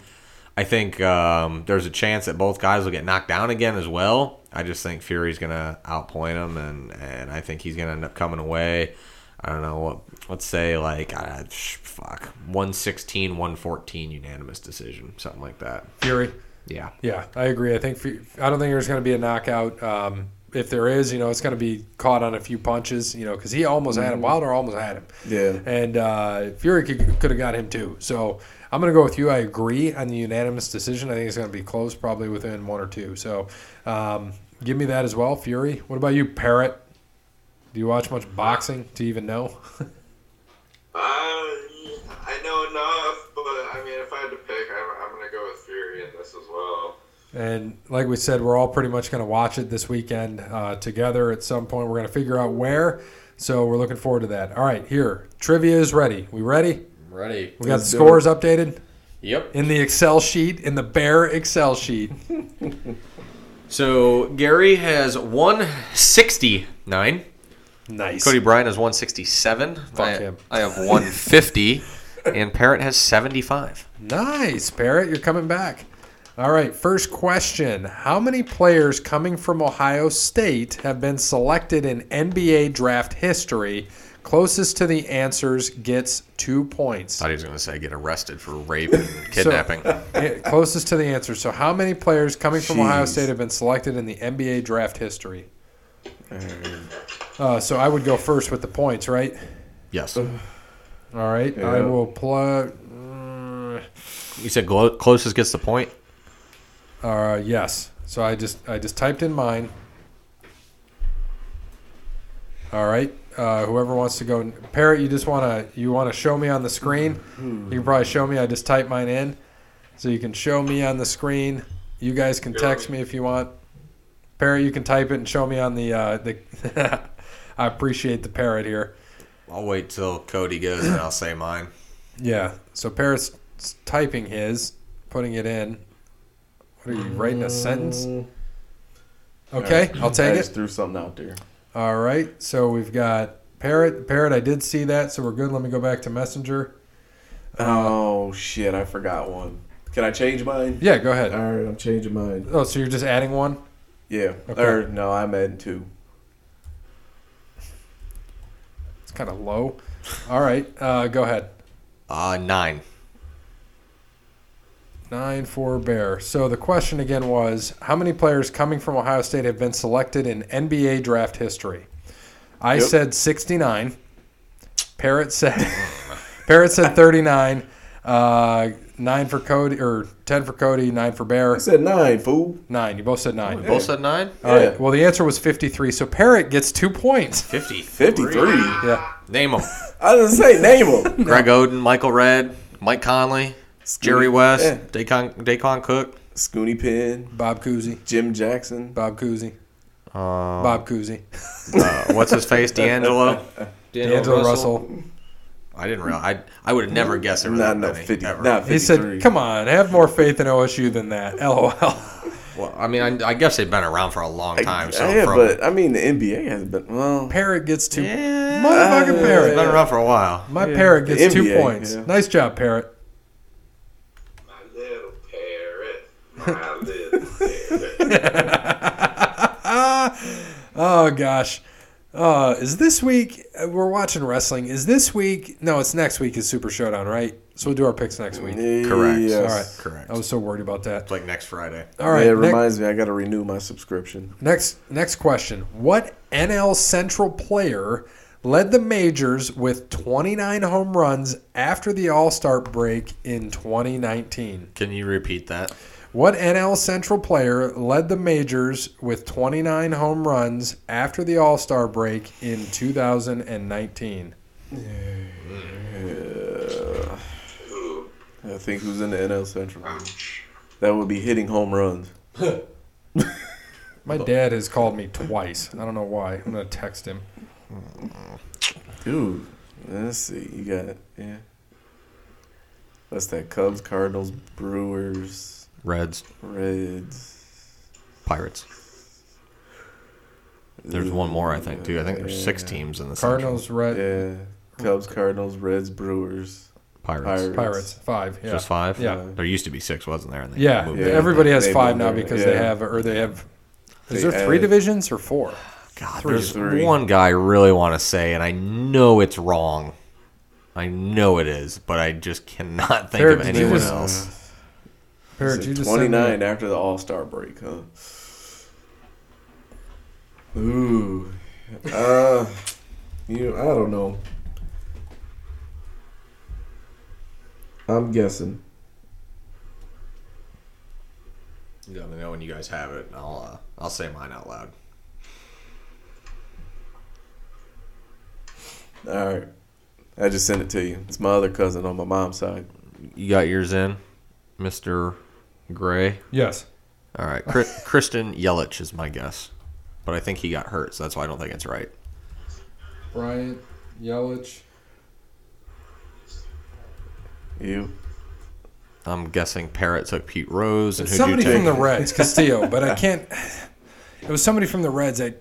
C: I think um, there's a chance that both guys will get knocked down again as well. I just think Fury's going to outpoint him, and, and I think he's going to end up coming away. I don't know what. Let's say like uh, sh- fuck 116, 114 unanimous decision, something like that.
A: Fury.
C: Yeah.
A: Yeah, I agree. I think Fu- I don't think there's going to be a knockout. Um, if there is, you know, it's going to be caught on a few punches. You know, because he almost had him. Wilder almost had him.
D: Yeah.
A: and uh, Fury could, could have got him too. So I'm going to go with you. I agree on the unanimous decision. I think it's going to be close, probably within one or two. So um, give me that as well, Fury. What about you, Parrot? Do you watch much boxing to even know?
B: Uh, I know enough, but I mean, if I had to pick, I'm, I'm gonna go with Fury in this as well.
A: And like we said, we're all pretty much going to watch it this weekend uh, together at some point. We're going to figure out where. So we're looking forward to that. All right, here. Trivia is ready. We ready?
C: Ready.
A: We got
D: Let's
A: the
D: do
A: scores updated
C: Yep.
A: in the Excel sheet, in the bare Excel sheet.
C: So Gary has 169.
A: Nice.
C: Cody Bryant has 167. Fuck I,
A: him.
C: I have 150, and Parrot has 75.
A: Nice, Parrot. You're coming back. All right, first question. How many players coming from Ohio State have been selected in NBA draft history? Closest to the answers gets two points.
C: Thought he was going to say get arrested for rape and kidnapping.
A: Yeah, Closest to the answer. So, how many players coming from Ohio
D: Jeez.
A: State have been selected in the NBA draft history? Uh, so, I would go first with the points, right?
C: yes.
A: All right. I
D: Yeah.
A: will plug.
C: You said glo- closest gets the point.
A: Uh, yes. So I just I just typed in mine. All right. Uh, whoever wants to go, Parrot, you just wanna you wanna show me on the screen. You can probably show me. I just typed mine in, so you can show me on the screen. You guys can text me if you want. Parrot, you can type it and show me on the uh, the. I appreciate the parrot here.
C: I'll wait till Cody goes and I'll say mine.
A: Yeah. So Parrot's typing his, putting it in. What are you writing a sentence?
D: Uh,
A: Okay, I'll
D: I
A: take it.
D: just threw something out there.
A: All right, so we've got Parrot. Parrot, I did see that, so we're good. Let me go back to Messenger. Uh-huh.
D: Oh shit! I forgot one. Can I change mine?
A: Yeah, go ahead.
D: All right, I'm changing mine.
A: Oh, so you're just adding one?
D: Yeah.
A: Okay.
D: Or no, I'm adding two.
A: It's kind of low. All right, uh, go ahead.
C: Uh, nine.
A: Nine four bear. So the question again was, how many players coming from Ohio State have been selected in NBA draft history? I
D: Yep.
A: said sixty nine. Parrot said, Parrot said thirty nine. Uh, nine for Cody or ten for Cody, nine for Bear.
D: I said nine, fool.
A: Nine. You both said nine.
C: Both said nine.
A: All right.
D: Yeah.
A: Well, the answer was 53. So Parrot gets two points.
C: Fifty.
D: Fifty-three.
A: Yeah.
C: Name them:
D: I didn't say name them.
C: Greg Oden, Michael Red, Mike Conley, Jerry West,
D: Yeah.
C: Daycon, Daycon Cook.
D: Scooney Pin,
A: Bob Cousy.
D: Jim Jackson,
A: Bob Cousy.
D: Um,
C: Uh,
A: Bob Cousy.
C: uh, what's his face? D'Angelo.
A: D'Angelo Russell.
C: I didn't realize. I, I would have never guessed there were
D: Not
C: that
D: enough
C: many,
D: 50.
C: ever.
D: Not
A: He
D: 53.
A: said, come on, have more faith in OSU than that. LOL.
C: Well, I mean, I, I guess they've been around for a long time. So
D: yeah,
C: from-
D: but I mean the NBA hasn't been well.
A: Parrot gets two.
C: Yeah.
A: Motherfucking
D: Yeah.
C: It's
A: Parrot.
C: Eh, been around for a while.
A: My Parrot
D: The
A: gets two
D: NBA,
A: points.
D: yeah.
A: Nice job, Parrot.
B: My little parrot, my little parrot.
A: oh gosh. Uh, is this week uh, we're watching wrestling? Is this week? No, it's next week. Is Super Showdown right? So we'll do our picks next week.
C: Correct.
A: All
D: Yes.
A: right.
C: Correct.
A: I was so worried about that.
C: like next Friday.
A: All right.
D: yeah, it
A: ne-
D: reminds me, I got to renew my subscription.
A: next next question. What NL Central player led the majors with 29 home runs after the All-Star break in 2019?
C: Can you repeat that?
A: What NL Central player led the majors with 29 home runs after the All Star break in 2019?
B: Ooh,
D: I think who's in the NL Central?
B: ouch.
D: That would be hitting home runs.
A: My dad has called me twice. I don't know why. I'm going to text him.
D: Dude, let's see. You got yeah. What's that? Cubs, Cardinals, Brewers,
C: Reds,
D: Reds.
C: Pirates. There's one more, I think, too. I think there's six
D: Yeah.
C: teams in the Central.
A: Cardinals, Red,
D: Yeah, Cubs, Cardinals, Reds, Brewers.
C: Pirates.
D: Pirates.
A: Pirates. Five. Yeah.
C: Just five.
A: Yeah.
C: There used to be six, wasn't there? And they
A: yeah.
C: moved
D: Yeah.
C: it.
A: Everybody has
D: They
A: five
D: moved
A: now
D: it.
A: because
D: Yeah.
A: they have, or they have. Is
D: They
A: there three
D: added-
A: divisions or four?
C: God,
D: Three,
C: there's
D: three.
C: one guy I really want to say, and I know it's wrong. I know it is, but I just cannot think
A: Jared,
C: of
A: did you
C: anyone
A: just-
C: else.
A: Parrot, you just said
D: Twenty nine after the All Star break, huh? Ooh, uh, you. I don't know. I'm guessing.
C: Let me know when you guys have it, and I'll uh, I'll say mine out loud.
D: All right, I just sent it to you. It's my other cousin on my mom's side.
C: You got yours in, Mister Gray.
A: Yes.
C: All right, Kri- Kristen Yelich is my guess, but I think he got hurt, so that's why I don't think it's right.
A: Bryant, Yelich.
D: You.
C: I'm guessing Parrot took Pete Rose, and who do you
A: Somebody from
C: take?
A: the Reds, Castillo, but I can't. It was somebody from the Reds. I,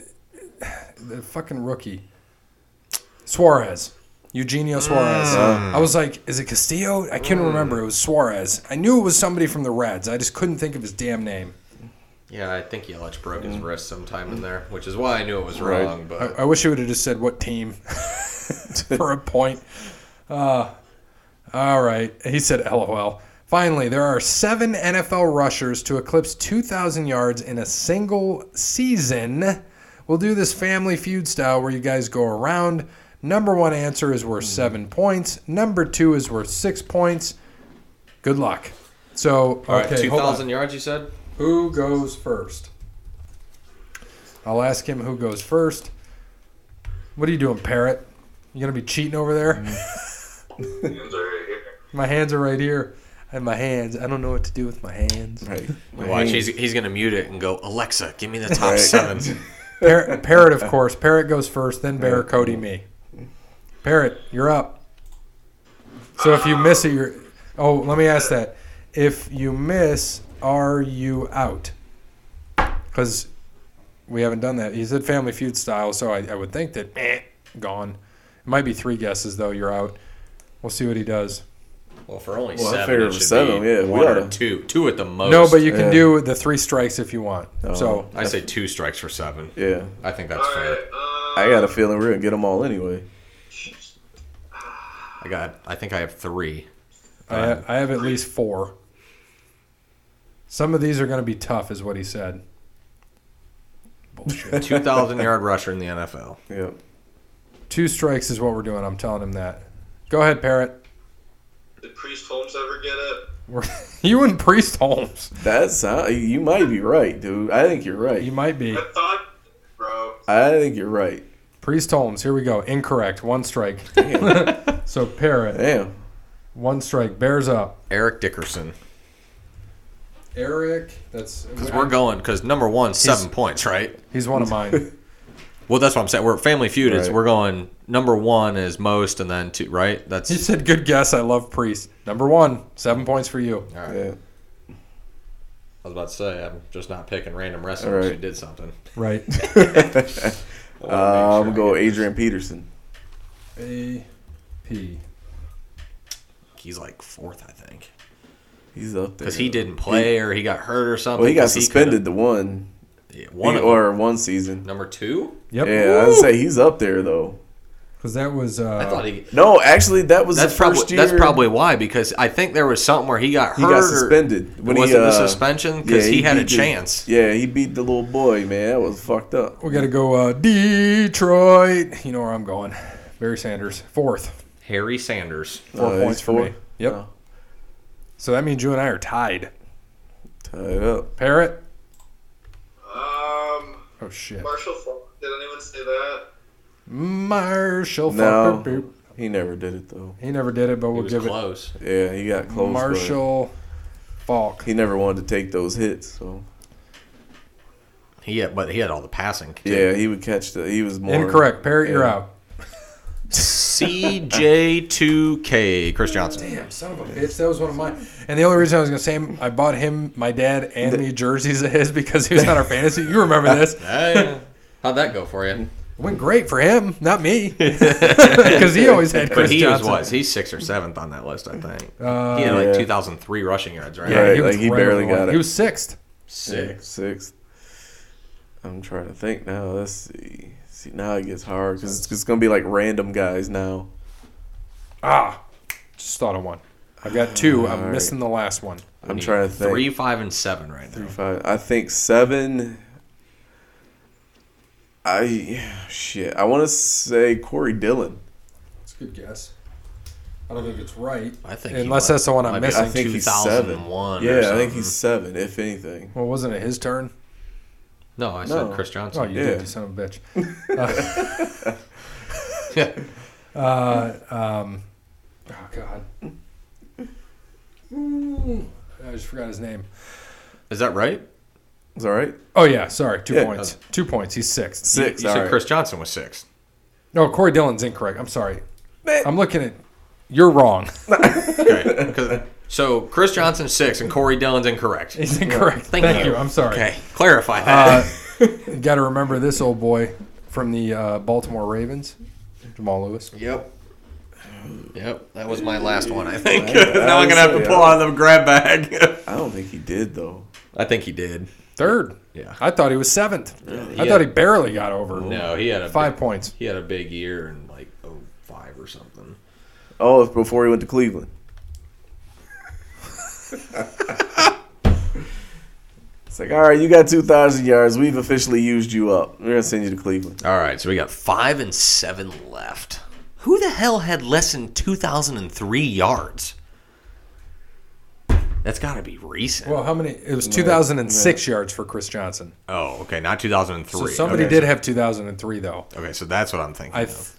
A: the fucking rookie, Suarez, Eugenio Suarez.
C: Mm.
A: I was like, is it Castillo? I couldn't remember. It was Suarez. I knew it was somebody from the Reds. I just couldn't think of his damn name.
C: yeah, I think Yelich broke his wrist sometime in there, which is why I knew it was
D: Mm. Right. Uh,
C: wrong.
A: I,
C: But
A: I wish he would have just said what team for a point. Uh, all right. He said LOL. Finally, there are seven NFL rushers to eclipse 2,000 yards in a single season. We'll do this family feud style where you guys go around. Number one answer is
C: Hmm.
A: worth seven points, number two is worth six points. Good luck. So,
C: all right,
A: okay,
C: two
A: hold on.
C: thousand yards, you said.
A: Who goes first? I'll ask him who goes first. What are you doing, parrot? You gonna be cheating over there?
B: Hands are right here.
A: My hands are right here. And my hands, I don't know what to do with my hands.
D: Right.
C: Watch, he's, he's gonna mute it and go, Alexa, give me the top seven.
A: Parrot, parrot, of course. Parrot goes first, then Bear, Cody, me. Parrot, you're up. So if you miss it, you're. Oh, let me ask that. If you miss, are you out? Because we haven't done that. He said Family Feud style, so I, I would think that eh, gone. It might be three guesses though. You're out. We'll see what he does.
C: Well, for only
D: Well, I
C: seven,
D: figured for
C: it should
D: seven,
C: be
D: yeah, we
C: one or
D: oughta-
C: two, two at the most.
A: No, but you can
D: Yeah.
A: do the three strikes if you want.
D: Oh.
A: So
C: I say two strikes for seven.
D: Yeah.
C: I think that's
B: All
C: fair.
B: right. Um,
D: I got a feeling we're gonna get them all anyway.
C: I got. I think I have three.
A: I, ha- I have at least four. Some of these are going to be tough, is what he said. Bullshit.
C: Two thousand yard rusher in the NFL.
D: Yep.
A: Two strikes is what we're doing. I'm telling him that. Go ahead, Parrot.
B: uh, Did Priest Holmes ever get it?
A: We're, you and Priest Holmes.
D: That's uh, you might be right, dude. I think you're
A: You
D: right.
A: might be.
B: I thought, bro.
D: I think you're right.
A: Priest Holmes. Here we go. Incorrect. One strike.
D: Damn.
A: So, Parrot,
D: Damn.
A: one strike. Bears up.
C: Eric Dickerson.
A: Eric, that's.
C: Because we're going. Because number one, seven points, right?
A: He's one of mine.
C: Well, that's what I'm saying. We're Family Feud. Is
D: Right.
C: we're going number one is most, and then two. Right? That's
A: He said, Good guess. I love Priest. Number one, seven points for you.
C: all right.
D: Yeah.
C: I was about to say I'm just not picking random wrestlers
D: All right.
C: who did something.
A: Right.
C: I wanna make
D: Uh, I'm
C: sure I
D: gonna go
C: get-
D: Adrian Peterson.
A: A P.
C: He's like fourth, I think.
D: He's up there
C: because he didn't play or he got hurt or something.
D: Well, he got
C: 'cause
D: suspended the one,
C: could've- one of them.
D: or one season.
C: number two.
A: Yep.
D: Yeah, I'd say he's up there though.
A: Because that was. Uh,
C: I thought he.
D: No, actually, that was
C: That's
D: the
C: probably
D: first year.
C: that's probably why because I think there was something where he got hurt.
D: he got
C: or-
D: suspended when
C: it
D: he
C: wasn't
D: uh,
C: the suspension because
D: yeah,
C: he, had a
D: beat the-
C: chance.
D: yeah, he beat the little boy. Man, that was fucked up.
A: We got to go uh, Detroit. You know where I'm going. Barry Sanders, fourth.
C: Harry Sanders.
A: Four
D: Uh, he's
A: points for
D: four?
A: me. Yep.
D: Oh.
A: So that means you and I are tied.
D: Tied up.
A: Parrot.
B: Um,
A: Oh shit.
B: Marshall Falk. Did anyone say that?
A: Marshall.
D: No.
A: Fuck, boop, boop.
D: He never did it though.
A: He never did it, but
C: He
A: we'll
C: was
A: give
C: close.
D: Yeah, he got
A: it.
D: close. but
A: Marshall. Falk.
D: He never wanted to take those hits. So
C: He had, but he had all the passing. too.
D: yeah, he would catch the. He was more
A: Incorrect. Parrot, you're
D: yeah.
A: out.
C: CJ2K, Chris Johnson.
A: Damn, son of a bitch. That was one of mine. And the only reason I was going to say him, I bought him, my dad, and me jerseys of his because he was on our fantasy. You remember this.
C: Hey, how'd that go for you?
A: Went great for him, not me. Because he always had Chris
C: But he was,
A: Johnson.
C: was he's sixth or seventh on that list, I think.
A: Uh,
C: he had
D: yeah.
C: like 2003 rushing yards, right?
A: Yeah,
D: Right,
A: he was
D: like, he
A: right
D: barely
A: over the line.
D: got it.
A: He was sixth.
D: Yeah,
C: Six.
D: sixth. I'm trying to think now. Let's see. See now it gets hard because it's, it's gonna be like random guys now.
A: Ah, just thought of one. I've got two. I'm
D: Alright.
A: missing the last one.
D: I'm trying to think.
C: Three, five, and seven right now.
D: Five- I think seven. I shit. I want to say Corey Dillon.
A: That's a good guess. I don't think it's right.
C: I think he
A: Unless
C: might-
A: that's the one I'm
C: might be
A: missing.
D: I think he's seven.
C: 2001 or
D: Yeah, I think
C: something.
D: he's seven. If anything,
A: Well, wasn't it his turn?
C: No, I
D: No.
C: said Chris
A: Oh,
C: Johnson.
A: you did,
D: Yeah.
A: you son of a bitch.
C: Yeah.
A: Uh, um, oh God. Ooh, I just forgot his name.
C: Is that right?
D: it's all right.
A: Oh yeah, sorry. Two
D: Yeah.
A: points. Two points. He's sixth.
D: Six.
C: You
D: all
C: said
D: right.
C: Chris Johnson was six.
A: No, Corey Dillon's incorrect. I'm sorry.
D: Man.
A: I'm looking at. You're wrong.
C: Okay. 'Cause- so Chris Johnson's six and Corey Dillon's incorrect.
A: He's incorrect. Thank, you. I'm sorry.
C: Okay, clarify that.
A: Uh, Got to remember this old boy from the uh, Baltimore Ravens, Jamal Lewis.
C: yep. Yep, that was my last one, I think.
D: Yeah,
C: now I'm going to have to pull out of the grab bag.
D: I don't think he did though.
C: I think he did.
A: Third.
C: Yeah.
A: I thought he was seventh. I
C: Yeah.
A: thought he barely got over
C: No, he had a
A: five
C: Big,
A: points.
C: he had a big year in like oh five or something.
D: Oh, it's before he went to Cleveland. it's like, all right, you got two thousand yards. We've officially used you up. We're gonna send you to Cleveland.
C: All right, so we got five and seven left. Who the hell had less than two thousand and three yards? That's got to be recent.
A: Well, how many? It was 2006 yards for Chris Johnson.
C: oh, okay, not two thousand and
A: So
C: three.
A: somebody
D: Okay.
A: did have 2003 though.
C: okay. okay, so that's what I'm thinking.
A: I.
C: of.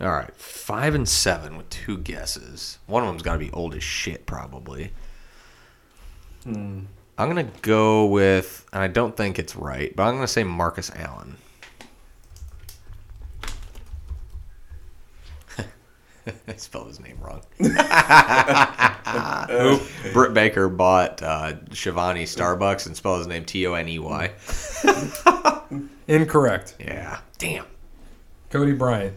C: All right, five and seven with two guesses. One of them's got to be old as shit, probably. Hmm. I'm gonna go with, and I don't think it's right, but I'm gonna say Marcus Allen. I spelled his name wrong. Who? Britt Baker bought uh, Shivani Starbucks and spelled his name T O N E Y.
A: Incorrect.
C: Yeah. Damn.
A: Cody Bryant.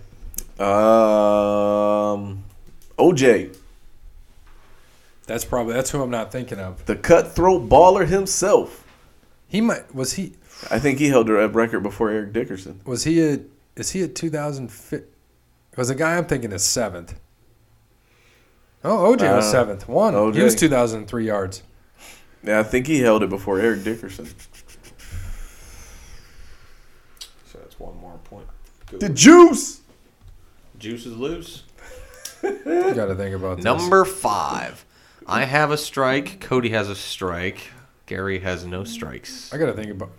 D: Um, OJ,
A: That's probably that's who I'm not thinking of.
D: the cutthroat baller himself.
A: He might was he
D: I think he held a record before Eric Dickerson.
A: was he a is he a 2005? Because the guy I'm thinking is seventh. Oh, OJ was
D: Uh,
A: seventh. One. He was
D: OJ.
A: 2003 yards.
D: Yeah, I think he held it before Eric Dickerson.
C: So that's one more point.
D: The juice.
C: Juice is loose.
A: You got to think about this.
C: Number five. I have a strike. Cody has a strike. Gary has no strikes.
A: I got to think about.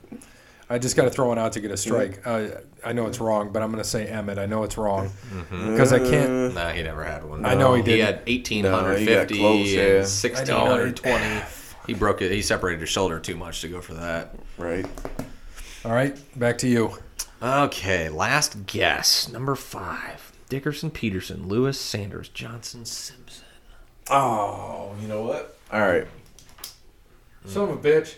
A: I just got to throw one out to get a strike. Uh, I know it's wrong, but I'm going to say Emmett. I know it's wrong
D: Mm-hmm.
A: because I can't.
C: No, he never had one.
A: I know he
C: He
A: didn't.
C: had 1850
D: No, he got close, yeah.
C: and 1620.
A: I
C: He broke it. He separated his shoulder too much to go for that.
D: Right.
A: All right, back to you.
C: Okay, last guess. Number five. Dickerson, Peterson, Lewis, Sanders, Johnson, Simpson.
D: Oh, you know what? All right. Mm.
A: Son of a bitch.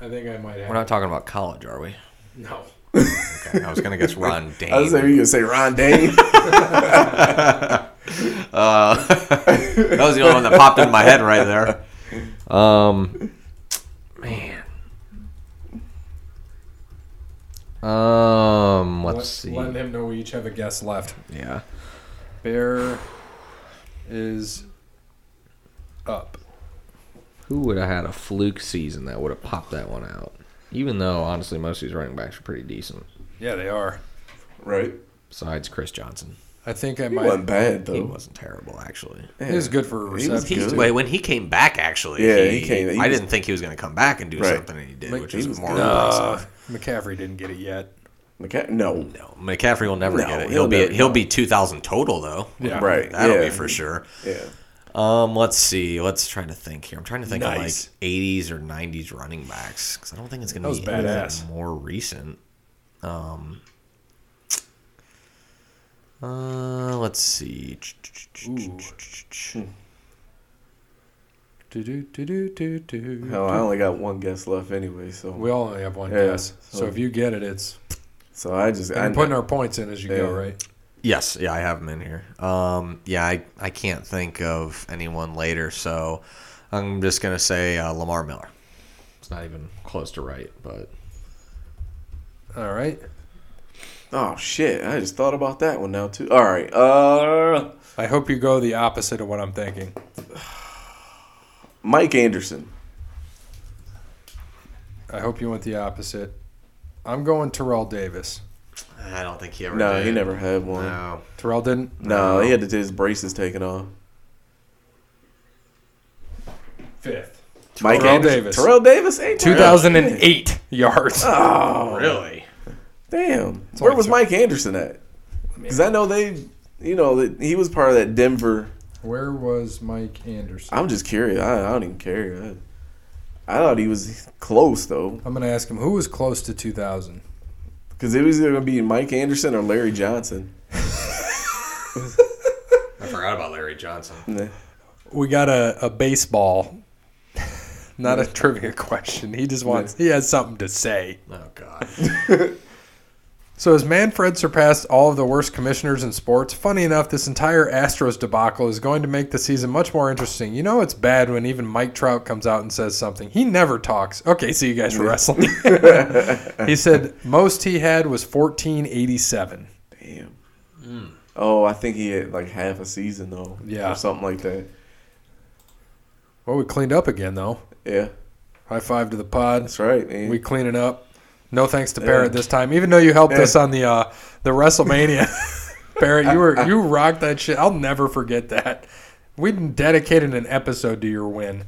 A: I think I might have.
C: We're not talking about college, are we?
A: no.
C: Okay, I was gonna guess Ron Dane.
D: I was saying you could say Ron Dane.
C: Uh, that was the only one that popped into my head right there. Um, man. Um, let's
A: Let-
C: see.
A: Let him know we each have a guess left.
C: Yeah.
A: Bear is up.
C: Who would have had a fluke season that would have popped that one out? Even though, honestly, most of these running backs are pretty decent,
A: Yeah, they are.
D: right.
C: besides Chris Johnson.
A: I think I
D: He
A: might.
D: wasn't bad
C: He
D: though.
C: wasn't terrible, actually.
A: He was good for a
D: He was
A: reception.
C: He,
D: good.
C: wait, when he came back, actually,
D: Yeah, he came- he
C: I
D: was-
C: didn't think he was going to come back and do
D: Right.
C: something, and he did,
A: Mc-
C: which
D: he
C: is
D: was
C: more
D: good.
A: Uh,
C: impressive.
A: McCaffrey didn't get it yet.
D: McCa- no.
C: No, McCaffrey will never
D: No,
C: get it. He'll,
D: he'll
C: be
D: never
C: he'll
D: know.
C: be two thousand total though.
A: Yeah.
D: Right.
C: That'll
D: yeah.
C: be for sure.
D: Yeah.
C: Um, let's see. Let's try to think here. I'm trying to think
A: Nice.
C: of like 80s or 90s running backs because I don't think it's gonna
A: That was
C: be anything
A: badass.
C: more recent. Um, uh, let's see.
A: Ooh. Do-do-do-do-do-do.
D: Hell, Oh, I only got one guess left anyway, so
A: We all only have one
D: Yeah,
A: guess. So
D: so-
A: if you get it, it's.
D: so I just I
A: And putting our points in as you go,
D: Yeah.
A: right?
C: Yes, yeah, I have them in here. Um, yeah, I I can't think of anyone later, so I'm just gonna say uh, Lamar Miller. It's not even close to right, but
A: All right.
D: oh shit! I just thought about that one now too. All right. Uh,
A: I hope you go the opposite of what I'm thinking.
D: Mike Anderson.
A: I hope you went the opposite. I'm going Terrell Davis.
C: I don't think he ever.
D: No,
C: did.
D: he never had one. No.
C: No.
A: Terrell didn't.
D: he had to get his braces taken off.
A: Fifth.
D: Mike
A: Terrell
D: Anderson.
A: Davis.
D: Terrell Davis. Ain't bad.
A: 2008 yards.
D: Oh,
C: Really?
D: Damn. Where
A: only
D: was
A: two.
D: Mike Anderson at? Because I know they, you know, that he was part of that Denver.
A: Where was Mike Anderson?
D: I'm just curious. I, I don't even care. I, I thought he was close though,
A: I'm going to ask him who was close to 2000.
D: because it was either gonna be Mike Anderson or Larry Johnson.
C: I forgot about Larry Johnson.
D: Nah.
A: We got a, a baseball, not a trivia question. He just wants, he has something to say.
C: Oh God.
A: So as Manfred surpassed all of the worst commissioners in sports, funny enough, this entire Astros debacle is going to make the season much more interesting. You know it's bad when even Mike Trout comes out and says something. He never talks. Okay, see you guys for wrestling. he said most he had was 1487.
D: Damn. Oh, I think he had like half a season though.
A: Hmm. Yeah.
D: Or something like that.
A: Well, we cleaned up again though.
D: Yeah.
A: High five to the pod.
D: That's right, man.
A: We cleaning up. No thanks to Barrett this time, even though you helped
D: Yeah.
A: us on the uh, the WrestleMania. Barrett, you were you rocked that shit. I'll never forget that. We dedicated an episode to your win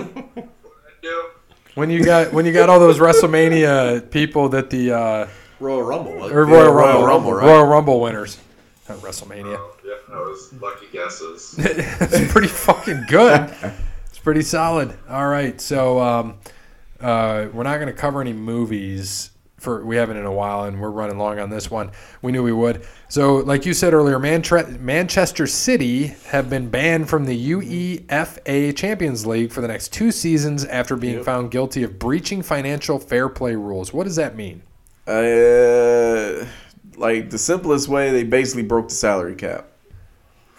B: Yep.
A: when you got when you got all those WrestleMania people that the uh,
C: Royal Rumble. wasn't
A: or
C: it?
A: Royal,
D: Royal
A: Rumble,
C: Rumble, right?
A: Royal Rumble winners. Not WrestleMania.
B: Oh, yeah, that was lucky guesses.
A: it's pretty fucking good. It's pretty solid. All right, so um, uh, we're not going to cover any movies for we haven't in a while, and we're running long on this one. We knew we would. So, like you said earlier, Mantre- Manchester City have been banned from the UEFA Champions League for the next two seasons after being found guilty of breaching financial fair play rules. What does that mean?
D: uh, like the simplest way, they basically broke the salary cap.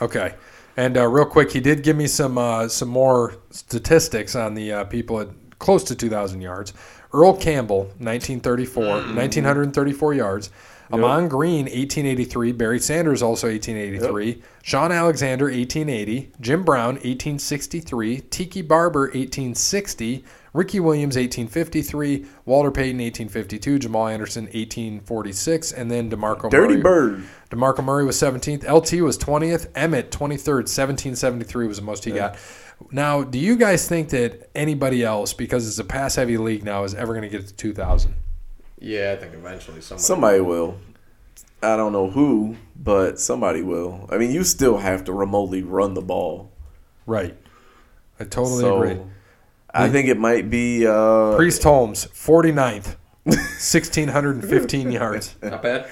A: Okay. And uh, real quick, he did give me some uh, some more statistics on the uh, people at close to 2,000 yards. Earl Campbell, 1934, 1934 yards. Amon Green, 1883. Barry Sanders, also 1883. Sean Alexander, 1880. Jim Brown, 1863. Tiki Barber, 1860. Ricky Williams, 1853. Walter Payton, 1852. Jamal Anderson, 1846. And then DeMarco
D: Dirty
A: Murray.
D: Bird.
A: DeMarco Murray was 17th. LT was 20th. Emmett, 23rd. 1773 was the most he got. Now, do you guys think that anybody else, because it's a pass heavy league now, is ever going to get to 2,000?
C: Yeah, I think eventually somebody.
D: Somebody will. I don't know who, but somebody will. I mean, you still have to remotely run the ball.
A: Right. I totally
D: So
A: agree.
D: I think it might be uh,
A: Priest Holmes, 49th. 1,615 yards.
C: Not bad.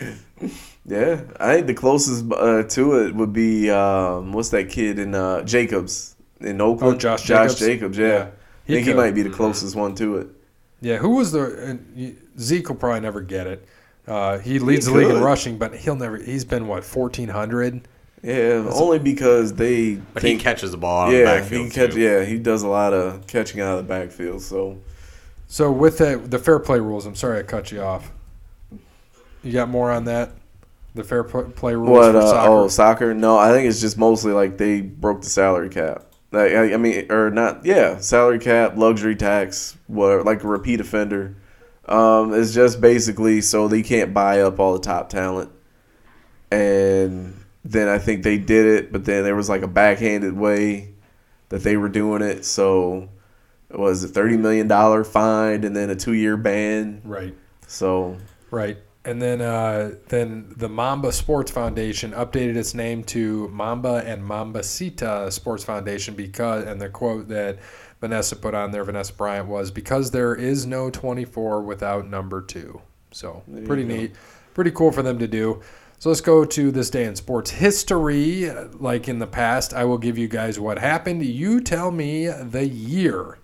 D: Yeah, I think the closest uh, to it would be um, what's that kid in uh, Jacobs in Oakland?
A: Oh, Josh Jacobs?
D: Josh Jacobs. Yeah,
A: Yeah.
D: I think he
A: could.
D: might be the closest one to it.
A: Yeah, who was the and you- Zeke will probably never get it. Uh, he leads the league in
D: could.
A: rushing, but he'll never. He's been what fourteen hundred.
D: Yeah, only because they
C: But
D: think
C: he catches the ball out of the
D: yeah, he can
C: backfield.
D: catch.
C: too.
D: Yeah, he does a lot of catching out of the backfield. So
A: So with that, the fair play rules. I'm sorry I cut you off. You got more on that? The fair pl- play rules
D: what?
A: for
D: Uh,
A: soccer.
D: Oh, soccer? No, I think it's just mostly like they broke the salary cap. Like I, I mean, or not? Yeah, salary cap, luxury tax, whatever. Like a repeat offender. Um, it's just basically so they can't buy up all the top talent. And then I think they did it, but then there was like a backhanded way that they were doing it. So it was a thirty million dollar fine and then a two year ban.
A: Right,
D: So
A: right. And then uh, then the Mamba Sports Foundation updated its name to Mamba and Mamba Sita Sports Foundation because and the quote that Vanessa put on there, Vanessa Bryant was because there is no 24 without number 2. So,
D: There you
A: pretty
D: go.
A: neat. Pretty cool for them to do. So let's go to this day in sports history. Like in the past, I will give you guys what happened. You tell me the year.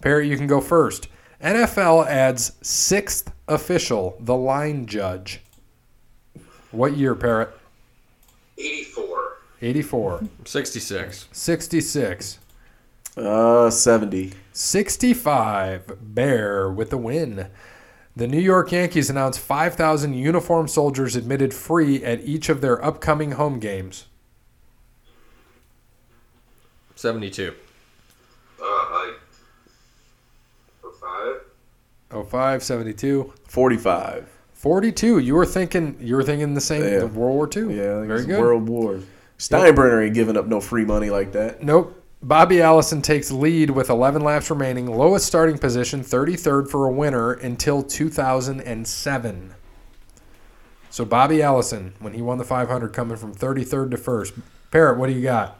A: Perry, you can go first. NFL adds sixth official, the line judge. What year, Parrot?
B: 84.
A: 84,
C: 66.
A: 66,
D: uh, seventy.
A: 65. Bear with the win. The New York Yankees announced 5,000 uniformed soldiers admitted free at each of their upcoming home games.
C: 72.
B: Uh, like, for five?
A: 05, 72,
D: 45.
A: 42. You were thinking you were thinking the same
D: Yeah.
A: the World War II.
D: Yeah, I think
A: very
D: it's
A: good.
D: World War. Steinbrenner ain't giving up no free money like that.
A: Nope. Bobby Allison takes lead with 11 laps remaining, lowest starting position, 33rd for a winner until 2007. So Bobby Allison, when he won the 500, coming from 33rd to first. Parrot, what do you got?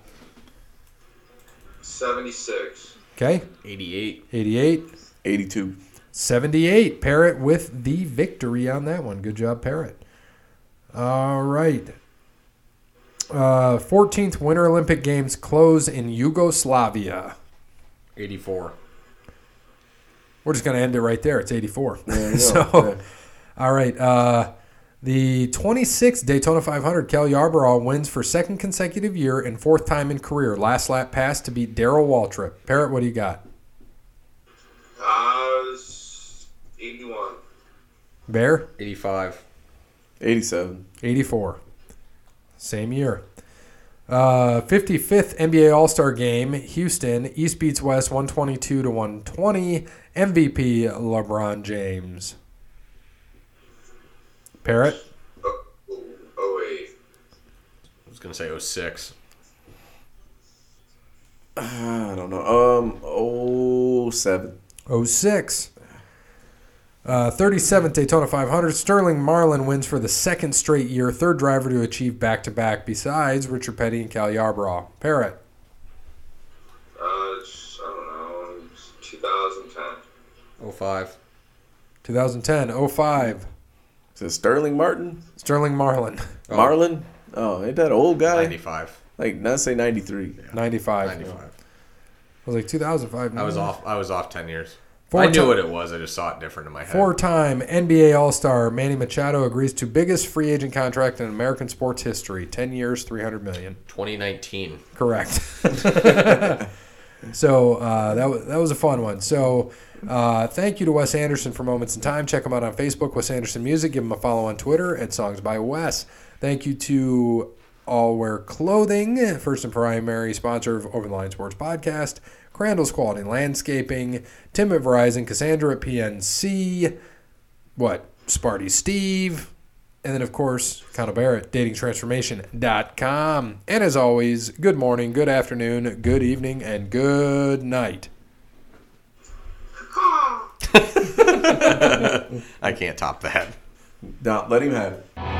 B: 76.
A: Okay,
C: 88.
A: 88,
D: 82.
A: 78. Parrot with the victory on that one. Good job, Parrot. All right. Uh, 14th Winter Olympic Games close in Yugoslavia.
C: 84.
A: We're just going to end it right there. It's 84.
D: There you go.
A: so,
D: Yeah.
A: all right. Uh, the 26th Daytona 500, Cal Yarborough wins for second consecutive year and fourth time in career. Last lap pass to beat Daryl Waltrip. Parrot, what do you got?
B: Uh, s- 81.
A: Bear,
C: 85.
D: 87.
A: 84. Same year. Uh, 55th NBA All Star Game, Houston. East beats West 122 to 120. MVP LeBron James. Parrot,
B: Oh, oh, 08.
C: I was going to say 06.
D: I don't Um, know. Um, 07.
A: 06. Uh, 37th Daytona 500. Sterling Marlin wins for the second straight year, third driver to achieve back to back besides Richard Petty and Cal Yarbrough. Parrot,
B: Uh, it's- I don't know. It's 2010.
C: 05.
A: 2010 05.
D: Is it Sterling Martin?
A: Sterling Marlin,
C: Oh.
D: Marlin? Oh, ain't that old guy?
C: 95.
D: Like, not say 93.
A: 95.
C: 95.
A: I was like 2005.
C: I was
A: no.
C: off. I was off ten years.
A: Mm. Four
C: I knew
A: ti-
C: what it was. I just saw it different in my head.
A: Four-time NBA All-Star Manny Machado agrees to biggest free agent contract in American sports history: 10 years, 300 million.
C: 2019.
A: Correct. so uh, that was that was a fun one. So uh, thank you to Wes Anderson for Moments in Time. Check him out on Facebook, Wes Anderson Music. Give him a follow on Twitter at Songs by Wes. Thank you to All Wear Clothing, first and primary sponsor of Over the Line Sports Podcast. Crandall's Quality Landscaping, Tim at Verizon, Cassandra at PNC, what Sparty Steve, and then, of course, Connell Barrett, datingtransformation.com. And as always, good morning, good afternoon, good evening, and good night.
C: I can't top that.
D: Don't let him have it.